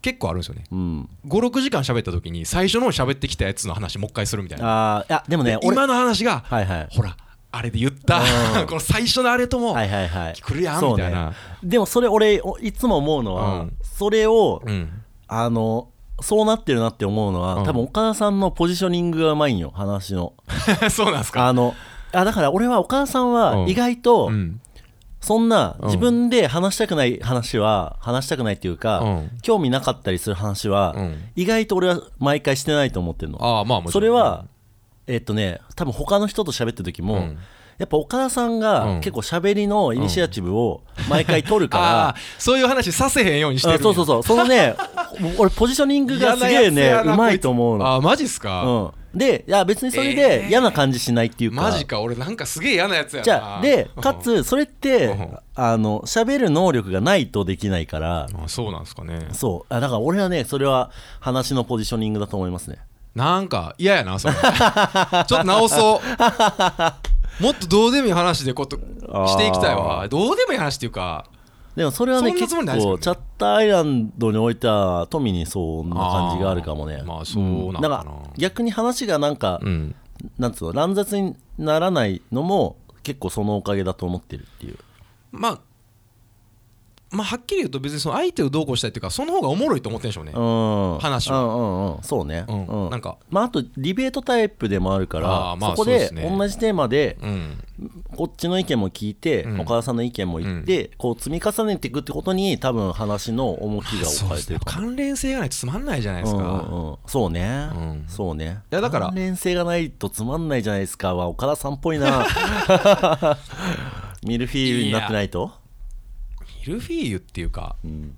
[SPEAKER 2] 結構あるんですよね
[SPEAKER 1] うん
[SPEAKER 2] 56時間喋った時に最初の喋ってきたやつの話もう一回するみたいな
[SPEAKER 1] ああいやでもね俺
[SPEAKER 2] 今の話が
[SPEAKER 1] はいはい
[SPEAKER 2] ほらあれで言った この最初のあれとも
[SPEAKER 1] はいはいはい
[SPEAKER 2] 来るやん
[SPEAKER 1] そう
[SPEAKER 2] み
[SPEAKER 1] ね
[SPEAKER 2] たいな
[SPEAKER 1] でもそれ俺おいつも思うのは、
[SPEAKER 2] うん
[SPEAKER 1] それを、
[SPEAKER 2] うん
[SPEAKER 1] あのそうなってるなって思うのは、
[SPEAKER 2] うん
[SPEAKER 1] 多分岡田さんのポジショニングがうまいんよ話 の
[SPEAKER 2] そうなんですか
[SPEAKER 1] あのあだから俺は岡田さんは
[SPEAKER 2] うん
[SPEAKER 1] 意外と
[SPEAKER 2] うん
[SPEAKER 1] そんな
[SPEAKER 2] うん
[SPEAKER 1] 自分で話したくない話は話したくないっていうか、
[SPEAKER 2] うん
[SPEAKER 1] 興味なかったりする話は、
[SPEAKER 2] うん
[SPEAKER 1] 意外と俺は毎回してないと思ってるの
[SPEAKER 2] ああまあもちろん
[SPEAKER 1] それはえっとね多分他の人と喋った時も、
[SPEAKER 2] うん
[SPEAKER 1] やっぱ岡田さん
[SPEAKER 2] う
[SPEAKER 1] が
[SPEAKER 2] ん
[SPEAKER 1] 結構喋りのイニシアチブを毎回取るから、
[SPEAKER 2] ああそういう話させへんようにしてる
[SPEAKER 1] あ
[SPEAKER 2] んや
[SPEAKER 1] そうそうそうそのねもう俺ポジショニングがすげえ
[SPEAKER 2] 嫌な
[SPEAKER 1] ね
[SPEAKER 2] やつやな
[SPEAKER 1] うまいと思うの、
[SPEAKER 2] あーマジっすか、
[SPEAKER 1] うん、でいや別にそれで嫌な感じしないっていうか、
[SPEAKER 2] マジか俺なんかすげえ嫌なやつやな
[SPEAKER 1] じゃあで
[SPEAKER 2] うん
[SPEAKER 1] かつそれって
[SPEAKER 2] うん
[SPEAKER 1] あの喋る能力がないとできないから
[SPEAKER 2] あそうなんですかね
[SPEAKER 1] そうあだから俺はねそれは話のポジショニングだと思いますね
[SPEAKER 2] なんか嫌やなそれ ちょっと直そうもっとどうでもいい話でことしていきたいわどうでもいい話っていうか
[SPEAKER 1] でもそれはね
[SPEAKER 2] そんな
[SPEAKER 1] 結
[SPEAKER 2] つも
[SPEAKER 1] 構
[SPEAKER 2] り
[SPEAKER 1] チ
[SPEAKER 2] ないですけど
[SPEAKER 1] ャッ
[SPEAKER 2] ね
[SPEAKER 1] ターアイランドにおいては富にそんな感じがあるかもね
[SPEAKER 2] あーまあそうなんかな
[SPEAKER 1] だから逆に話がなんか、
[SPEAKER 2] うん
[SPEAKER 1] なんつうの乱雑にならないのも結構そのおかげだと思ってるっていう
[SPEAKER 2] まあまあはっきり言うと別にその相手をどうこうしたいっていうかその方がおもろいと思ってんでしょうね
[SPEAKER 1] うん、
[SPEAKER 2] 話は
[SPEAKER 1] は、うんうんうん、そうね、
[SPEAKER 2] うん
[SPEAKER 1] う
[SPEAKER 2] なんか
[SPEAKER 1] まあ、あとディベートタイプでもあるか
[SPEAKER 2] あー
[SPEAKER 1] ら
[SPEAKER 2] まあ
[SPEAKER 1] そこ
[SPEAKER 2] そうで
[SPEAKER 1] です
[SPEAKER 2] ね
[SPEAKER 1] 同じテーマで
[SPEAKER 2] うん
[SPEAKER 1] こっちの意見も聞いて、
[SPEAKER 2] うん
[SPEAKER 1] 岡田さんの意見も言って、こう積み重ねていくってことに多分話の重きが置
[SPEAKER 2] そう
[SPEAKER 1] か
[SPEAKER 2] で
[SPEAKER 1] れ
[SPEAKER 2] す
[SPEAKER 1] て
[SPEAKER 2] ね
[SPEAKER 1] るか
[SPEAKER 2] 関連性がないとつまんないじゃないで
[SPEAKER 1] も
[SPEAKER 2] す
[SPEAKER 1] う
[SPEAKER 2] か、
[SPEAKER 1] んうんうんそうね、
[SPEAKER 2] うん
[SPEAKER 1] そうね
[SPEAKER 2] いやだから
[SPEAKER 1] 関連性がないとつまんないじゃないですかは岡田さんっぽい なミルフィーユになってないと
[SPEAKER 2] ミルフィーユっていうか
[SPEAKER 1] うん、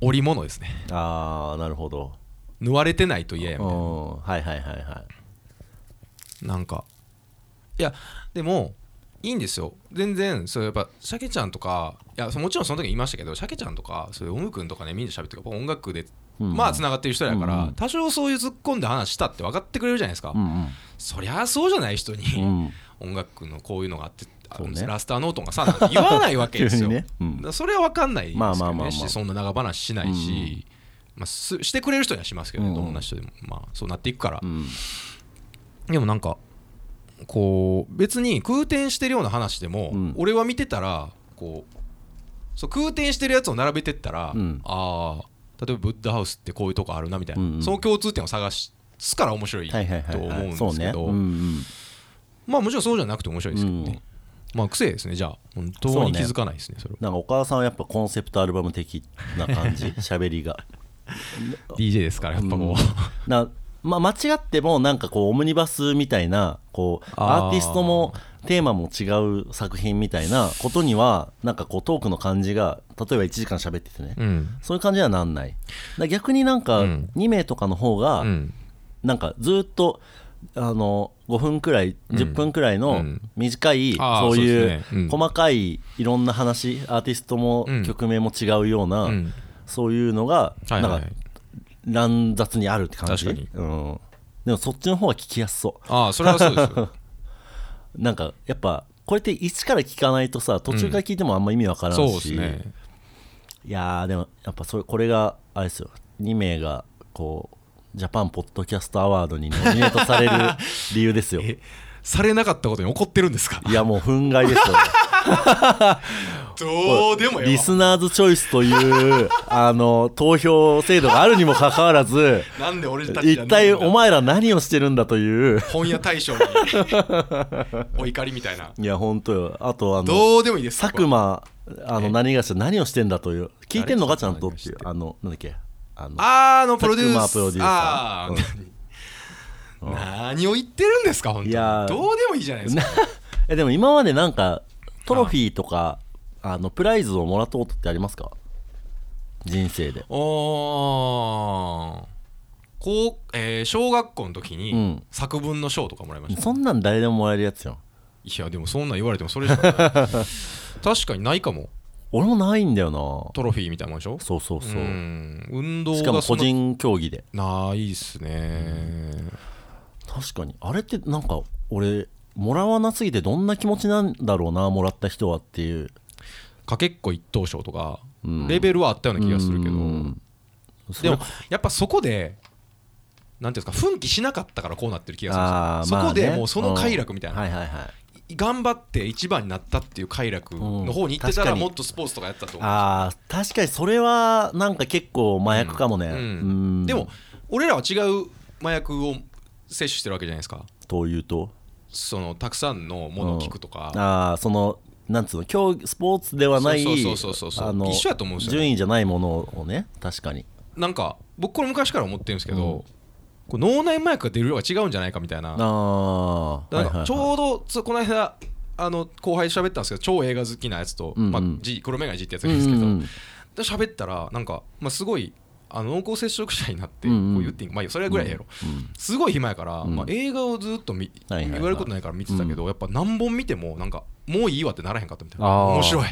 [SPEAKER 2] 織物ですね
[SPEAKER 1] ああなるほど
[SPEAKER 2] 縫われてないと嫌や
[SPEAKER 1] う
[SPEAKER 2] みたいなん
[SPEAKER 1] はいはいはいはい
[SPEAKER 2] なんかいやでもいいんですよ全然そうやっぱシャケちゃんとかいやそうもちろんその時言いましたけどシャケちゃんとかそういうオム君とかねみんな喋ってるからやっぱ音楽で、
[SPEAKER 1] うん
[SPEAKER 2] まあつながってる人やから、
[SPEAKER 1] うんうん
[SPEAKER 2] 多少そういう突っ込んだ話したって分かってくれるじゃないですか、
[SPEAKER 1] うん
[SPEAKER 2] そりゃそうじゃない人に、
[SPEAKER 1] うんうん
[SPEAKER 2] 音楽のこういうのがあってあ
[SPEAKER 1] そうね
[SPEAKER 2] ラスターノートンがさなんて言わないわけで す
[SPEAKER 1] 急
[SPEAKER 2] よ、
[SPEAKER 1] にねうん
[SPEAKER 2] だからそれは分かんないですけど
[SPEAKER 1] まあ
[SPEAKER 2] ね
[SPEAKER 1] まあまあまあ
[SPEAKER 2] しそんな長話しないし、
[SPEAKER 1] うんうん
[SPEAKER 2] まあ、すしてくれる人にはしますけど、ね
[SPEAKER 1] うんうん
[SPEAKER 2] どんな人でも、まあ、そうなっていくから
[SPEAKER 1] う、ん
[SPEAKER 2] でもなんかこう別に空転してるような話でも、
[SPEAKER 1] うん
[SPEAKER 2] 俺は見てたらこうそう空転してるやつを並べてったら、
[SPEAKER 1] うん
[SPEAKER 2] ああ例えばブッダハウスってこういうとこあるなみたいな、
[SPEAKER 1] うんうん
[SPEAKER 2] その共通点を探しすから面白いと
[SPEAKER 1] はい
[SPEAKER 2] 思
[SPEAKER 1] はいはいはい、
[SPEAKER 2] うんですけど、
[SPEAKER 1] そうねうん
[SPEAKER 2] まあもちろんそうじゃなくても面白いですけどね、まあ癖ですねじゃあ本当に気づかないですねそれは
[SPEAKER 1] なんかお母さんはやっぱコンセプトアルバム的な感 じ喋りが
[SPEAKER 2] DJ ですからやっぱこう、
[SPEAKER 1] うんな、まあ、間違ってもなんかこうオムニバスみたいなこう
[SPEAKER 2] あー
[SPEAKER 1] アーティストもテーマも違う作品みたいなことにはなんかこうトークの感じが例えば1時間喋っててね、
[SPEAKER 2] うん
[SPEAKER 1] そういう感じにはなんないだから逆になんか
[SPEAKER 2] うん
[SPEAKER 1] 2名とかの方が、
[SPEAKER 2] うん
[SPEAKER 1] なんかずっとあの5分くらい
[SPEAKER 2] ん
[SPEAKER 1] 10分くらいうの
[SPEAKER 2] ん
[SPEAKER 1] 短い、
[SPEAKER 2] あー
[SPEAKER 1] そうい
[SPEAKER 2] そう
[SPEAKER 1] う
[SPEAKER 2] ですねうん
[SPEAKER 1] 細かいいろんな話アーティストも
[SPEAKER 2] うん
[SPEAKER 1] 曲名も違うような、
[SPEAKER 2] うん
[SPEAKER 1] そういうのが
[SPEAKER 2] はい
[SPEAKER 1] な
[SPEAKER 2] は
[SPEAKER 1] んか
[SPEAKER 2] い
[SPEAKER 1] 乱雑にあるって感じ、
[SPEAKER 2] 確かに
[SPEAKER 1] うん、でもそっちの方が聞きやすそ
[SPEAKER 2] ああそれはそうです よ
[SPEAKER 1] うなんかやっぱこれって一から聞かないとさ途中から聞いてもあんま意味わから
[SPEAKER 2] そうんで
[SPEAKER 1] し、
[SPEAKER 2] すね
[SPEAKER 1] いやーでもやっぱそれこれがあれですよ2名がこうジャパンポッドキャストアワードにノミネートされる理由ですよ
[SPEAKER 2] えされなかったことに怒ってるんです か
[SPEAKER 1] いやもう憤慨 ですよ
[SPEAKER 2] どうでもよ
[SPEAKER 1] リスナーズチョイスというあの投票制度があるにもかかわら ず
[SPEAKER 2] なんで俺たちじゃ
[SPEAKER 1] 一
[SPEAKER 2] ねえ
[SPEAKER 1] 体
[SPEAKER 2] んだ
[SPEAKER 1] お前ら何をしてるんだという
[SPEAKER 2] 本屋大賞にお怒りみたいない
[SPEAKER 1] や本当よあとあの
[SPEAKER 2] どうでもいいです
[SPEAKER 1] 佐久間あの何がし何をしてんだという聞いてんのかちゃんとっていう
[SPEAKER 2] 何をしてん
[SPEAKER 1] あのなんだっけあの
[SPEAKER 2] あーあのプロデュー
[SPEAKER 1] 佐久間
[SPEAKER 2] ス
[SPEAKER 1] プロデューサー
[SPEAKER 2] あー何 何を言ってるんですか本
[SPEAKER 1] いや
[SPEAKER 2] 当
[SPEAKER 1] ー
[SPEAKER 2] にどうでもいいじゃないですか
[SPEAKER 1] えでも今までなんかトロフィーとかあのプライズをもらったことってありますか人生で
[SPEAKER 2] おーこう、えー小学校の時
[SPEAKER 1] う
[SPEAKER 2] に
[SPEAKER 1] ん
[SPEAKER 2] 作文の賞とかもらいました、
[SPEAKER 1] そんなん誰でももらえるやつよ
[SPEAKER 2] いやでもそんなん言われてもそれし かない確かにないかも
[SPEAKER 1] 俺もないんだよな
[SPEAKER 2] トロフィーみたいなもんでしょ
[SPEAKER 1] そうそうそううん
[SPEAKER 2] 運動が
[SPEAKER 1] しかも
[SPEAKER 2] そ
[SPEAKER 1] 個
[SPEAKER 2] んな
[SPEAKER 1] 人競技で
[SPEAKER 2] ないっすね、
[SPEAKER 1] 確かにあれってなんか俺もらわなすぎてどんな気持ちなんだろうなもらった人はっていう
[SPEAKER 2] かけっこ一等賞とか
[SPEAKER 1] うん
[SPEAKER 2] レベルはあったような気がするけど、
[SPEAKER 1] うんそ
[SPEAKER 2] で
[SPEAKER 1] れ
[SPEAKER 2] もやっぱそこでなんていうんですか奮起しなかったからこうなってる気が
[SPEAKER 1] あ
[SPEAKER 2] す
[SPEAKER 1] ー
[SPEAKER 2] るんですよ
[SPEAKER 1] まあね
[SPEAKER 2] そこでもうその快楽みたいな、
[SPEAKER 1] はいはいはい
[SPEAKER 2] 頑張って一番になったっていう快楽の方に行って
[SPEAKER 1] う
[SPEAKER 2] た
[SPEAKER 1] ん確からに
[SPEAKER 2] もっとスポーツとかやってたと思う
[SPEAKER 1] あー確かにそれはなんか結構麻薬かもね、
[SPEAKER 2] う
[SPEAKER 1] うんん
[SPEAKER 2] でも俺らは違う麻薬を摂取してるわけじゃないですか
[SPEAKER 1] というと
[SPEAKER 2] そのたくさんのものを聞くとか、
[SPEAKER 1] ああそのなんつうの競技スポーツではない
[SPEAKER 2] そうそうそうそうそう
[SPEAKER 1] あの
[SPEAKER 2] 一緒やと思うんですよね
[SPEAKER 1] 順位じゃないものをね確かに
[SPEAKER 2] なんか僕これ昔から思ってるんですけど、こう脳内麻薬が出る量が違うんじゃないかみたいな
[SPEAKER 1] ああ
[SPEAKER 2] だからちょうどつこの間あの後輩と喋ったんですけど超映画好きなやつと、
[SPEAKER 1] うんうん
[SPEAKER 2] まあ、G 黒メガネ G ってやつがいるんですけど、
[SPEAKER 1] うんうんうん
[SPEAKER 2] で喋ったらなんか、まあ、すごいあの濃厚接触者になって
[SPEAKER 1] う
[SPEAKER 2] こ
[SPEAKER 1] んうん
[SPEAKER 2] う言っていいまあそれぐらいやろ、すごい暇やから、
[SPEAKER 1] ん
[SPEAKER 2] まあ、映画をずっと見、
[SPEAKER 1] はいはいはい
[SPEAKER 2] 言われることないから見てたけど、やっぱ何本見てもなんかもういいわってならへんかったみたいな
[SPEAKER 1] あー
[SPEAKER 2] 面白い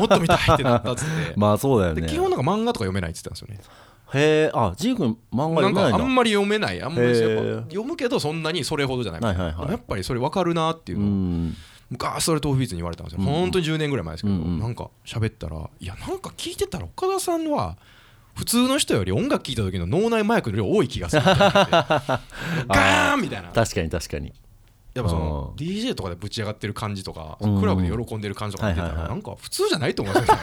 [SPEAKER 2] もっと見たいってなったっつって、
[SPEAKER 1] まあそうだよ
[SPEAKER 2] で
[SPEAKER 1] ね
[SPEAKER 2] 基本なんか漫画とか読めないって言ってたんですよね
[SPEAKER 1] へえあジー君漫画
[SPEAKER 2] な
[SPEAKER 1] 読
[SPEAKER 2] ん
[SPEAKER 1] めない
[SPEAKER 2] か
[SPEAKER 1] んだ
[SPEAKER 2] あんまり読めないあんま
[SPEAKER 1] へ
[SPEAKER 2] り
[SPEAKER 1] ー
[SPEAKER 2] やっぱ読むけどそんなにそれほどじゃない,、
[SPEAKER 1] はいはいはい
[SPEAKER 2] やっぱりそれ分かるなっていう
[SPEAKER 1] う
[SPEAKER 2] のを
[SPEAKER 1] ん
[SPEAKER 2] 昔それ豆腐ビーツに言われたんですよ、本当に10年ぐらい前ですけど、
[SPEAKER 1] うんうん
[SPEAKER 2] なんか喋ったらいやなんか聞いてたら岡田さんは普通の人より音楽聴いた時の脳内麻薬の量多い気がするみたいな ガーンみたいな
[SPEAKER 1] 確かに確かに
[SPEAKER 2] やっぱその
[SPEAKER 1] うん
[SPEAKER 2] DJ とかでぶち上がってる感じとか
[SPEAKER 1] うんうん
[SPEAKER 2] クラブで喜んでる感じとか見てたら
[SPEAKER 1] はいはい
[SPEAKER 2] な
[SPEAKER 1] はい
[SPEAKER 2] んか普通じゃないと思うんですよね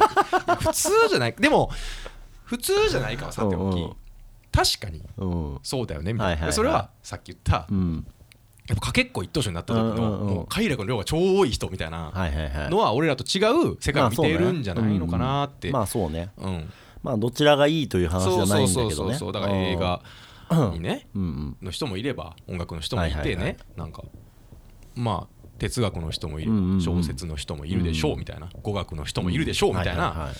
[SPEAKER 2] 普通じゃないでも普通じゃないかはさてお
[SPEAKER 1] うんう
[SPEAKER 2] き
[SPEAKER 1] ん
[SPEAKER 2] 確かに
[SPEAKER 1] うん
[SPEAKER 2] そうだよねみたい
[SPEAKER 1] はいはい
[SPEAKER 2] な
[SPEAKER 1] はい
[SPEAKER 2] それはさっき言った
[SPEAKER 1] うん
[SPEAKER 2] やっぱかけっこ一等賞になった時
[SPEAKER 1] うんうんう
[SPEAKER 2] の
[SPEAKER 1] ん
[SPEAKER 2] もう快楽の量が超多い人みたいな
[SPEAKER 1] はいはいはい
[SPEAKER 2] のは俺らと違う世界を見てるんじゃないのかなって、
[SPEAKER 1] まあそうね
[SPEAKER 2] うん、
[SPEAKER 1] まあどちらがいいという話じ
[SPEAKER 2] そ
[SPEAKER 1] ゃ
[SPEAKER 2] う
[SPEAKER 1] な
[SPEAKER 2] そ
[SPEAKER 1] いういんだ
[SPEAKER 2] そう
[SPEAKER 1] けど
[SPEAKER 2] そう
[SPEAKER 1] ね
[SPEAKER 2] そうだから映画にね
[SPEAKER 1] うんうん
[SPEAKER 2] の人もいれば音楽の人もいてね、
[SPEAKER 1] はいはいはい
[SPEAKER 2] なんかまあ哲学の人もいる、
[SPEAKER 1] うんうんうん
[SPEAKER 2] 小説の人もいるでしょうみたいな、語学の人もいるでしょうみたいな、
[SPEAKER 1] ははは
[SPEAKER 2] だか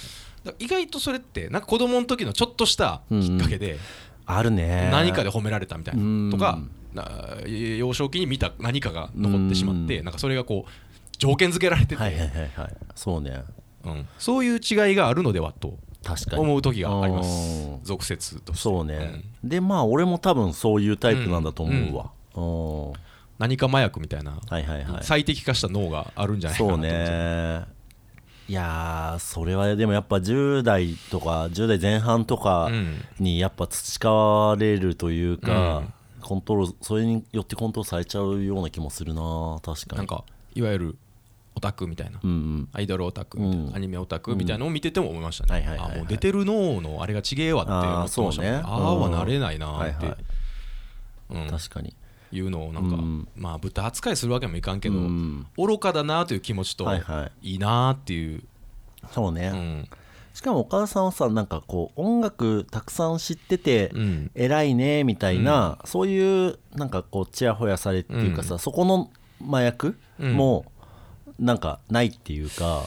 [SPEAKER 2] ら意外とそれってなんか子供の時のちょっとしたきっかけで
[SPEAKER 1] あるね
[SPEAKER 2] 何かで褒められたみたいな、
[SPEAKER 1] うん
[SPEAKER 2] とかな幼少期に見た何かが残ってしまって、
[SPEAKER 1] うん
[SPEAKER 2] なんかそれがこう条件付けられてて、
[SPEAKER 1] はいはいはいはいそうね
[SPEAKER 2] うん、そういう違いがあるのではと
[SPEAKER 1] 確かに
[SPEAKER 2] 思う時がありま
[SPEAKER 1] う
[SPEAKER 2] す
[SPEAKER 1] ん
[SPEAKER 2] 俗説として
[SPEAKER 1] そうね、でまあ俺も多分そういうタイプなんだと思うわ、うん
[SPEAKER 2] 何か麻薬みたいな、
[SPEAKER 1] はいはいはい
[SPEAKER 2] 最適化した脳があるんじゃないかな
[SPEAKER 1] そ
[SPEAKER 2] と
[SPEAKER 1] う
[SPEAKER 2] 思って
[SPEAKER 1] ねいやーそれはでもやっぱ10代とか10代前半とかにやっぱ培われるというか、コントロールそれによってコントロールされちゃうような気もするな確かに
[SPEAKER 2] なんかいわゆるオタクみたいな、
[SPEAKER 1] うんうん
[SPEAKER 2] アイドルオタクみたいな、
[SPEAKER 1] うん
[SPEAKER 2] アニメオタクみたいなのを見てても思いました
[SPEAKER 1] はい
[SPEAKER 2] ね、
[SPEAKER 1] はいはいはい
[SPEAKER 2] あもう出てる脳のあれがちげえわって思ってましたもんね
[SPEAKER 1] あーそうね
[SPEAKER 2] ああはなれないなーって、
[SPEAKER 1] うんはい
[SPEAKER 2] うん
[SPEAKER 1] 確かに
[SPEAKER 2] いうのをなんか、
[SPEAKER 1] うん
[SPEAKER 2] まあ豚扱いするわけにもいかんけど、
[SPEAKER 1] うん
[SPEAKER 2] 愚かだなーという気持ちと、
[SPEAKER 1] はい
[SPEAKER 2] い、
[SPEAKER 1] はい
[SPEAKER 2] なーっていう、
[SPEAKER 1] そうね、
[SPEAKER 2] うん
[SPEAKER 1] しかも岡田さんはさなんかこう音楽たくさん知ってて、
[SPEAKER 2] うん
[SPEAKER 1] 偉いねみたいな、そういうなんかこうちやほやされっていうかさ、そこの麻薬
[SPEAKER 2] うん
[SPEAKER 1] もなんかないっていうか、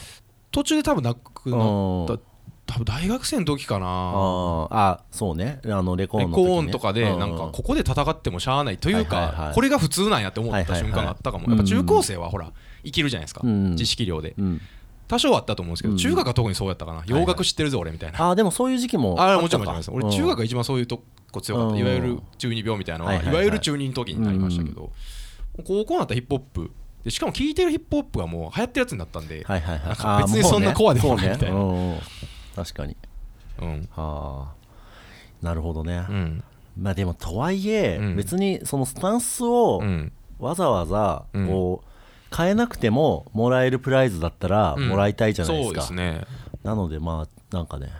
[SPEAKER 2] 途中で多分なくなった多分大学生の時か
[SPEAKER 1] あ
[SPEAKER 2] な
[SPEAKER 1] ーあそうねあのレコー
[SPEAKER 2] レ
[SPEAKER 1] ンの
[SPEAKER 2] コ
[SPEAKER 1] 時、ね、
[SPEAKER 2] ーンとかでなんかここで戦ってもしゃあないという
[SPEAKER 1] はいはいは
[SPEAKER 2] か
[SPEAKER 1] い
[SPEAKER 2] これが普通なんやって思った瞬間があったかもやっぱ中高生はほら生きるじゃないですか
[SPEAKER 1] うん
[SPEAKER 2] 知識量で
[SPEAKER 1] うん、うん
[SPEAKER 2] 多少はあったと思うんですけど
[SPEAKER 1] うん
[SPEAKER 2] 中学は特にそうやったかな洋楽知ってるぞ俺みたいな
[SPEAKER 1] あーでもそういう時期も
[SPEAKER 2] あれ
[SPEAKER 1] っ
[SPEAKER 2] もち
[SPEAKER 1] た
[SPEAKER 2] ろん
[SPEAKER 1] か
[SPEAKER 2] もちろんです俺中学が一番そういうとこ強かっ
[SPEAKER 1] う
[SPEAKER 2] た
[SPEAKER 1] ん
[SPEAKER 2] いわゆる中二病みたいなのは
[SPEAKER 1] はいはい
[SPEAKER 2] い
[SPEAKER 1] はい
[SPEAKER 2] わゆる中二の時になりましたけど高校になったらヒップホップでしかも聴いてるヒップホップがもう流行ってるやつになったんで
[SPEAKER 1] はいはいはい
[SPEAKER 2] なんか
[SPEAKER 1] あー
[SPEAKER 2] 別にそんなコアでもな
[SPEAKER 1] そ
[SPEAKER 2] い
[SPEAKER 1] うね
[SPEAKER 2] みたいな
[SPEAKER 1] そうねうんうん確かに
[SPEAKER 2] うん
[SPEAKER 1] はあなるほどね、
[SPEAKER 2] うん
[SPEAKER 1] まあでもとはいえ、
[SPEAKER 2] うん
[SPEAKER 1] 別にそのスタンスを、
[SPEAKER 2] うん
[SPEAKER 1] わざわざ
[SPEAKER 2] うん
[SPEAKER 1] こう買えなくてももらえるプライズだったら
[SPEAKER 2] うん
[SPEAKER 1] もらいたいじゃないで
[SPEAKER 2] そ
[SPEAKER 1] す
[SPEAKER 2] う
[SPEAKER 1] か、
[SPEAKER 2] ですね
[SPEAKER 1] なのでまあなんかね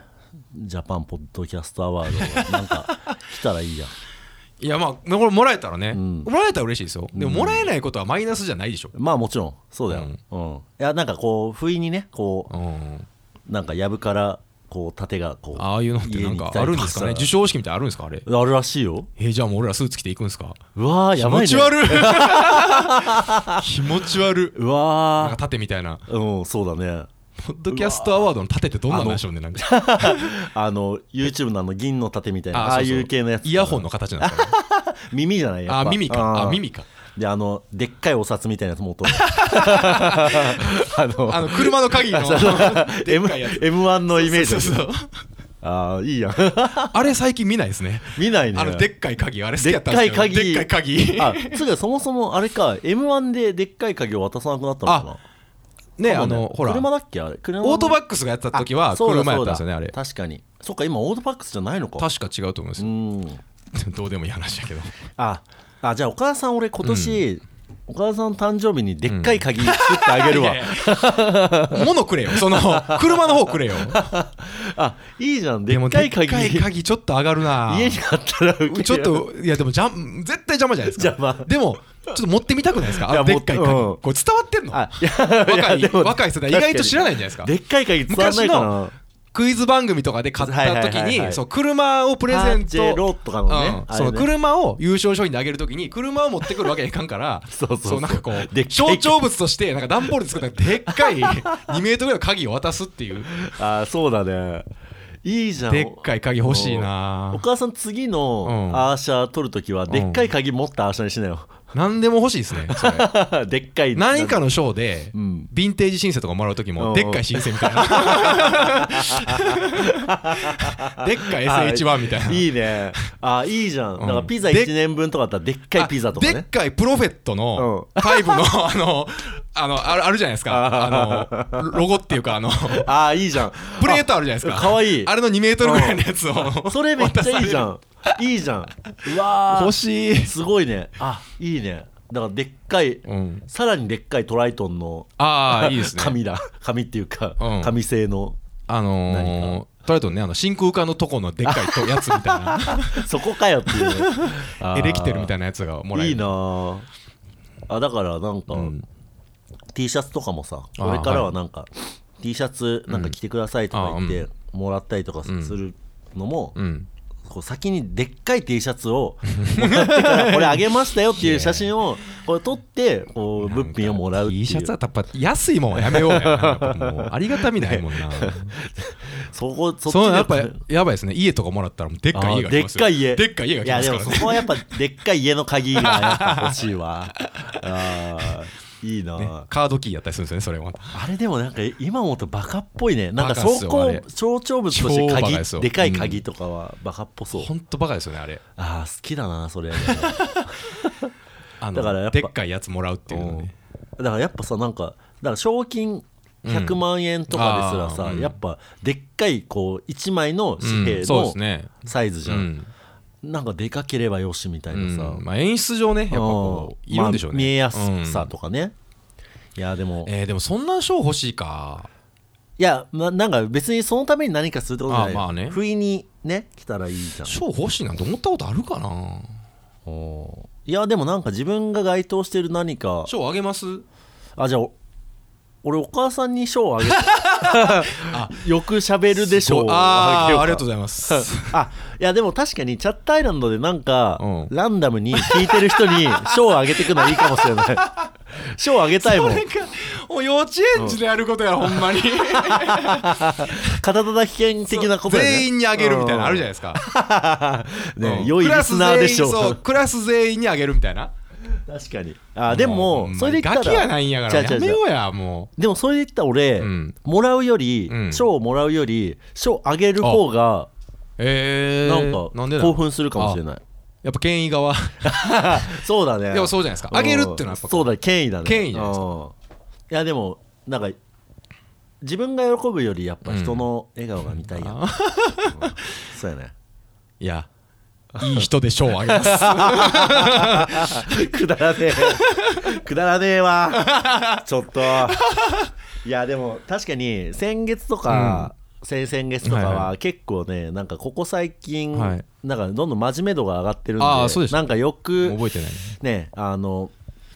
[SPEAKER 1] ジャパンポッドキャストアワードなんか 来たらいいやん
[SPEAKER 2] いやまあこれもらえたらね、
[SPEAKER 1] ん
[SPEAKER 2] もらえたら嬉しいですよでももらえないことはマイナスじゃないでしょ、
[SPEAKER 1] まあもちろんそうだよ、うんいやなんかこう不意にねこ
[SPEAKER 2] うん、
[SPEAKER 1] うなんかやぶからこう盾がこう
[SPEAKER 2] ああいうのってなんかあるんですかね授
[SPEAKER 1] 受
[SPEAKER 2] 賞式みたいなのあるんですかあれ
[SPEAKER 1] あるらしいよ
[SPEAKER 2] えーじゃあもう俺らスーツ着ていくんですか
[SPEAKER 1] うわーやばいね
[SPEAKER 2] 気持ち悪い 気持ち悪いうなんか
[SPEAKER 1] わ
[SPEAKER 2] 盾みたいな
[SPEAKER 1] ーうんそうだね
[SPEAKER 2] ポッドキャストアワードの盾ってどんなんなんでしょうねなんか
[SPEAKER 1] あの YouTube のあの銀の盾みたいなあ
[SPEAKER 2] そ
[SPEAKER 1] あ
[SPEAKER 2] うそう
[SPEAKER 1] いう系のやつ
[SPEAKER 2] イヤホンの形なんですかね
[SPEAKER 1] 耳じゃないやっぱ
[SPEAKER 2] あ耳かあ
[SPEAKER 1] うん
[SPEAKER 2] 耳か
[SPEAKER 1] であのでっかいお札みたいなやつ持っとる あの
[SPEAKER 2] あの車 の鍵の
[SPEAKER 1] M-
[SPEAKER 2] いやつ
[SPEAKER 1] M1 のイメージ
[SPEAKER 2] そうそうそう
[SPEAKER 1] ああいいやん
[SPEAKER 2] あれ最近見ないですね
[SPEAKER 1] 見ないね
[SPEAKER 2] あのでっかい鍵あれ好きやったんですけど
[SPEAKER 1] で
[SPEAKER 2] で
[SPEAKER 1] っ
[SPEAKER 2] っ
[SPEAKER 1] か
[SPEAKER 2] か
[SPEAKER 1] い
[SPEAKER 2] い
[SPEAKER 1] 鍵
[SPEAKER 2] 鍵
[SPEAKER 1] あつうかそもそもあれか M1 ででっかい鍵を渡さなくなったのかな
[SPEAKER 2] ね
[SPEAKER 1] そ
[SPEAKER 2] あ
[SPEAKER 1] うだ
[SPEAKER 2] のほら
[SPEAKER 1] 車だっけあれ車
[SPEAKER 2] オートバ
[SPEAKER 1] ッ
[SPEAKER 2] ックスがやってた時は車やったんですよねあれ
[SPEAKER 1] 確かにそっか今オートバックスじゃないのか
[SPEAKER 2] 確か違うと思いま
[SPEAKER 1] う
[SPEAKER 2] す
[SPEAKER 1] ん
[SPEAKER 2] どうでもいい話だけど
[SPEAKER 1] ああじゃあお母さん俺今年お母さんの誕生日にでっかい鍵作ってあげるわ
[SPEAKER 2] いやいや 物くれよその車の方くれ よ
[SPEAKER 1] あいいじゃんで
[SPEAKER 2] でも
[SPEAKER 1] っ
[SPEAKER 2] で
[SPEAKER 1] か
[SPEAKER 2] っ
[SPEAKER 1] い
[SPEAKER 2] か
[SPEAKER 1] 鍵
[SPEAKER 2] い鍵ちょっと上がるな
[SPEAKER 1] 家にあったらウケる
[SPEAKER 2] ちょっといやでもじゃん絶対邪魔じゃないですか
[SPEAKER 1] 邪魔
[SPEAKER 2] でもちょっと持ってみたくないですか
[SPEAKER 1] いや
[SPEAKER 2] あでっかい鍵、
[SPEAKER 1] 持ってうん
[SPEAKER 2] これ伝わってんの
[SPEAKER 1] あいや
[SPEAKER 2] 若い
[SPEAKER 1] いやでも
[SPEAKER 2] 若い世代意外と知らないんじゃないですか
[SPEAKER 1] でっかい鍵伝わんないかな
[SPEAKER 2] クイズ番組とかで買った時
[SPEAKER 1] はいはいはいはい
[SPEAKER 2] にそう車をプレゼン
[SPEAKER 1] パーチェロ
[SPEAKER 2] ト
[SPEAKER 1] とかのね
[SPEAKER 2] う
[SPEAKER 1] あれ
[SPEAKER 2] ん
[SPEAKER 1] ね
[SPEAKER 2] その車を優勝賞品であげる時に車を持ってくるわけにはいかんから
[SPEAKER 1] そうそうそう
[SPEAKER 2] なんかこ
[SPEAKER 1] でっか
[SPEAKER 2] う
[SPEAKER 1] い
[SPEAKER 2] 象徴物としてなんか段ボールで作ったでっかい 2メートルぐらいの鍵を渡すっていう
[SPEAKER 1] あそうだねいいじゃん
[SPEAKER 2] でっかい鍵欲しいな
[SPEAKER 1] お母さん次の
[SPEAKER 2] うん
[SPEAKER 1] アーシャ取るときはでっかい鍵持ったアーシャにしなよ
[SPEAKER 2] 何でも欲しいですねそれ
[SPEAKER 1] でっかい
[SPEAKER 2] 何かの賞で、
[SPEAKER 1] うん
[SPEAKER 2] ヴィンテージ申請とかもらう時
[SPEAKER 1] うん
[SPEAKER 2] もでっかい申請 みたいなでっかい SH1 みたいな。
[SPEAKER 1] いいねあいいじゃん
[SPEAKER 2] ん
[SPEAKER 1] だからピザ
[SPEAKER 2] で
[SPEAKER 1] 1年分とかだったらでっかいピザとか
[SPEAKER 2] でっ
[SPEAKER 1] ね
[SPEAKER 2] かいプロフェットのファイブの あのあのあるあるじゃないですかあのロゴっていうか あの
[SPEAKER 1] あいいじゃん
[SPEAKER 2] プレートあるじゃないですか
[SPEAKER 1] あかわいい
[SPEAKER 2] あれの2メートルぐらいのやつを
[SPEAKER 1] あそれめっちゃいいじゃ
[SPEAKER 2] 渡さ
[SPEAKER 1] んいいじゃんうわ
[SPEAKER 2] れる
[SPEAKER 1] ー
[SPEAKER 2] 欲しい
[SPEAKER 1] すごいねあいいねだからでっかい
[SPEAKER 2] うん
[SPEAKER 1] さらにでっかいトライトンの
[SPEAKER 2] ああいいですね
[SPEAKER 1] 紙だ紙っていうか
[SPEAKER 2] うん
[SPEAKER 1] 紙製の
[SPEAKER 2] あのーとりあえずねあの真空管のとこのでっかいとやつみたいな
[SPEAKER 1] そこかよっていうねあー
[SPEAKER 2] エレキテルみたいなやつがもらえる
[SPEAKER 1] いいなーあだからなんか、
[SPEAKER 2] うん
[SPEAKER 1] T シャツとかもさ
[SPEAKER 2] あー
[SPEAKER 1] これからはなんか、T シャツなんか着てくださいとか言ってもらったりとかす
[SPEAKER 2] うん
[SPEAKER 1] るのも、
[SPEAKER 2] うん
[SPEAKER 1] こう先にでっかい T シャツを もらってからこれあげましたよっていう写真をこれ撮ってこう物品をもらうって
[SPEAKER 2] T シ
[SPEAKER 1] い
[SPEAKER 2] ャツは
[SPEAKER 1] う
[SPEAKER 2] やっぱ安いもんはやめようやなんかもうありがたみないもんな
[SPEAKER 1] そこ そっち
[SPEAKER 2] そ
[SPEAKER 1] で
[SPEAKER 2] うやっぱやばいですね家とかもらったらもうでっかい家が
[SPEAKER 1] あーで
[SPEAKER 2] 来
[SPEAKER 1] っ
[SPEAKER 2] ます
[SPEAKER 1] か
[SPEAKER 2] よ
[SPEAKER 1] い家
[SPEAKER 2] でっかい家が
[SPEAKER 1] い
[SPEAKER 2] 来
[SPEAKER 1] やでも
[SPEAKER 2] ますから
[SPEAKER 1] そ
[SPEAKER 2] ね
[SPEAKER 1] こはやっぱでっかい家の鍵がやっぱ欲しい わあーいいな、
[SPEAKER 2] ねカードキーやったりするんですよねそれも
[SPEAKER 1] あれでもなんか今思うとバカっぽいねなんか
[SPEAKER 2] バカっ
[SPEAKER 1] 走
[SPEAKER 2] すよあ
[SPEAKER 1] 行
[SPEAKER 2] れ
[SPEAKER 1] 象徴物と
[SPEAKER 2] 超バカ
[SPEAKER 1] し
[SPEAKER 2] です
[SPEAKER 1] て
[SPEAKER 2] よ
[SPEAKER 1] 鍵でかい鍵とかはバカっぽそう、
[SPEAKER 2] 本当バカですよねあれ
[SPEAKER 1] ああ好きだなそれ
[SPEAKER 2] あの
[SPEAKER 1] だからやっぱ
[SPEAKER 2] でっかいやつもらうっていうのね
[SPEAKER 1] だからやっぱさなんかだから賞金100万円とかですらさ、
[SPEAKER 2] あーうん
[SPEAKER 1] やっぱでっかいこう1枚の
[SPEAKER 2] うん
[SPEAKER 1] 紙幣
[SPEAKER 2] そうです
[SPEAKER 1] の
[SPEAKER 2] ね
[SPEAKER 1] サイズじ
[SPEAKER 2] う
[SPEAKER 1] ゃん、
[SPEAKER 2] ん
[SPEAKER 1] なんかでかければよしみたいなさ、
[SPEAKER 2] うんまあ演出上ねやっぱこういるんでしょう
[SPEAKER 1] まあ
[SPEAKER 2] ね
[SPEAKER 1] 見えや
[SPEAKER 2] うん
[SPEAKER 1] すさとかね、いやでも
[SPEAKER 2] えーでもそんな賞欲しいか
[SPEAKER 1] いや、ま、なんか別にそのために何かするってことじゃない
[SPEAKER 2] あまあね
[SPEAKER 1] 不意にね来たらいいじゃん
[SPEAKER 2] 賞欲しいなんて思ったことあるかな
[SPEAKER 1] おーいやでもなんか自分が該当してる何か
[SPEAKER 2] 賞あげます
[SPEAKER 1] あじゃあお俺お母さんに賞をあ げるよくしゃべるでしょう
[SPEAKER 2] あ
[SPEAKER 1] げよ
[SPEAKER 2] あ
[SPEAKER 1] うか
[SPEAKER 2] ありがとうございます
[SPEAKER 1] あいやでも確かにチャットアイランドでなんか、
[SPEAKER 2] うん
[SPEAKER 1] ランダムに聞いてる人に賞をあげてくのはいいかもし れない賞をあげたいもん
[SPEAKER 2] なんかもう幼稚園児でやることやほんまに
[SPEAKER 1] 片手危険的なことやね
[SPEAKER 2] 全員にあげるみたいなのあるじゃないですか
[SPEAKER 1] ね、
[SPEAKER 2] うん
[SPEAKER 1] 良いリスナーでしょ
[SPEAKER 2] クラス全員そうクラス全員にあげるみたいな
[SPEAKER 1] 確かにあでも、
[SPEAKER 2] う
[SPEAKER 1] それで言ったら
[SPEAKER 2] ガキやないんやから
[SPEAKER 1] 違う違う
[SPEAKER 2] や
[SPEAKER 1] 違う
[SPEAKER 2] めようやも
[SPEAKER 1] でもそれで言ったら俺、
[SPEAKER 2] うん
[SPEAKER 1] もらうより
[SPEAKER 2] うん
[SPEAKER 1] 賞、をもらうより賞あげる方が
[SPEAKER 2] うえ
[SPEAKER 1] な
[SPEAKER 2] ー
[SPEAKER 1] んか
[SPEAKER 2] なんでな
[SPEAKER 1] 興
[SPEAKER 2] の
[SPEAKER 1] 奮するかもしれない、
[SPEAKER 2] やっぱ権 威側
[SPEAKER 1] そうだね
[SPEAKER 2] でもそうじゃないですかあげるっていうのはやっぱ
[SPEAKER 1] そうだ権威だね
[SPEAKER 2] 権威じゃないですか
[SPEAKER 1] うんいやでもなんか自分が喜ぶよりやっぱ人の笑顔が見たいや、うんそうやね
[SPEAKER 2] いやいい人で賞をあげます
[SPEAKER 1] くだらねえ くだらねえ わちょっといやでも確かに先月とか、先々月とか
[SPEAKER 2] はい
[SPEAKER 1] は結構ねなんかここ最近、
[SPEAKER 2] はい
[SPEAKER 1] なんかどんどん真面目度が上がってるんで
[SPEAKER 2] あーそうでした
[SPEAKER 1] なんかよく
[SPEAKER 2] 覚えてない
[SPEAKER 1] ねあの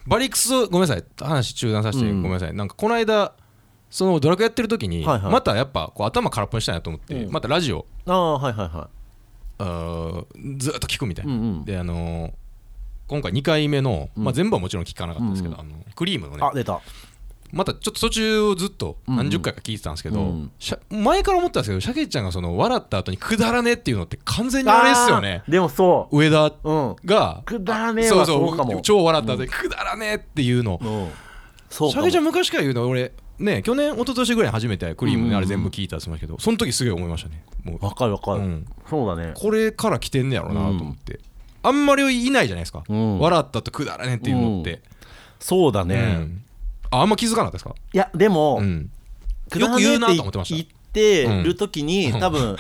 [SPEAKER 2] バリックスごめんなさい話中断させて
[SPEAKER 1] う
[SPEAKER 2] ご
[SPEAKER 1] ん
[SPEAKER 2] めんなさいなんかこの間そのドラクエやってる時に
[SPEAKER 1] はいはい
[SPEAKER 2] またやっぱこう頭空っぽにしたいなと思って
[SPEAKER 1] うん
[SPEAKER 2] またラジオ
[SPEAKER 1] ああはいはいは
[SPEAKER 2] あーずーっと聞くみたい
[SPEAKER 1] いうん
[SPEAKER 2] な
[SPEAKER 1] うん
[SPEAKER 2] であのー今回2回目のまあ
[SPEAKER 1] うん
[SPEAKER 2] 全部はもちろん聞かなかったですけ
[SPEAKER 1] う
[SPEAKER 2] どあのクリームのね
[SPEAKER 1] あ出た
[SPEAKER 2] またちょっと途中ずっと何十回か聞いてたんですけど、
[SPEAKER 1] うん
[SPEAKER 2] しゃ前から思ってたんですけどシャケちゃんがその笑った後に「くだらねえ」っていうのって完全にあれっすよね
[SPEAKER 1] あーでもそ
[SPEAKER 2] 上田
[SPEAKER 1] ううん
[SPEAKER 2] が
[SPEAKER 1] くだらねえ
[SPEAKER 2] そう
[SPEAKER 1] は
[SPEAKER 2] そ
[SPEAKER 1] そうか
[SPEAKER 2] う
[SPEAKER 1] も
[SPEAKER 2] 超笑った後に「くだらねえ」っていうの
[SPEAKER 1] うんそう
[SPEAKER 2] シ
[SPEAKER 1] か
[SPEAKER 2] ャ
[SPEAKER 1] も
[SPEAKER 2] ケちゃん昔から言うの俺ね去年一昨年ぐらいに初めてクリームのあれ全部聞いたって言ってましたけどその時すごい思いましたねも
[SPEAKER 1] わかるわか
[SPEAKER 2] う、う
[SPEAKER 1] る、
[SPEAKER 2] ん、
[SPEAKER 1] そうだね
[SPEAKER 2] これから来てんねやろうなと思って、あんまりいないじゃないですか、
[SPEAKER 1] うん
[SPEAKER 2] 笑ったとくだらねえっていうのって、
[SPEAKER 1] そうだ
[SPEAKER 2] う
[SPEAKER 1] ね、
[SPEAKER 2] んああんま気づかなかったですか、
[SPEAKER 1] いやでも、
[SPEAKER 2] うん、
[SPEAKER 1] くだらねえ
[SPEAKER 2] よく言うなと思ってました
[SPEAKER 1] 言ってる時に、多 分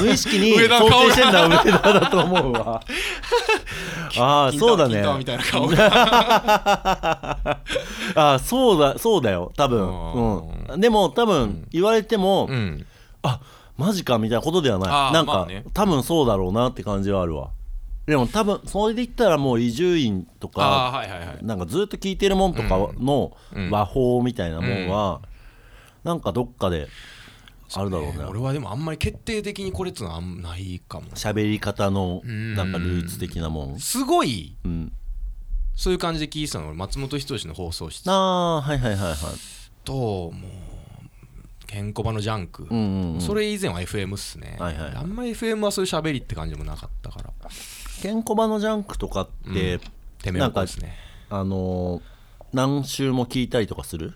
[SPEAKER 1] 無意識に
[SPEAKER 2] 上田の
[SPEAKER 1] 想
[SPEAKER 2] 顔
[SPEAKER 1] 定
[SPEAKER 2] が
[SPEAKER 1] してんだ上田だと思う わああそうだ
[SPEAKER 2] 金
[SPEAKER 1] ね
[SPEAKER 2] 玉みたいな顔
[SPEAKER 1] ああそうだそうだよ多分
[SPEAKER 2] あ、
[SPEAKER 1] うん、でも多分言われても、
[SPEAKER 2] うん、
[SPEAKER 1] あマジかみたいなことではない
[SPEAKER 2] あー
[SPEAKER 1] なんか、
[SPEAKER 2] まあね
[SPEAKER 1] 多分そうだろうなって感じはあるわでも多分それで言ったらもう伊集院と
[SPEAKER 2] あ
[SPEAKER 1] か
[SPEAKER 2] あはいはいはい
[SPEAKER 1] なんかずっと聞いてるもんとかの
[SPEAKER 2] うん
[SPEAKER 1] 和法みたいなもんは、なんかどっかであるだろうね
[SPEAKER 2] 俺はでもあんまり決定的にこれっつうのはあんまないかも
[SPEAKER 1] 喋り方の
[SPEAKER 2] ん
[SPEAKER 1] なんかルーツ的なもん、
[SPEAKER 2] すごい
[SPEAKER 1] うん、
[SPEAKER 2] そういう感じで聞いてたの俺松本人志の放送室
[SPEAKER 1] ああはいはいはいはい
[SPEAKER 2] ともうケンコバのジャンク、
[SPEAKER 1] うんうん、うん、
[SPEAKER 2] それ以前は FM っすね、
[SPEAKER 1] はいはい
[SPEAKER 2] あんまり FM はそういう喋りって感じもなかったから
[SPEAKER 1] ケンコバのジャンクとかって、
[SPEAKER 2] うんてめえ
[SPEAKER 1] な
[SPEAKER 2] も
[SPEAKER 1] んか
[SPEAKER 2] ですね
[SPEAKER 1] あのー何週も聞いたりとかする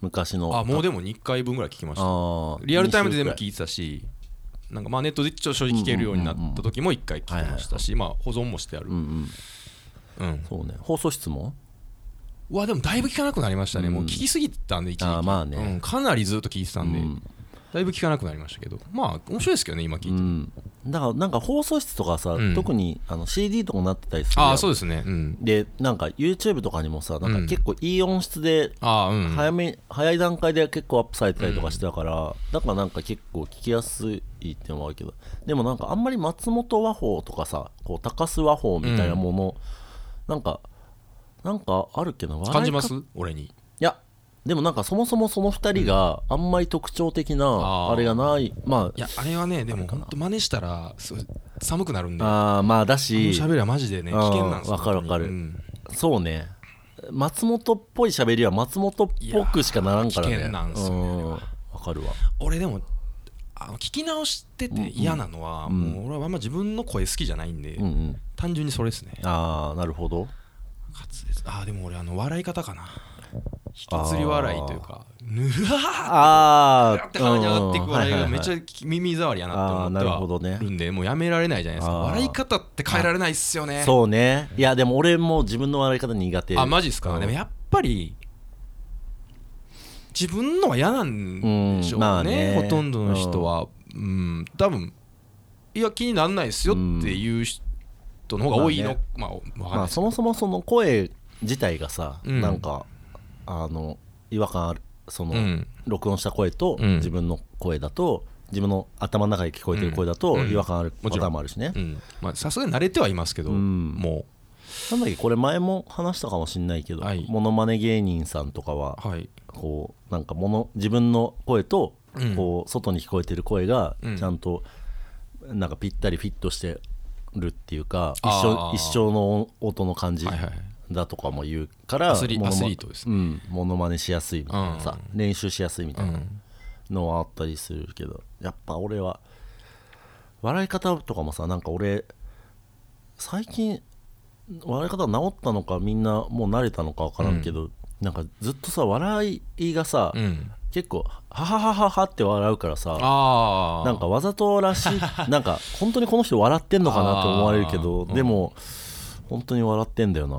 [SPEAKER 1] 昔の
[SPEAKER 2] あもうでも2回分ぐらい聞きました
[SPEAKER 1] あー
[SPEAKER 2] リアルタイムで全部
[SPEAKER 1] 二週
[SPEAKER 2] 聞いてたしなんかまあネットで一応正直聞けるようになった時も1回聞きましたしまあ保存もしてある
[SPEAKER 1] くらいうんうん
[SPEAKER 2] うん
[SPEAKER 1] そうね放送室も
[SPEAKER 2] うわでもだいぶ聞かなくなりましたね、
[SPEAKER 1] うん
[SPEAKER 2] もう聞きすぎてたんで一時期
[SPEAKER 1] あーまあね
[SPEAKER 2] うん、かなりずっと聞いてたんで、
[SPEAKER 1] うん
[SPEAKER 2] だいぶ聞かなくなりましたけどまあ面白いですけどね今聞いて、
[SPEAKER 1] うんだからなんか放送室とかさ、
[SPEAKER 2] うん
[SPEAKER 1] 特にあの CD とかなってたりする
[SPEAKER 2] ああそううですねうん
[SPEAKER 1] でなんか YouTube とかにもさなんか結構いい音質で
[SPEAKER 2] ああうん
[SPEAKER 1] 早め、早い段階で結構アップされたりとかしてたから、だからなんか結構聞きやすいっていうのもあるけどでもなんかあんまり松本和法とかさこう高須和法みたいなもの、なんかなんかあるけど
[SPEAKER 2] 感じま
[SPEAKER 1] い
[SPEAKER 2] す俺に
[SPEAKER 1] やでもなんかそもそもその2人があんまり特徴的
[SPEAKER 2] あ
[SPEAKER 1] な
[SPEAKER 2] ー
[SPEAKER 1] あれがないま
[SPEAKER 2] いやあれはねでも本当真似したらそう寒くなるんであ
[SPEAKER 1] ああーまあだ
[SPEAKER 2] の
[SPEAKER 1] し
[SPEAKER 2] 喋りはマジでね
[SPEAKER 1] あー
[SPEAKER 2] 危険なんですよ
[SPEAKER 1] わかるわかる
[SPEAKER 2] うん
[SPEAKER 1] そうね松本っぽい喋りは松本っぽくしかならんからね
[SPEAKER 2] いやー危険なんすよね
[SPEAKER 1] うんわかるわ
[SPEAKER 2] 俺でもあの聞き直してて嫌なのは、
[SPEAKER 1] ん
[SPEAKER 2] もう俺はあんま自分の声好きじゃないんで、
[SPEAKER 1] うんうん
[SPEAKER 2] 単純にそれですね
[SPEAKER 1] ああなるほど
[SPEAKER 2] 滑舌あーでも俺あの笑い方かな引きずり笑いというかぬわ
[SPEAKER 1] あ
[SPEAKER 2] ー
[SPEAKER 1] あ
[SPEAKER 2] って鼻に上がっていく笑いがめっち
[SPEAKER 1] ゃ
[SPEAKER 2] ゃ耳障りやなって
[SPEAKER 1] あーなる
[SPEAKER 2] 思
[SPEAKER 1] ほど
[SPEAKER 2] って
[SPEAKER 1] ね
[SPEAKER 2] はるんでもうやめられないじゃないですか
[SPEAKER 1] あー
[SPEAKER 2] 笑い方って変えられないっすよね
[SPEAKER 1] そうねいやでも俺も自分の笑い方苦手
[SPEAKER 2] あマジっすかでもやっぱり自分のは嫌なんでしょ
[SPEAKER 1] うんまあ
[SPEAKER 2] うね
[SPEAKER 1] ね
[SPEAKER 2] ほとんどの人はうん多分いや気にならないっすよっていう人の方が多いのまあわかん
[SPEAKER 1] ま
[SPEAKER 2] ない
[SPEAKER 1] あ
[SPEAKER 2] っす
[SPEAKER 1] そもそもその声自体がさ、
[SPEAKER 2] うん
[SPEAKER 1] なんかあの違和感あるその、
[SPEAKER 2] うん
[SPEAKER 1] 録音した声と、
[SPEAKER 2] うん
[SPEAKER 1] 自分の声だと自分の頭の中で聞こえてる声だと、
[SPEAKER 2] うん
[SPEAKER 1] 違和感ある
[SPEAKER 2] も
[SPEAKER 1] パ
[SPEAKER 2] ち
[SPEAKER 1] ター
[SPEAKER 2] ろん
[SPEAKER 1] ンもあるしね、
[SPEAKER 2] うんまあさすがに慣れてはいますけど
[SPEAKER 1] うん
[SPEAKER 2] も
[SPEAKER 1] なんだっけこれ前も話したかもしんないけど、
[SPEAKER 2] はい
[SPEAKER 1] モノマネ芸人さんとかは
[SPEAKER 2] うはい
[SPEAKER 1] こうなんかもの自分の声と
[SPEAKER 2] うん
[SPEAKER 1] こう外に聞こえてる声が
[SPEAKER 2] うん
[SPEAKER 1] ちゃんとなんかぴったりフィットしてるっていうか一
[SPEAKER 2] あ
[SPEAKER 1] 緒
[SPEAKER 2] ー
[SPEAKER 1] 一生の音の感じ
[SPEAKER 2] はいはいはい
[SPEAKER 1] だとかも言うから
[SPEAKER 2] アスリ
[SPEAKER 1] モノマ
[SPEAKER 2] アスリートです
[SPEAKER 1] うんモノマネしやすいみたいなさ練習しやすいみた
[SPEAKER 2] う
[SPEAKER 1] いなんのはあったりするけどやっぱ俺は笑い方とかもさなんか俺最近笑い方治ったのかみんなもう慣れたのか分からんけど、なんかずっとさ笑いがさ、
[SPEAKER 2] うん、
[SPEAKER 1] 結構ハハハハハって笑うからさ
[SPEAKER 2] ああ
[SPEAKER 1] なんかわざとらし いなんか本当にこの人笑ってんのかなと思われるけど、
[SPEAKER 2] あーうん
[SPEAKER 1] でも本当に笑ってんだよな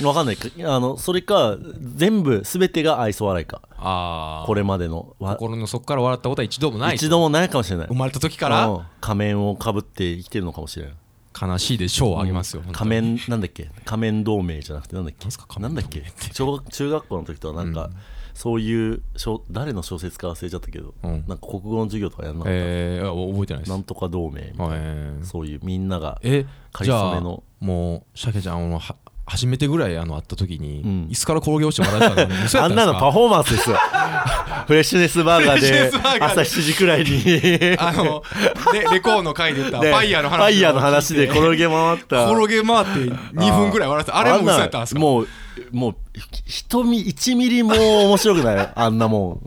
[SPEAKER 1] 分かんないあのそれか全部全てが愛想笑いか
[SPEAKER 2] ああ
[SPEAKER 1] これまでのわ
[SPEAKER 2] 心の底から笑ったことは一度もない
[SPEAKER 1] 一度もないかもしれない
[SPEAKER 2] 生まれた時か
[SPEAKER 1] う
[SPEAKER 2] ら
[SPEAKER 1] ん仮面をかぶって生きてるのかもしれない
[SPEAKER 2] 悲しいで賞をあげますよ、本当
[SPEAKER 1] 仮面なんだっけ仮面同盟じゃなくてなんだっけ
[SPEAKER 2] なんすか仮
[SPEAKER 1] な
[SPEAKER 2] 面
[SPEAKER 1] んだっけ小学中学校の時とはなんか、そういう小誰の小説か忘れちゃったけど、
[SPEAKER 2] うん
[SPEAKER 1] なんか国語の授業とかやんなかった、
[SPEAKER 2] えー、お覚えてないです
[SPEAKER 1] なんとか同盟みたいな、
[SPEAKER 2] えー
[SPEAKER 1] そういうみんなが
[SPEAKER 2] え
[SPEAKER 1] かり
[SPEAKER 2] じ
[SPEAKER 1] そ
[SPEAKER 2] ゃ
[SPEAKER 1] め
[SPEAKER 2] あ
[SPEAKER 1] の
[SPEAKER 2] もうシャケちゃんあのは初めてぐらいあの会った時に、
[SPEAKER 1] うん
[SPEAKER 2] 椅子から転げ落ちて笑ってた のに嘘や
[SPEAKER 1] あ
[SPEAKER 2] っ
[SPEAKER 1] ん
[SPEAKER 2] たんで
[SPEAKER 1] な
[SPEAKER 2] す
[SPEAKER 1] の
[SPEAKER 2] か
[SPEAKER 1] パフォーマンスです よフレッシュネスバーガー
[SPEAKER 2] フレッ
[SPEAKER 1] で
[SPEAKER 2] シュネスバーガー
[SPEAKER 1] 朝
[SPEAKER 2] で
[SPEAKER 1] 7時くらいに
[SPEAKER 2] あのレレコーの回で言ったフ
[SPEAKER 1] ね
[SPEAKER 2] ァイヤーの話
[SPEAKER 1] ファイヤーの話で転げ回った
[SPEAKER 2] 転げ回って2分ぐらい笑ってたあれも嘘やったんですか
[SPEAKER 1] もうもう瞳1ミリも面白くない あんなもん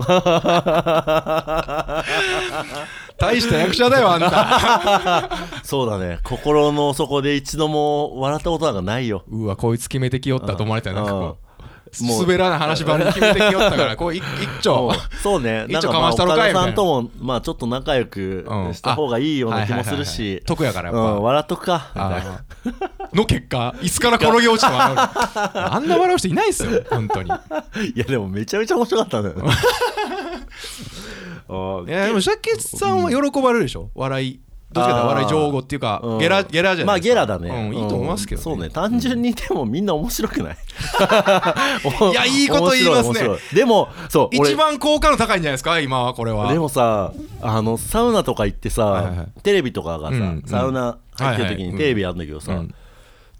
[SPEAKER 2] 大した役者だよあ んた
[SPEAKER 1] そうだね心の底で一度も笑ったことなんかない よ
[SPEAKER 2] うわこいつ決めてきよったと思われたよなんかこう
[SPEAKER 1] もう
[SPEAKER 2] 滑らない話ばりに決めてきよったからこうい一丁
[SPEAKER 1] もうそうね
[SPEAKER 2] 一
[SPEAKER 1] なんか
[SPEAKER 2] 応か
[SPEAKER 1] まあ
[SPEAKER 2] まし
[SPEAKER 1] 岡
[SPEAKER 2] たろか
[SPEAKER 1] 田さ
[SPEAKER 2] いみたいなん
[SPEAKER 1] ともまあちょっと仲良く
[SPEAKER 2] うん
[SPEAKER 1] した方がいいような気もする
[SPEAKER 2] はいはいはいはい
[SPEAKER 1] し
[SPEAKER 2] 得やからやっぱ
[SPEAKER 1] うん笑っとくかみたいな
[SPEAKER 2] あーの結果椅子から転げ落ちた笑う あんな笑う人いないっすよ本当に
[SPEAKER 1] いやでもめちゃめちゃ面白かったんだよ ね あ
[SPEAKER 2] い
[SPEAKER 1] ー
[SPEAKER 2] やでもシャケさんは喜ばれるでしょ笑いどっちかというと笑い上手っていうか
[SPEAKER 1] うん
[SPEAKER 2] ゲラゲラじゃないで
[SPEAKER 1] まあゲ
[SPEAKER 2] すか
[SPEAKER 1] ラだね、
[SPEAKER 2] うんいいと思いますけど
[SPEAKER 1] そうね単純にでもみんな面白くない
[SPEAKER 2] いやいいこと言いますね
[SPEAKER 1] 面白い面白いでもそう俺
[SPEAKER 2] 一番効果の高いんじゃないですか今はこれは
[SPEAKER 1] でもさあのサウナとか行ってさ、
[SPEAKER 2] はいはいはい
[SPEAKER 1] テレビとかがさ、
[SPEAKER 2] うん
[SPEAKER 1] サウナ入ってる時
[SPEAKER 2] はいは
[SPEAKER 1] に
[SPEAKER 2] い
[SPEAKER 1] テレビあるんだけどさ、
[SPEAKER 2] うん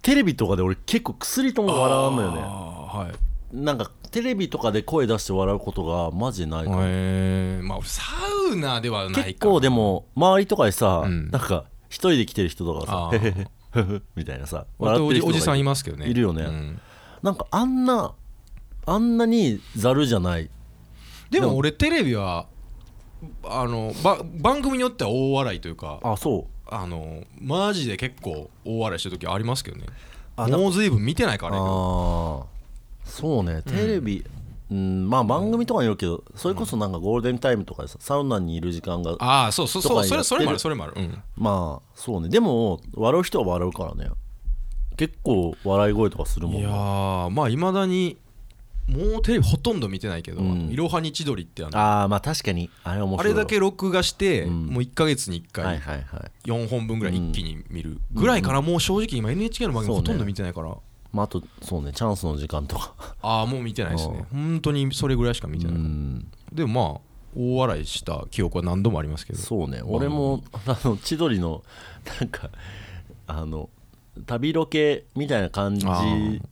[SPEAKER 1] テレビとかで俺結構薬とも笑わんのよね
[SPEAKER 2] あーはい
[SPEAKER 1] なんかテレビとかで声出して笑うことがマジでない、
[SPEAKER 2] えー、まあサウナではないか
[SPEAKER 1] 結構で
[SPEAKER 2] も
[SPEAKER 1] も周りとかでさ、
[SPEAKER 2] うん
[SPEAKER 1] なんか一人で来てる人とかさ
[SPEAKER 2] あ
[SPEAKER 1] 「へ
[SPEAKER 2] ー
[SPEAKER 1] へへふふみたいなさ笑ってる人
[SPEAKER 2] おじさんい
[SPEAKER 1] 今
[SPEAKER 2] ますけどね
[SPEAKER 1] いるよね
[SPEAKER 2] うん
[SPEAKER 1] なんかあんなあんなにざるじゃない
[SPEAKER 2] でも俺テレビはあのば番組によっては大笑いというか
[SPEAKER 1] あそう
[SPEAKER 2] あのマジで結構大笑いしてる時ありますけどね
[SPEAKER 1] あ
[SPEAKER 2] もう随分見てないからね
[SPEAKER 1] あーそうねテレビ、うんまあ番組とかによるけどそれこそなんかゴールデンタイムとかでさサウナにいる時間が
[SPEAKER 2] ああそうそう
[SPEAKER 1] と
[SPEAKER 2] そ
[SPEAKER 1] か
[SPEAKER 2] う
[SPEAKER 1] に
[SPEAKER 2] そ
[SPEAKER 1] や
[SPEAKER 2] れ
[SPEAKER 1] って
[SPEAKER 2] そ
[SPEAKER 1] る
[SPEAKER 2] れもあるそれもある、うん、
[SPEAKER 1] まあそうねでも笑う人は笑うからね結構笑い声とかするもん
[SPEAKER 2] い
[SPEAKER 1] ね
[SPEAKER 2] やーまあいまだにもうテレビほとんど見てないけど「
[SPEAKER 1] うん
[SPEAKER 2] あのいろはに千鳥」ってあのあ
[SPEAKER 1] ああまあ確かにあれ面白
[SPEAKER 2] れ
[SPEAKER 1] いわ
[SPEAKER 2] だけ録画して、
[SPEAKER 1] うん
[SPEAKER 2] もう1か月に1
[SPEAKER 1] はい
[SPEAKER 2] 回
[SPEAKER 1] はいはい
[SPEAKER 2] 4本分ぐらい一気に見るぐらいからもう正直今 NHK の番組
[SPEAKER 1] そう
[SPEAKER 2] ほ
[SPEAKER 1] ね
[SPEAKER 2] とんど見てないから、
[SPEAKER 1] まああとそうねチャンスの時間とか
[SPEAKER 2] ああもう見てないですね本当にそれぐらいしか見て
[SPEAKER 1] う
[SPEAKER 2] ない、
[SPEAKER 1] ん
[SPEAKER 2] でもまあ大笑いした記憶は何度もありますけど
[SPEAKER 1] そうね俺もあの千鳥のなんかあの旅ロケみたいな感じ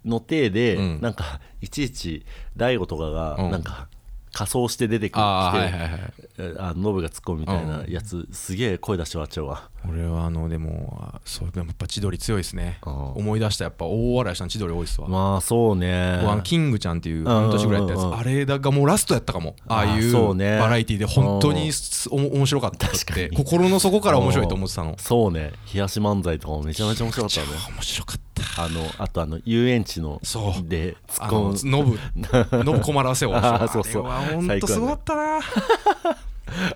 [SPEAKER 1] の体で、
[SPEAKER 2] あーうん
[SPEAKER 1] なんかいちいち大悟とかが
[SPEAKER 2] うん
[SPEAKER 1] なんか仮装して出てくる
[SPEAKER 2] ああはい
[SPEAKER 1] 来
[SPEAKER 2] は
[SPEAKER 1] て
[SPEAKER 2] いはい
[SPEAKER 1] えあノブが突っ込むみたいなやつ、すげえ声出して笑っちゃうわ
[SPEAKER 2] 俺はあのでもあそうやっぱ千鳥強いですね
[SPEAKER 1] あー
[SPEAKER 2] 思い出したやっぱ大笑いしたの千鳥多いっすわ、
[SPEAKER 1] まあそうね
[SPEAKER 2] 僕あのキングちゃんっていう半年ぐらいやったや
[SPEAKER 1] う
[SPEAKER 2] つ、
[SPEAKER 1] んうんうんうん
[SPEAKER 2] あれだがもうラストやったかもああい
[SPEAKER 1] あ
[SPEAKER 2] う
[SPEAKER 1] そうね
[SPEAKER 2] バラエティーで本当にすおも面白かったって心の底から面白いと思ってたの
[SPEAKER 1] そうね冷やし漫才とかもめちゃめちゃ面白かったね
[SPEAKER 2] 面白かった
[SPEAKER 1] あのあとあの遊園地の
[SPEAKER 2] そう
[SPEAKER 1] で突っ
[SPEAKER 2] あ
[SPEAKER 1] 込
[SPEAKER 2] の
[SPEAKER 1] む
[SPEAKER 2] ノブ ノブ困らせを
[SPEAKER 1] あーそうそう
[SPEAKER 2] あれは本当すごかったな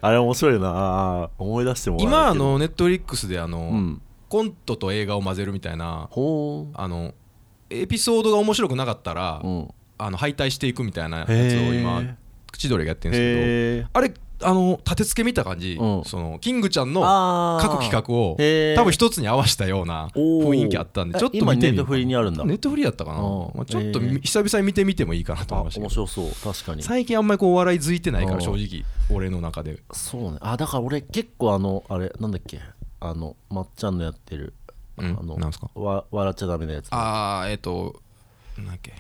[SPEAKER 1] あれ面白いなあー思い出してもらえるけど
[SPEAKER 2] 今あのネットフリックスであの、
[SPEAKER 1] うん
[SPEAKER 2] コントと映画を混ぜるみたいな
[SPEAKER 1] ほ
[SPEAKER 2] あのエピソードが面白くなかったら、
[SPEAKER 1] ううん
[SPEAKER 2] あの敗退していくみたいなやつ
[SPEAKER 1] へ
[SPEAKER 2] を
[SPEAKER 1] ー
[SPEAKER 2] 今千鳥がやってるんです
[SPEAKER 1] へえ
[SPEAKER 2] けどあれあの立て付け見た感じ、
[SPEAKER 1] うん
[SPEAKER 2] そのキングちゃんの
[SPEAKER 1] あー
[SPEAKER 2] 各企画を
[SPEAKER 1] へー
[SPEAKER 2] 多分一つに合わせたような
[SPEAKER 1] おー
[SPEAKER 2] 雰囲気あったんでちょっと
[SPEAKER 1] 今
[SPEAKER 2] 見
[SPEAKER 1] ネ
[SPEAKER 2] て
[SPEAKER 1] ッ
[SPEAKER 2] み
[SPEAKER 1] ト
[SPEAKER 2] よう
[SPEAKER 1] フリーにあるんだ
[SPEAKER 2] ネットフリーだったかな、
[SPEAKER 1] うん
[SPEAKER 2] まあ、ちょっと
[SPEAKER 1] へー
[SPEAKER 2] み久々に見てみてもいいかなと
[SPEAKER 1] あ
[SPEAKER 2] 思い
[SPEAKER 1] 面
[SPEAKER 2] ましたけど
[SPEAKER 1] 白そう確かに
[SPEAKER 2] 最近あんまりこうお笑いづいてないか
[SPEAKER 1] うん
[SPEAKER 2] ら正直俺の中で
[SPEAKER 1] そうねあだから俺結構あのあれなんだっけあのまっちゃんのやってるあ
[SPEAKER 2] うん
[SPEAKER 1] の
[SPEAKER 2] なんすか
[SPEAKER 1] わ笑っちゃダメなやつあ
[SPEAKER 2] ああえっ、となんだっけ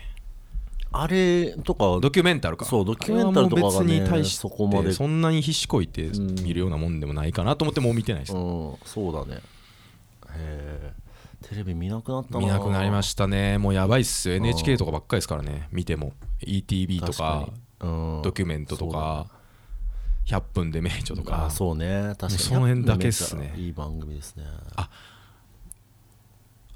[SPEAKER 1] れとか
[SPEAKER 2] ドキュメンタルか
[SPEAKER 1] そうドキュメンタルとかがね
[SPEAKER 2] あれはもう別に対して
[SPEAKER 1] そ
[SPEAKER 2] そ
[SPEAKER 1] こまで
[SPEAKER 2] んなにひしこいて見るようなもんでもないかなと思ってもう見てないです、
[SPEAKER 1] うんそうだねへえテレビ見なくなったな
[SPEAKER 2] 見なくなりま
[SPEAKER 1] し
[SPEAKER 2] したねもうやばいっすよ NHK とかばっかりですからね見ても ETV とか
[SPEAKER 1] かにうん
[SPEAKER 2] ドキュメントとか100分で名著と
[SPEAKER 1] あ
[SPEAKER 2] か
[SPEAKER 1] そうね確かに
[SPEAKER 2] その辺だけっすね
[SPEAKER 1] いい番組ですね
[SPEAKER 2] あ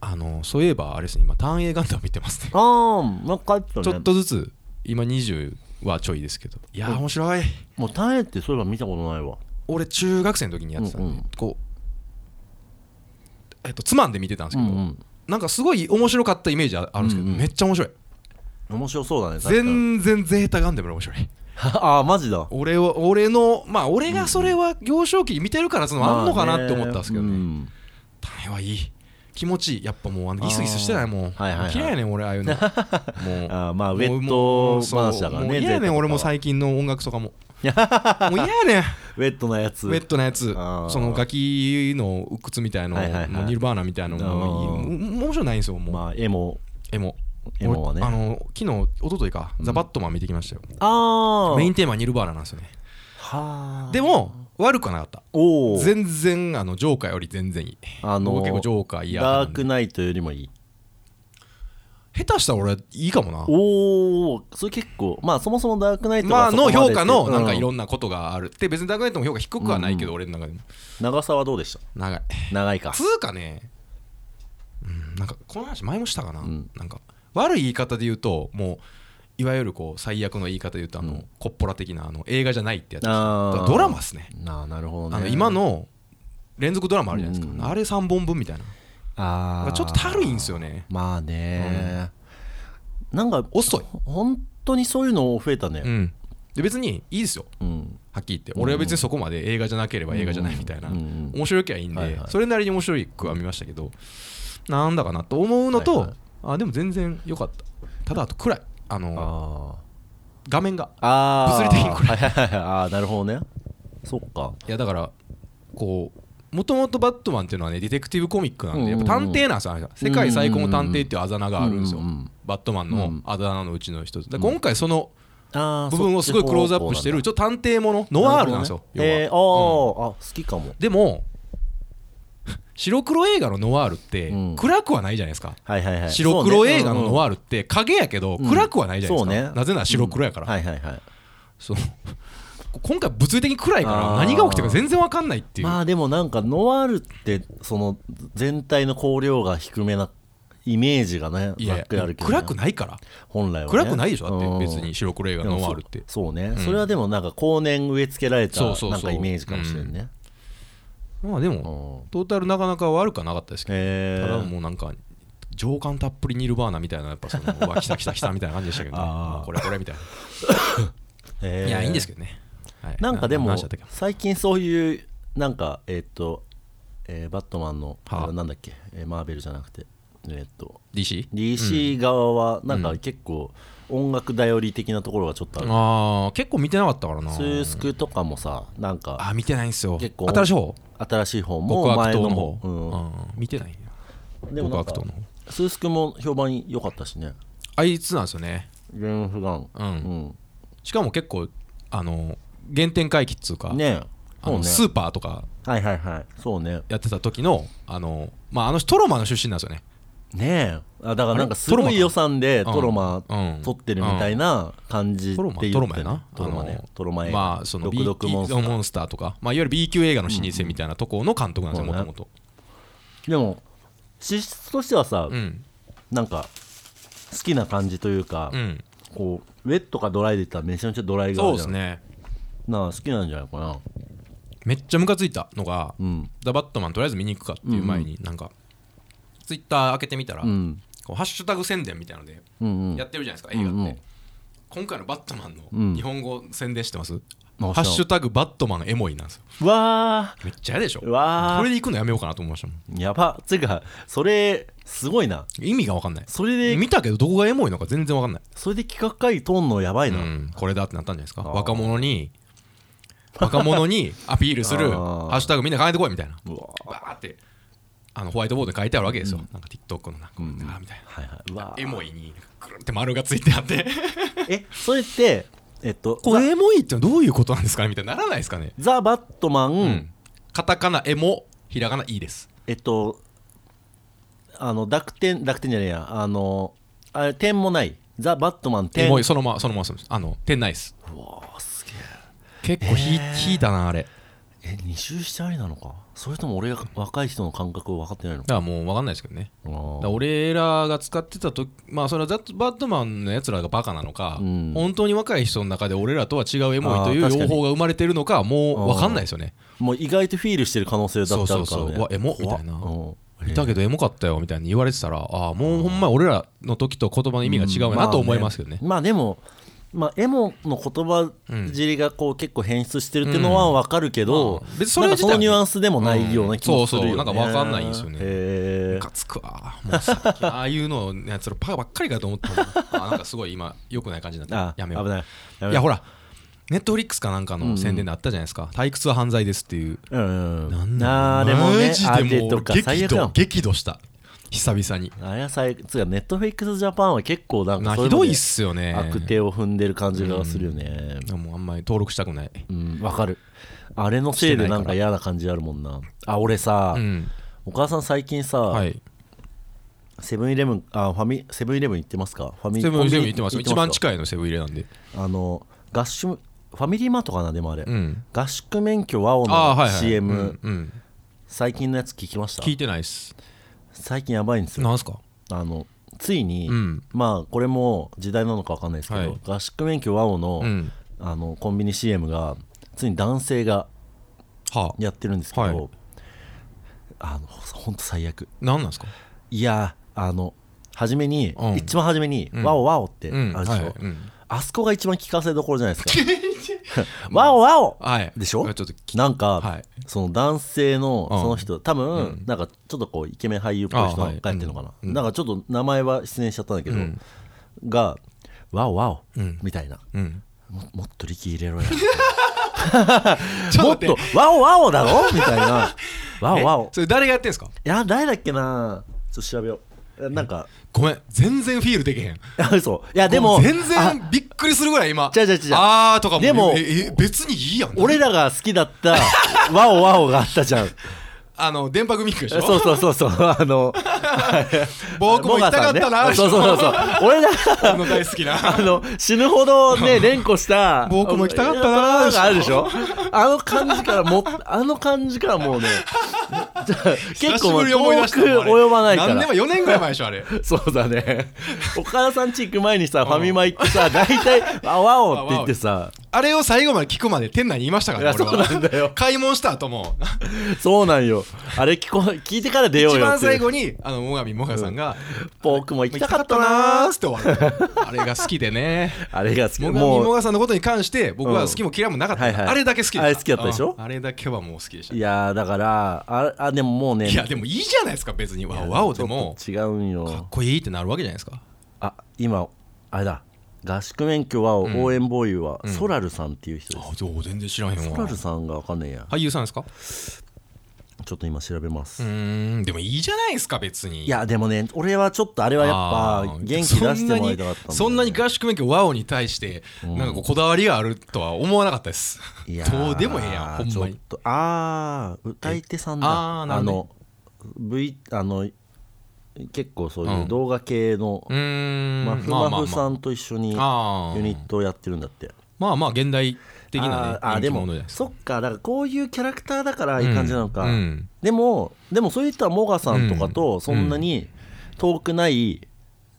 [SPEAKER 2] あのそういえばあれですね今ターン A ガンダム見てますね
[SPEAKER 1] あーなんか帰ったね
[SPEAKER 2] ちょっとずつ今20はちょいですけどいやー面白い
[SPEAKER 1] もう耐えってそういえば見たことないわ
[SPEAKER 2] 俺中学生の時にやってたんで、
[SPEAKER 1] うんうん
[SPEAKER 2] こうえっとつまんで見てたんですけど、
[SPEAKER 1] うん
[SPEAKER 2] なんかすごい面白かったイメージああるんですけど、
[SPEAKER 1] うんうん
[SPEAKER 2] めっちゃ面白い
[SPEAKER 1] 面白そうだね確かに
[SPEAKER 2] 全然ゼータガンダムより面白い
[SPEAKER 1] ああマジだ
[SPEAKER 2] 俺は俺のまあ俺がそれは幼少期見てるからそのあんのかなって思ったんですけどね、
[SPEAKER 1] うん
[SPEAKER 2] 種はいい気持ちいいやっぱもうあのギスギスしてないもう
[SPEAKER 1] あーはいはいはい
[SPEAKER 2] 嫌いやねん俺 ああいうのもう
[SPEAKER 1] あーまあウ
[SPEAKER 2] もう
[SPEAKER 1] ェッ
[SPEAKER 2] も
[SPEAKER 1] ト
[SPEAKER 2] うそう
[SPEAKER 1] 話だから
[SPEAKER 2] もう
[SPEAKER 1] ね
[SPEAKER 2] 嫌やねん俺も
[SPEAKER 1] 最
[SPEAKER 2] 最近の音楽とか ももう嫌やねん
[SPEAKER 1] ウェットなやつ
[SPEAKER 2] ウェットなやつ
[SPEAKER 1] あー
[SPEAKER 2] そのガキの靴みたいの、
[SPEAKER 1] はいはいはい
[SPEAKER 2] もうニルバーナみたいなのも
[SPEAKER 1] あー
[SPEAKER 2] いいもう面白ないんですよもう、
[SPEAKER 1] まあ絵も
[SPEAKER 2] エモ
[SPEAKER 1] エモはね
[SPEAKER 2] 俺あの昨日一昨日か、ザ・バットマン見てきましたよ
[SPEAKER 1] ああ
[SPEAKER 2] メインテーマはニルバーナなんですよね
[SPEAKER 1] はあ
[SPEAKER 2] でも悪くはなかった
[SPEAKER 1] おお
[SPEAKER 2] 全然あのジョーカーより全然いい
[SPEAKER 1] あの
[SPEAKER 2] 僕結構ジョーカー嫌なんで
[SPEAKER 1] ダークナイトよりもいい
[SPEAKER 2] 下手したら俺いいかもな
[SPEAKER 1] おおそれ結構まあそもそもダークナイトが
[SPEAKER 2] まあ
[SPEAKER 1] そこま
[SPEAKER 2] の
[SPEAKER 1] で
[SPEAKER 2] 評価のなんか
[SPEAKER 1] う
[SPEAKER 2] いろんなことがあるで別にダークナイトも評価低くはないけど俺の中でも
[SPEAKER 1] 長さはどうでした
[SPEAKER 2] 長い
[SPEAKER 1] 長いか
[SPEAKER 2] つうかねうんなんかこの話前もしたかな
[SPEAKER 1] うん
[SPEAKER 2] なんか悪い言い方で言うともういわゆるこう最悪の言い方で言うとあ
[SPEAKER 1] う
[SPEAKER 2] の
[SPEAKER 1] ん
[SPEAKER 2] コッポラ的なあの映画じゃないってやつです
[SPEAKER 1] あー
[SPEAKER 2] ドラマっすね
[SPEAKER 1] あーなるほど
[SPEAKER 2] あの
[SPEAKER 1] ね
[SPEAKER 2] 今の連続ドラマあるじゃないです
[SPEAKER 1] うん
[SPEAKER 2] かあれ3本分みたいな
[SPEAKER 1] あー
[SPEAKER 2] ちょっとたるいんすよね
[SPEAKER 1] まあねなんか
[SPEAKER 2] 遅い
[SPEAKER 1] 本当にそういうの増えたね
[SPEAKER 2] うんで別にいいですよ
[SPEAKER 1] うん
[SPEAKER 2] はっきり言って俺は別にそこまで映画じゃなければ映画じゃないみたいな
[SPEAKER 1] うんうん
[SPEAKER 2] 面白いきゃいいん
[SPEAKER 1] はい
[SPEAKER 2] で
[SPEAKER 1] はい
[SPEAKER 2] それなりに面白いくは見ましたけどなんだかなと思うのと
[SPEAKER 1] はいはい
[SPEAKER 2] あでも全然良かったただあと暗いあの
[SPEAKER 1] あ
[SPEAKER 2] 画面が
[SPEAKER 1] ああー
[SPEAKER 2] 物理的にこれ
[SPEAKER 1] はいはいはいああなるほどねそっか
[SPEAKER 2] いやだからこうもともとバットマンっていうのはねディテクティブコミックなん
[SPEAKER 1] うん
[SPEAKER 2] で
[SPEAKER 1] うんう
[SPEAKER 2] やっ
[SPEAKER 1] ん
[SPEAKER 2] ぱ探偵なんですよあれが世界最高の探偵っていうあだ名があるんですよ
[SPEAKER 1] うんうんうん
[SPEAKER 2] バットマン
[SPEAKER 1] う
[SPEAKER 2] の
[SPEAKER 1] ん
[SPEAKER 2] あだ名のうちの一つだから今回その
[SPEAKER 1] あー
[SPEAKER 2] 部分をすごいクローズアップしてるちょっと探偵ものノワールなんですよ要は
[SPEAKER 1] えー、あーあ好きかも
[SPEAKER 2] でも白黒映画のノワールって
[SPEAKER 1] うん
[SPEAKER 2] 暗くはないじゃないですか、
[SPEAKER 1] はいはいはい
[SPEAKER 2] 白黒映画のノ
[SPEAKER 1] は
[SPEAKER 2] ワールって影やけど
[SPEAKER 1] うん
[SPEAKER 2] 暗くはないじゃないです
[SPEAKER 1] そう
[SPEAKER 2] か、
[SPEAKER 1] ね
[SPEAKER 2] なぜなら白黒やから、
[SPEAKER 1] はいはいはい
[SPEAKER 2] そう今回物理的に暗いから
[SPEAKER 1] あー
[SPEAKER 2] 何が起きてるか全然分かんないっていう、
[SPEAKER 1] まあでもなんかノワールってその全体の光量が低めなイメージがね
[SPEAKER 2] い
[SPEAKER 1] ざっ
[SPEAKER 2] やいや
[SPEAKER 1] くりあるけどね、
[SPEAKER 2] 暗くないから
[SPEAKER 1] 本来は、ね、
[SPEAKER 2] 暗くないでしょだ
[SPEAKER 1] うん
[SPEAKER 2] って別に白黒映画のノワールって
[SPEAKER 1] でもそそうね、それはでもなんか後年植え付けられた
[SPEAKER 2] そうそうそう
[SPEAKER 1] なんかイメージかもしれんね
[SPEAKER 2] まあで
[SPEAKER 1] う
[SPEAKER 2] も
[SPEAKER 1] ん
[SPEAKER 2] トータルなかなか悪くはなかったですけど、
[SPEAKER 1] え
[SPEAKER 2] ただ
[SPEAKER 1] ー
[SPEAKER 2] もうなんか情感たっぷりニルバーナみたいなやっぱその「うわ来た来た来た」みたいな感じでしたけど、ね、
[SPEAKER 1] あー
[SPEAKER 2] もうこれこれみたいな
[SPEAKER 1] えー
[SPEAKER 2] いや、いいんですけどね。はい
[SPEAKER 1] なんかで
[SPEAKER 2] な
[SPEAKER 1] も
[SPEAKER 2] 話だったっけ
[SPEAKER 1] 最近そういうなんかえーっと、えーバットマンの、
[SPEAKER 2] はあ
[SPEAKER 1] なんだっけ、えーマーベルじゃなくてえーっと
[SPEAKER 2] DC?
[SPEAKER 1] DC 側はなんか結構音楽頼り的なところがちょっとある、
[SPEAKER 2] ああ、結構見てなかったからな。
[SPEAKER 1] スースクとかもさなんか
[SPEAKER 2] あー、見てないんすよ。
[SPEAKER 1] 結構
[SPEAKER 2] 新しい方
[SPEAKER 1] 新しい方も
[SPEAKER 2] 極悪
[SPEAKER 1] 前
[SPEAKER 2] 党
[SPEAKER 1] の
[SPEAKER 2] の方
[SPEAKER 1] も。
[SPEAKER 2] う
[SPEAKER 1] うん
[SPEAKER 2] ん見てないな。
[SPEAKER 1] でも
[SPEAKER 2] 極
[SPEAKER 1] なん
[SPEAKER 2] 悪
[SPEAKER 1] か
[SPEAKER 2] 党の方。
[SPEAKER 1] スースクも評判良かったしね
[SPEAKER 2] あいつなんですよね。
[SPEAKER 1] ゲンフガン
[SPEAKER 2] う。
[SPEAKER 1] うんん
[SPEAKER 2] しかも結構、あの、原点回帰っつうか、
[SPEAKER 1] ねえ
[SPEAKER 2] あ
[SPEAKER 1] そう
[SPEAKER 2] の
[SPEAKER 1] ね
[SPEAKER 2] スーパーとか
[SPEAKER 1] はいはいはいそうね
[SPEAKER 2] やってた時の、あの、まあ、あの人トロマの出身なんですよね。
[SPEAKER 1] ねえあだからなん
[SPEAKER 2] あれ
[SPEAKER 1] かすご
[SPEAKER 2] トロマ
[SPEAKER 1] い
[SPEAKER 2] か
[SPEAKER 1] 予算で
[SPEAKER 2] うん
[SPEAKER 1] トロマ
[SPEAKER 2] うん
[SPEAKER 1] 撮ってるみたいな感じって
[SPEAKER 2] ト
[SPEAKER 1] 言
[SPEAKER 2] ロ
[SPEAKER 1] って
[SPEAKER 2] マトロマや
[SPEAKER 1] ね
[SPEAKER 2] な。
[SPEAKER 1] トロマ
[SPEAKER 2] あ
[SPEAKER 1] ね
[SPEAKER 2] の
[SPEAKER 1] トロマ
[SPEAKER 2] まあ、その B
[SPEAKER 1] 毒毒モンスター
[SPEAKER 2] モンスターとか、まあ、いわゆる B 級映画の老舗みたいなとこの監督なんですよ、
[SPEAKER 1] うん
[SPEAKER 2] もともと。
[SPEAKER 1] でも資質としてはさ
[SPEAKER 2] うん。
[SPEAKER 1] なんか好きな感じというか
[SPEAKER 2] うん。
[SPEAKER 1] こうウェットかドライで言ったらめちゃめちゃドライ
[SPEAKER 2] そ
[SPEAKER 1] 側
[SPEAKER 2] う
[SPEAKER 1] じ
[SPEAKER 2] で
[SPEAKER 1] ゃ
[SPEAKER 2] す
[SPEAKER 1] ん、
[SPEAKER 2] ね。
[SPEAKER 1] なあ好きなんじゃないかな
[SPEAKER 2] めっちゃムカついたのが、
[SPEAKER 1] うん
[SPEAKER 2] ザ・バットマンとりあえず見に行くかっていう前になんかツイッター開けてみたら、
[SPEAKER 1] うん
[SPEAKER 2] こうハッシュタグ宣伝みたいなので
[SPEAKER 1] うんうん
[SPEAKER 2] やってるじゃないですか、映画って、
[SPEAKER 1] うんうん
[SPEAKER 2] 今回のバットマン
[SPEAKER 1] うん
[SPEAKER 2] の日本語宣伝してます、
[SPEAKER 1] あ
[SPEAKER 2] ハッシュタグバットマンエモいなんですよ
[SPEAKER 1] うわ
[SPEAKER 2] めっちゃ嫌でしょ
[SPEAKER 1] うわー
[SPEAKER 2] これで行くのやめようかなと思いましたもん
[SPEAKER 1] ーやばつうかそれすごいな
[SPEAKER 2] 意味が分かんない
[SPEAKER 1] それで
[SPEAKER 2] 見たけどどこがエモいのか全然分かんない、
[SPEAKER 1] それで企画会とんのやばいうな、
[SPEAKER 2] ん、これだってなったんじゃないですか
[SPEAKER 1] あー
[SPEAKER 2] 若者に若者にアピールする
[SPEAKER 1] あー
[SPEAKER 2] ハッシュタグみんな考えてこいみたいな
[SPEAKER 1] うわ
[SPEAKER 2] バーってあのホワイトボードに書いてあるわけですよ、なんか TikTok のなんか、あーみたいな
[SPEAKER 1] はいはいうわー
[SPEAKER 2] エモいにくるって丸がついてあって
[SPEAKER 1] えそれってえっと
[SPEAKER 2] これエモいってどういうことなんですかねみたいにならないですかね
[SPEAKER 1] ザ・ザバットマン、
[SPEAKER 2] うんカタカナエモひらがないいです
[SPEAKER 1] えっとあの濁点濁点じゃねえやあのあれ点もないザ・バットマン
[SPEAKER 2] エ
[SPEAKER 1] 点
[SPEAKER 2] モいそのままそのままそうですあの点ないです
[SPEAKER 1] うわーすげ
[SPEAKER 2] 結構ひ
[SPEAKER 1] へー
[SPEAKER 2] 引いたなあれだ
[SPEAKER 1] ええ二周してありなのかそれとも俺が若い人の感覚を分かってないのか
[SPEAKER 2] からもう分かんないですけどね
[SPEAKER 1] あ
[SPEAKER 2] だ
[SPEAKER 1] ー
[SPEAKER 2] から俺らが使ってたとまあそれはザバットマンのやつらがバカなのか、
[SPEAKER 1] うん
[SPEAKER 2] 本当に若い人の中で俺らとは違うエモいとい
[SPEAKER 1] あー
[SPEAKER 2] う
[SPEAKER 1] 確か
[SPEAKER 2] 用
[SPEAKER 1] に
[SPEAKER 2] 法が生まれてるのかもう分かんないですよね
[SPEAKER 1] もう意外とフィールしてる可能性だってあるから、ね、
[SPEAKER 2] そうそうそううわエモみたいな
[SPEAKER 1] 怖っうん
[SPEAKER 2] いたけどエモかったよみたいに言われてたらああもうほんま俺らの時と言葉の意味が違うなと思いますけどね。
[SPEAKER 1] まあでもまあ、エモの言葉尻がこう結構変質してるっていうのは分かるけど、
[SPEAKER 2] うん
[SPEAKER 1] 別
[SPEAKER 2] うん
[SPEAKER 1] に
[SPEAKER 2] まあ別に
[SPEAKER 1] そ
[SPEAKER 2] それ
[SPEAKER 1] なんか
[SPEAKER 2] 自体
[SPEAKER 1] そのニュアンスでもないような気も
[SPEAKER 2] うん
[SPEAKER 1] するよ、ね
[SPEAKER 2] そうそうなんか分かんないんですよね
[SPEAKER 1] へ
[SPEAKER 2] ムカつくわもうさっき ああいうののやつらパカばっかりかと思ったもんあなんかすごい今良くない感じに
[SPEAKER 1] ー、
[SPEAKER 2] なっ
[SPEAKER 1] あ
[SPEAKER 2] てやめよ
[SPEAKER 1] 危
[SPEAKER 2] う
[SPEAKER 1] ないや
[SPEAKER 2] いやほらネットフリックスかなんかの宣伝であったじゃないですか退屈は犯罪ですっていう
[SPEAKER 1] うんう
[SPEAKER 2] なんんだ
[SPEAKER 1] あーでもね
[SPEAKER 2] マジ
[SPEAKER 1] あ
[SPEAKER 2] で
[SPEAKER 1] れ
[SPEAKER 2] もう
[SPEAKER 1] とか
[SPEAKER 2] 激
[SPEAKER 1] 最悪だも
[SPEAKER 2] 怒
[SPEAKER 1] ん
[SPEAKER 2] 激怒した久々に
[SPEAKER 1] あれは最つうかネットフリックスジャパンは結構なんか
[SPEAKER 2] な
[SPEAKER 1] そうう
[SPEAKER 2] ひ
[SPEAKER 1] の
[SPEAKER 2] ど
[SPEAKER 1] で
[SPEAKER 2] いっすよね
[SPEAKER 1] 悪手を踏んでる感じがするよね
[SPEAKER 2] もうあんまり登録したくない
[SPEAKER 1] うんわ、かるあれのせいでなんか嫌な感じあるもんなあ俺さ、
[SPEAKER 2] うん
[SPEAKER 1] お母さん最近さ、
[SPEAKER 2] はい
[SPEAKER 1] セブンイレブンあファミセブンイレブン行ってますかファミ
[SPEAKER 2] セブンイレブン行ってま
[SPEAKER 1] コ
[SPEAKER 2] す
[SPEAKER 1] ビニ
[SPEAKER 2] 一番
[SPEAKER 1] か
[SPEAKER 2] 近いのセブン入れなんで
[SPEAKER 1] あの合宿ファミリーマートかなでもあれ、
[SPEAKER 2] うん
[SPEAKER 1] 合宿免許ワオ
[SPEAKER 2] ああー
[SPEAKER 1] の
[SPEAKER 2] はいはい
[SPEAKER 1] CM、
[SPEAKER 2] うんうん
[SPEAKER 1] 最近のやつ聞きました
[SPEAKER 2] 聞いてないっす
[SPEAKER 1] 最近やばいんですよ
[SPEAKER 2] なんすか
[SPEAKER 1] あのついに、
[SPEAKER 2] うん
[SPEAKER 1] まあこれも時代なのかわかんないですけど、
[SPEAKER 2] はい
[SPEAKER 1] 合宿免許ワオの,、
[SPEAKER 2] うん
[SPEAKER 1] あのコンビニ CM がついに男性が
[SPEAKER 2] はあ
[SPEAKER 1] やってるんですけど、
[SPEAKER 2] はい
[SPEAKER 1] あのほんと最悪
[SPEAKER 2] なんなんすか
[SPEAKER 1] いやあの初めに、
[SPEAKER 2] うん
[SPEAKER 1] 一番初めに、
[SPEAKER 2] うん
[SPEAKER 1] ワオワオってあ
[SPEAKER 2] う
[SPEAKER 1] る
[SPEAKER 2] ん
[SPEAKER 1] でしょ、
[SPEAKER 2] はいはいうん
[SPEAKER 1] あそこが一番聞かせどころじゃない ですか ワオワオ
[SPEAKER 2] はい
[SPEAKER 1] でしょ
[SPEAKER 2] ちょっと聞き
[SPEAKER 1] なんか、
[SPEAKER 2] はい
[SPEAKER 1] その男性の
[SPEAKER 2] うん
[SPEAKER 1] その人、多分、なんかちょっとこうイケメン俳優っぽい人が
[SPEAKER 2] あは
[SPEAKER 1] 帰っ
[SPEAKER 2] い
[SPEAKER 1] てるのかな、
[SPEAKER 2] うん
[SPEAKER 1] なんかちょっと名前は失念しちゃったんだけど、
[SPEAKER 2] うん
[SPEAKER 1] が「ワオワオ」
[SPEAKER 2] うん
[SPEAKER 1] みたいな
[SPEAKER 2] うん
[SPEAKER 1] ももっと力入れ ろや
[SPEAKER 2] ちょ
[SPEAKER 1] も
[SPEAKER 2] っ
[SPEAKER 1] っ
[SPEAKER 2] と待
[SPEAKER 1] と
[SPEAKER 2] っ
[SPEAKER 1] 「
[SPEAKER 2] て
[SPEAKER 1] ワオワオ」だ ろみたいな「ワオワオ
[SPEAKER 2] それ誰がやってんすか」
[SPEAKER 1] いや誰だっけなちょっと調べようえなんか
[SPEAKER 2] ごめん全然フィールできへん
[SPEAKER 1] そういやでも
[SPEAKER 2] 全
[SPEAKER 1] あ
[SPEAKER 2] 然びっくりするぐらい今
[SPEAKER 1] 違う違う違う
[SPEAKER 2] あーとかも
[SPEAKER 1] でも
[SPEAKER 2] ええ別にいいやん
[SPEAKER 1] 俺らが好きだ った「ワオワオ」があったじゃん
[SPEAKER 2] あの電波組行くでしょ
[SPEAKER 1] そうそうそうそうあの
[SPEAKER 2] 僕も行きたかったな、
[SPEAKER 1] モガさんねそうそうそうそう俺ら
[SPEAKER 2] 僕の大好きな
[SPEAKER 1] あの死ぬほど ね連呼した
[SPEAKER 2] 僕も行きたかったな
[SPEAKER 1] があるでしょあの感じからもあの感じからもうねじゃあ
[SPEAKER 2] 久
[SPEAKER 1] 結
[SPEAKER 2] し
[SPEAKER 1] 構も
[SPEAKER 2] ぶ
[SPEAKER 1] う
[SPEAKER 2] りに思い出
[SPEAKER 1] 遠
[SPEAKER 2] し
[SPEAKER 1] く
[SPEAKER 2] たもんあれ
[SPEAKER 1] 及ばないか
[SPEAKER 2] 何
[SPEAKER 1] ら
[SPEAKER 2] 年も4年ぐらい前でしょあれ
[SPEAKER 1] そうだねお母さん家行く前にさファミマ行って さ大体「あわお」って言ってさ
[SPEAKER 2] あれを最後まで聞くまで店内にいましたから
[SPEAKER 1] い
[SPEAKER 2] ね
[SPEAKER 1] や
[SPEAKER 2] 俺は
[SPEAKER 1] そうなんだよ
[SPEAKER 2] 買い物した後も
[SPEAKER 1] そうなんよあれ聞こ聞いてから出よう
[SPEAKER 2] 一
[SPEAKER 1] よ
[SPEAKER 2] 番
[SPEAKER 1] ってい
[SPEAKER 2] 最
[SPEAKER 1] う
[SPEAKER 2] 後にあの最上もがさんが
[SPEAKER 1] 僕も行きたかった
[SPEAKER 2] 行き
[SPEAKER 1] な
[SPEAKER 2] ーっつって終わるあれが好きでね
[SPEAKER 1] あれが好き
[SPEAKER 2] 最上
[SPEAKER 1] もう
[SPEAKER 2] もがさんのことに関して僕は好きも嫌いもなかった、
[SPEAKER 1] うんはいはい
[SPEAKER 2] あれだけ好きでした
[SPEAKER 1] あれ好きだったでしょ
[SPEAKER 2] うんあれだけはもう好きでした
[SPEAKER 1] いやーだからああでももうね
[SPEAKER 2] いやでもいいじゃないですか別にわおわおでも
[SPEAKER 1] ちょっと違うん
[SPEAKER 2] かっ
[SPEAKER 1] よ
[SPEAKER 2] こいいってなるわけじゃないですか
[SPEAKER 1] あ今あれだ合宿免許は応援ボーイはソラルさんっていう人です、
[SPEAKER 2] あそう全然知らへん
[SPEAKER 1] ソラ
[SPEAKER 2] わ
[SPEAKER 1] ルさんがわかんねえや
[SPEAKER 2] 俳優さんですか
[SPEAKER 1] ちょっと今調べま
[SPEAKER 2] う
[SPEAKER 1] す、
[SPEAKER 2] ーんでもいいじゃないですか別に
[SPEAKER 1] いやでもね俺はちょっとあれはやっ
[SPEAKER 2] あ
[SPEAKER 1] ぱ
[SPEAKER 2] ー
[SPEAKER 1] 元気出してもらいたかった
[SPEAKER 2] そんなにそんなに
[SPEAKER 1] か
[SPEAKER 2] 合宿免許ワオに対してなんかこうこだわりがあるとは思わなかったです
[SPEAKER 1] いやー
[SPEAKER 2] どうでもええやんほん
[SPEAKER 1] ち
[SPEAKER 2] ま
[SPEAKER 1] ょっ
[SPEAKER 2] に
[SPEAKER 1] とああ歌い手さんだ
[SPEAKER 2] えあーな
[SPEAKER 1] あ
[SPEAKER 2] るほ
[SPEAKER 1] の V あの結構そういううん動画系の
[SPEAKER 2] うーん
[SPEAKER 1] マフマフさんと一緒にユ
[SPEAKER 2] あー
[SPEAKER 1] ニットをやってるんだって
[SPEAKER 2] まあまあ現代的なね
[SPEAKER 1] あーあー
[SPEAKER 2] 人
[SPEAKER 1] で
[SPEAKER 2] 気者じゃな
[SPEAKER 1] も
[SPEAKER 2] いですか
[SPEAKER 1] そっかだからこういうキャラクターだからいい感じなのか、
[SPEAKER 2] うん
[SPEAKER 1] でもでもそういったモガさんとかとそんなに遠くない、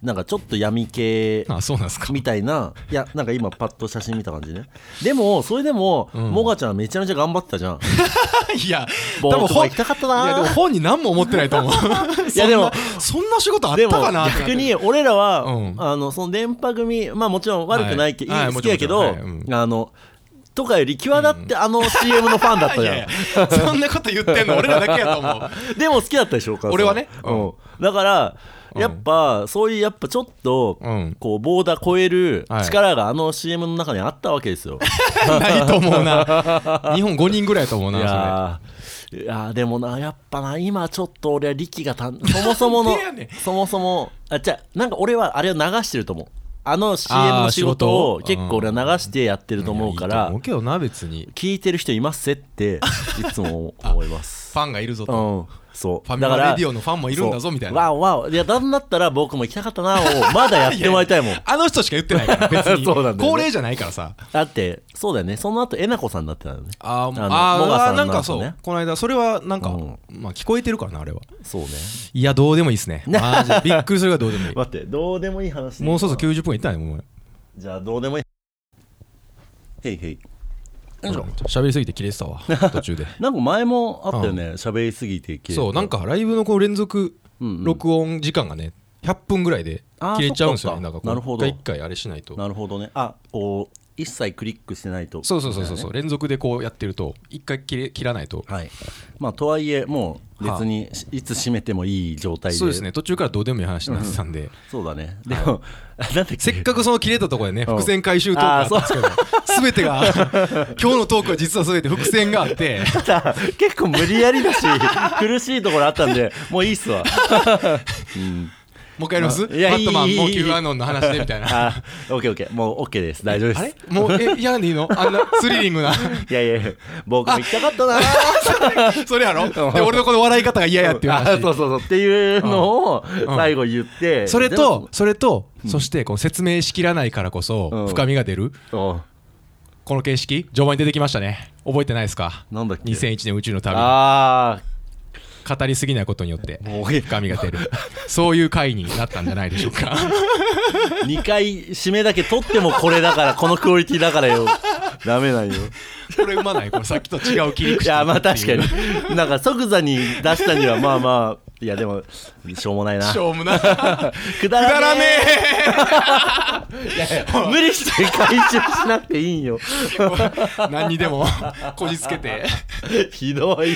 [SPEAKER 1] なんかちょっと闇系
[SPEAKER 2] あそうなんですか
[SPEAKER 1] みたいないやなんか今パッと写真見た感じねでもそれでも、
[SPEAKER 2] うん
[SPEAKER 1] モガちゃんめちゃめちゃ頑張ってたじゃん
[SPEAKER 2] いや
[SPEAKER 1] ボートも
[SPEAKER 2] 本
[SPEAKER 1] 行きたかった
[SPEAKER 2] いやでも
[SPEAKER 1] な
[SPEAKER 2] 本人何も思ってないと思う
[SPEAKER 1] いやでも
[SPEAKER 2] そんなそんな仕事あっ
[SPEAKER 1] で
[SPEAKER 2] た
[SPEAKER 1] も
[SPEAKER 2] かなってなって
[SPEAKER 1] 逆に俺らは、
[SPEAKER 2] うん
[SPEAKER 1] あのその電波組まあもちろん悪くないけ、
[SPEAKER 2] はい
[SPEAKER 1] い
[SPEAKER 2] はい
[SPEAKER 1] い、好きやけど、
[SPEAKER 2] もちろんもちろん
[SPEAKER 1] あのとかより際立って あの CM のファンだった
[SPEAKER 2] い
[SPEAKER 1] じゃん、
[SPEAKER 2] やいやそんなこと言ってんの俺らだけやと思う
[SPEAKER 1] でも好きだったでしょお母さん
[SPEAKER 2] 俺はね
[SPEAKER 1] う
[SPEAKER 2] うんん
[SPEAKER 1] だからやっぱ、そういうやっぱちょっと、
[SPEAKER 2] うん
[SPEAKER 1] こうボーダー越える
[SPEAKER 2] はい
[SPEAKER 1] 力があの CM の中にあったわけです よ、
[SPEAKER 2] ないと思うな日本5人ぐらいやと思う
[SPEAKER 1] い、
[SPEAKER 2] な
[SPEAKER 1] やーいやーでもなやっぱな今ちょっと俺は力がたんそもそもの
[SPEAKER 2] なんでやねん
[SPEAKER 1] そもそもあじゃなんか俺はあれを流してると思うあの CM の仕事を
[SPEAKER 2] 仕事を
[SPEAKER 1] 結構俺は流してやってると
[SPEAKER 2] それ
[SPEAKER 1] 思うか
[SPEAKER 2] いやいい
[SPEAKER 1] ら
[SPEAKER 2] と思うけどな別に
[SPEAKER 1] 聞いてる人いますせっていつも思います
[SPEAKER 2] ファンがいるぞと
[SPEAKER 1] うん、そう
[SPEAKER 2] ファミマ
[SPEAKER 1] から
[SPEAKER 2] レディオのファンもいるんだぞみたいな
[SPEAKER 1] そうわおわおいやなんだったら僕も行きたかったなをまだやってもらいたいもん
[SPEAKER 2] あの人しか言ってないから別 に
[SPEAKER 1] そうなんだよね
[SPEAKER 2] 高齢じゃないからさ
[SPEAKER 1] だってそうだよねその後えなこさんになってたよね
[SPEAKER 2] あ
[SPEAKER 1] の
[SPEAKER 2] ー
[SPEAKER 1] モガ
[SPEAKER 2] あ
[SPEAKER 1] さ
[SPEAKER 2] ー
[SPEAKER 1] ん
[SPEAKER 2] なん
[SPEAKER 1] の
[SPEAKER 2] か
[SPEAKER 1] 後
[SPEAKER 2] そ
[SPEAKER 1] ね
[SPEAKER 2] うこの間それはなんか
[SPEAKER 1] うん
[SPEAKER 2] まあ聞こえてるからなあれは
[SPEAKER 1] そうね
[SPEAKER 2] いやどうでもいいっ すねマジでびっくりするがどうでもいい
[SPEAKER 1] 待ってどうでもいい話
[SPEAKER 2] もうそろそろ90分いったねもう
[SPEAKER 1] じゃあどうでもいいへいへい
[SPEAKER 2] 俺めっちゃ喋りすぎて切れて たわ途中で
[SPEAKER 1] なんか前もあったよね喋りすぎて切れた
[SPEAKER 2] そうなんかライブのこう連続録音時間がね100分ぐらいで切れちゃうんですよね
[SPEAKER 1] あ
[SPEAKER 2] な
[SPEAKER 1] ー
[SPEAKER 2] ん
[SPEAKER 1] そ
[SPEAKER 2] か
[SPEAKER 1] っかそっかなる
[SPEAKER 2] こ
[SPEAKER 1] ほ
[SPEAKER 2] う
[SPEAKER 1] ど
[SPEAKER 2] 一回一回あれしないと
[SPEAKER 1] なるほどねあお一切クリックしてないと
[SPEAKER 2] そうそうそうそうそう連続でこうやってると一回切れ切らないと
[SPEAKER 1] はいまあとはいえもう別にいつ閉めてもいい状態で
[SPEAKER 2] そうですね途中からどうでもいい話になってたんで
[SPEAKER 1] そうだねでも なんだっ
[SPEAKER 2] せ
[SPEAKER 1] け
[SPEAKER 2] っかくその切れたところでね
[SPEAKER 1] うん
[SPEAKER 2] 伏線回収トークがあったんですけど全てが 今日のトークは実は全て伏線があって
[SPEAKER 1] ただ結構無理やりだし苦しいところあったんでもういいっすわうん
[SPEAKER 2] もう一回やりますバ
[SPEAKER 1] いやいい
[SPEAKER 2] ットマンもう
[SPEAKER 1] いいいい
[SPEAKER 2] Q アノンの話でみたいな
[SPEAKER 1] あオッケーオッケーもうオッケーです大丈夫です
[SPEAKER 2] あれもうえ嫌でいいのあんなスリリングな
[SPEAKER 1] いやいやいや僕も行きたかったな
[SPEAKER 2] それやろで俺のこの笑い方が嫌やっていう
[SPEAKER 1] あ
[SPEAKER 2] 話
[SPEAKER 1] そうそうそうっていうのを最後言って、
[SPEAKER 2] それ
[SPEAKER 1] でも
[SPEAKER 2] とそれとそしてこう説明しきらないから
[SPEAKER 1] う
[SPEAKER 2] こ
[SPEAKER 1] ん
[SPEAKER 2] そ深みが出る
[SPEAKER 1] お
[SPEAKER 2] この形式序盤に出てきましたね覚えてないですか
[SPEAKER 1] なんだっけ
[SPEAKER 2] 2001年宇宙の旅
[SPEAKER 1] あ
[SPEAKER 2] 語りすぎないことによって
[SPEAKER 1] もういい
[SPEAKER 2] 深みが出るそういう回になったんじゃないでしょうか
[SPEAKER 1] あ2回締めだけ取ってもこれだからこのクオリティだからよダメなんよ
[SPEAKER 2] これうまないこれさっきと違う切り口
[SPEAKER 1] いやまあ確かになんか即座に出したにはまあまあいやでもしょうもないな
[SPEAKER 2] しょうもないく
[SPEAKER 1] くだ
[SPEAKER 2] だ
[SPEAKER 1] ら
[SPEAKER 2] ら
[SPEAKER 1] ね
[SPEAKER 2] ね
[SPEAKER 1] え 無理して回収しなくていいんよ
[SPEAKER 2] え何にでもこじつけて
[SPEAKER 1] ひど い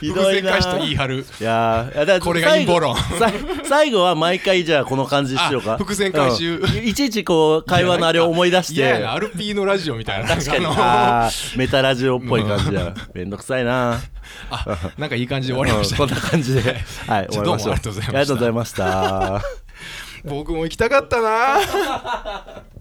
[SPEAKER 1] ひ
[SPEAKER 2] 伏
[SPEAKER 1] どい
[SPEAKER 2] 線
[SPEAKER 1] な
[SPEAKER 2] 回しと言い張る
[SPEAKER 1] いやーいやだから
[SPEAKER 2] これが陰謀論
[SPEAKER 1] 最後さい最後は毎回じゃあこの感じしようか
[SPEAKER 2] あ 伏線回収
[SPEAKER 1] うんいちいちこう会話のあれを思い出し
[SPEAKER 2] いや
[SPEAKER 1] て
[SPEAKER 2] やな RP のラジオみたいな確
[SPEAKER 1] 確かにあーメタラジオっぽい感じ やめんどくさいな
[SPEAKER 2] あなんかいい感じで終わりまし
[SPEAKER 1] うん
[SPEAKER 2] た
[SPEAKER 1] こんな感じで はい終
[SPEAKER 2] じゃあ
[SPEAKER 1] わりましょう
[SPEAKER 2] どうもありがとうございました
[SPEAKER 1] ありがとうございました
[SPEAKER 2] 僕も行きたかったな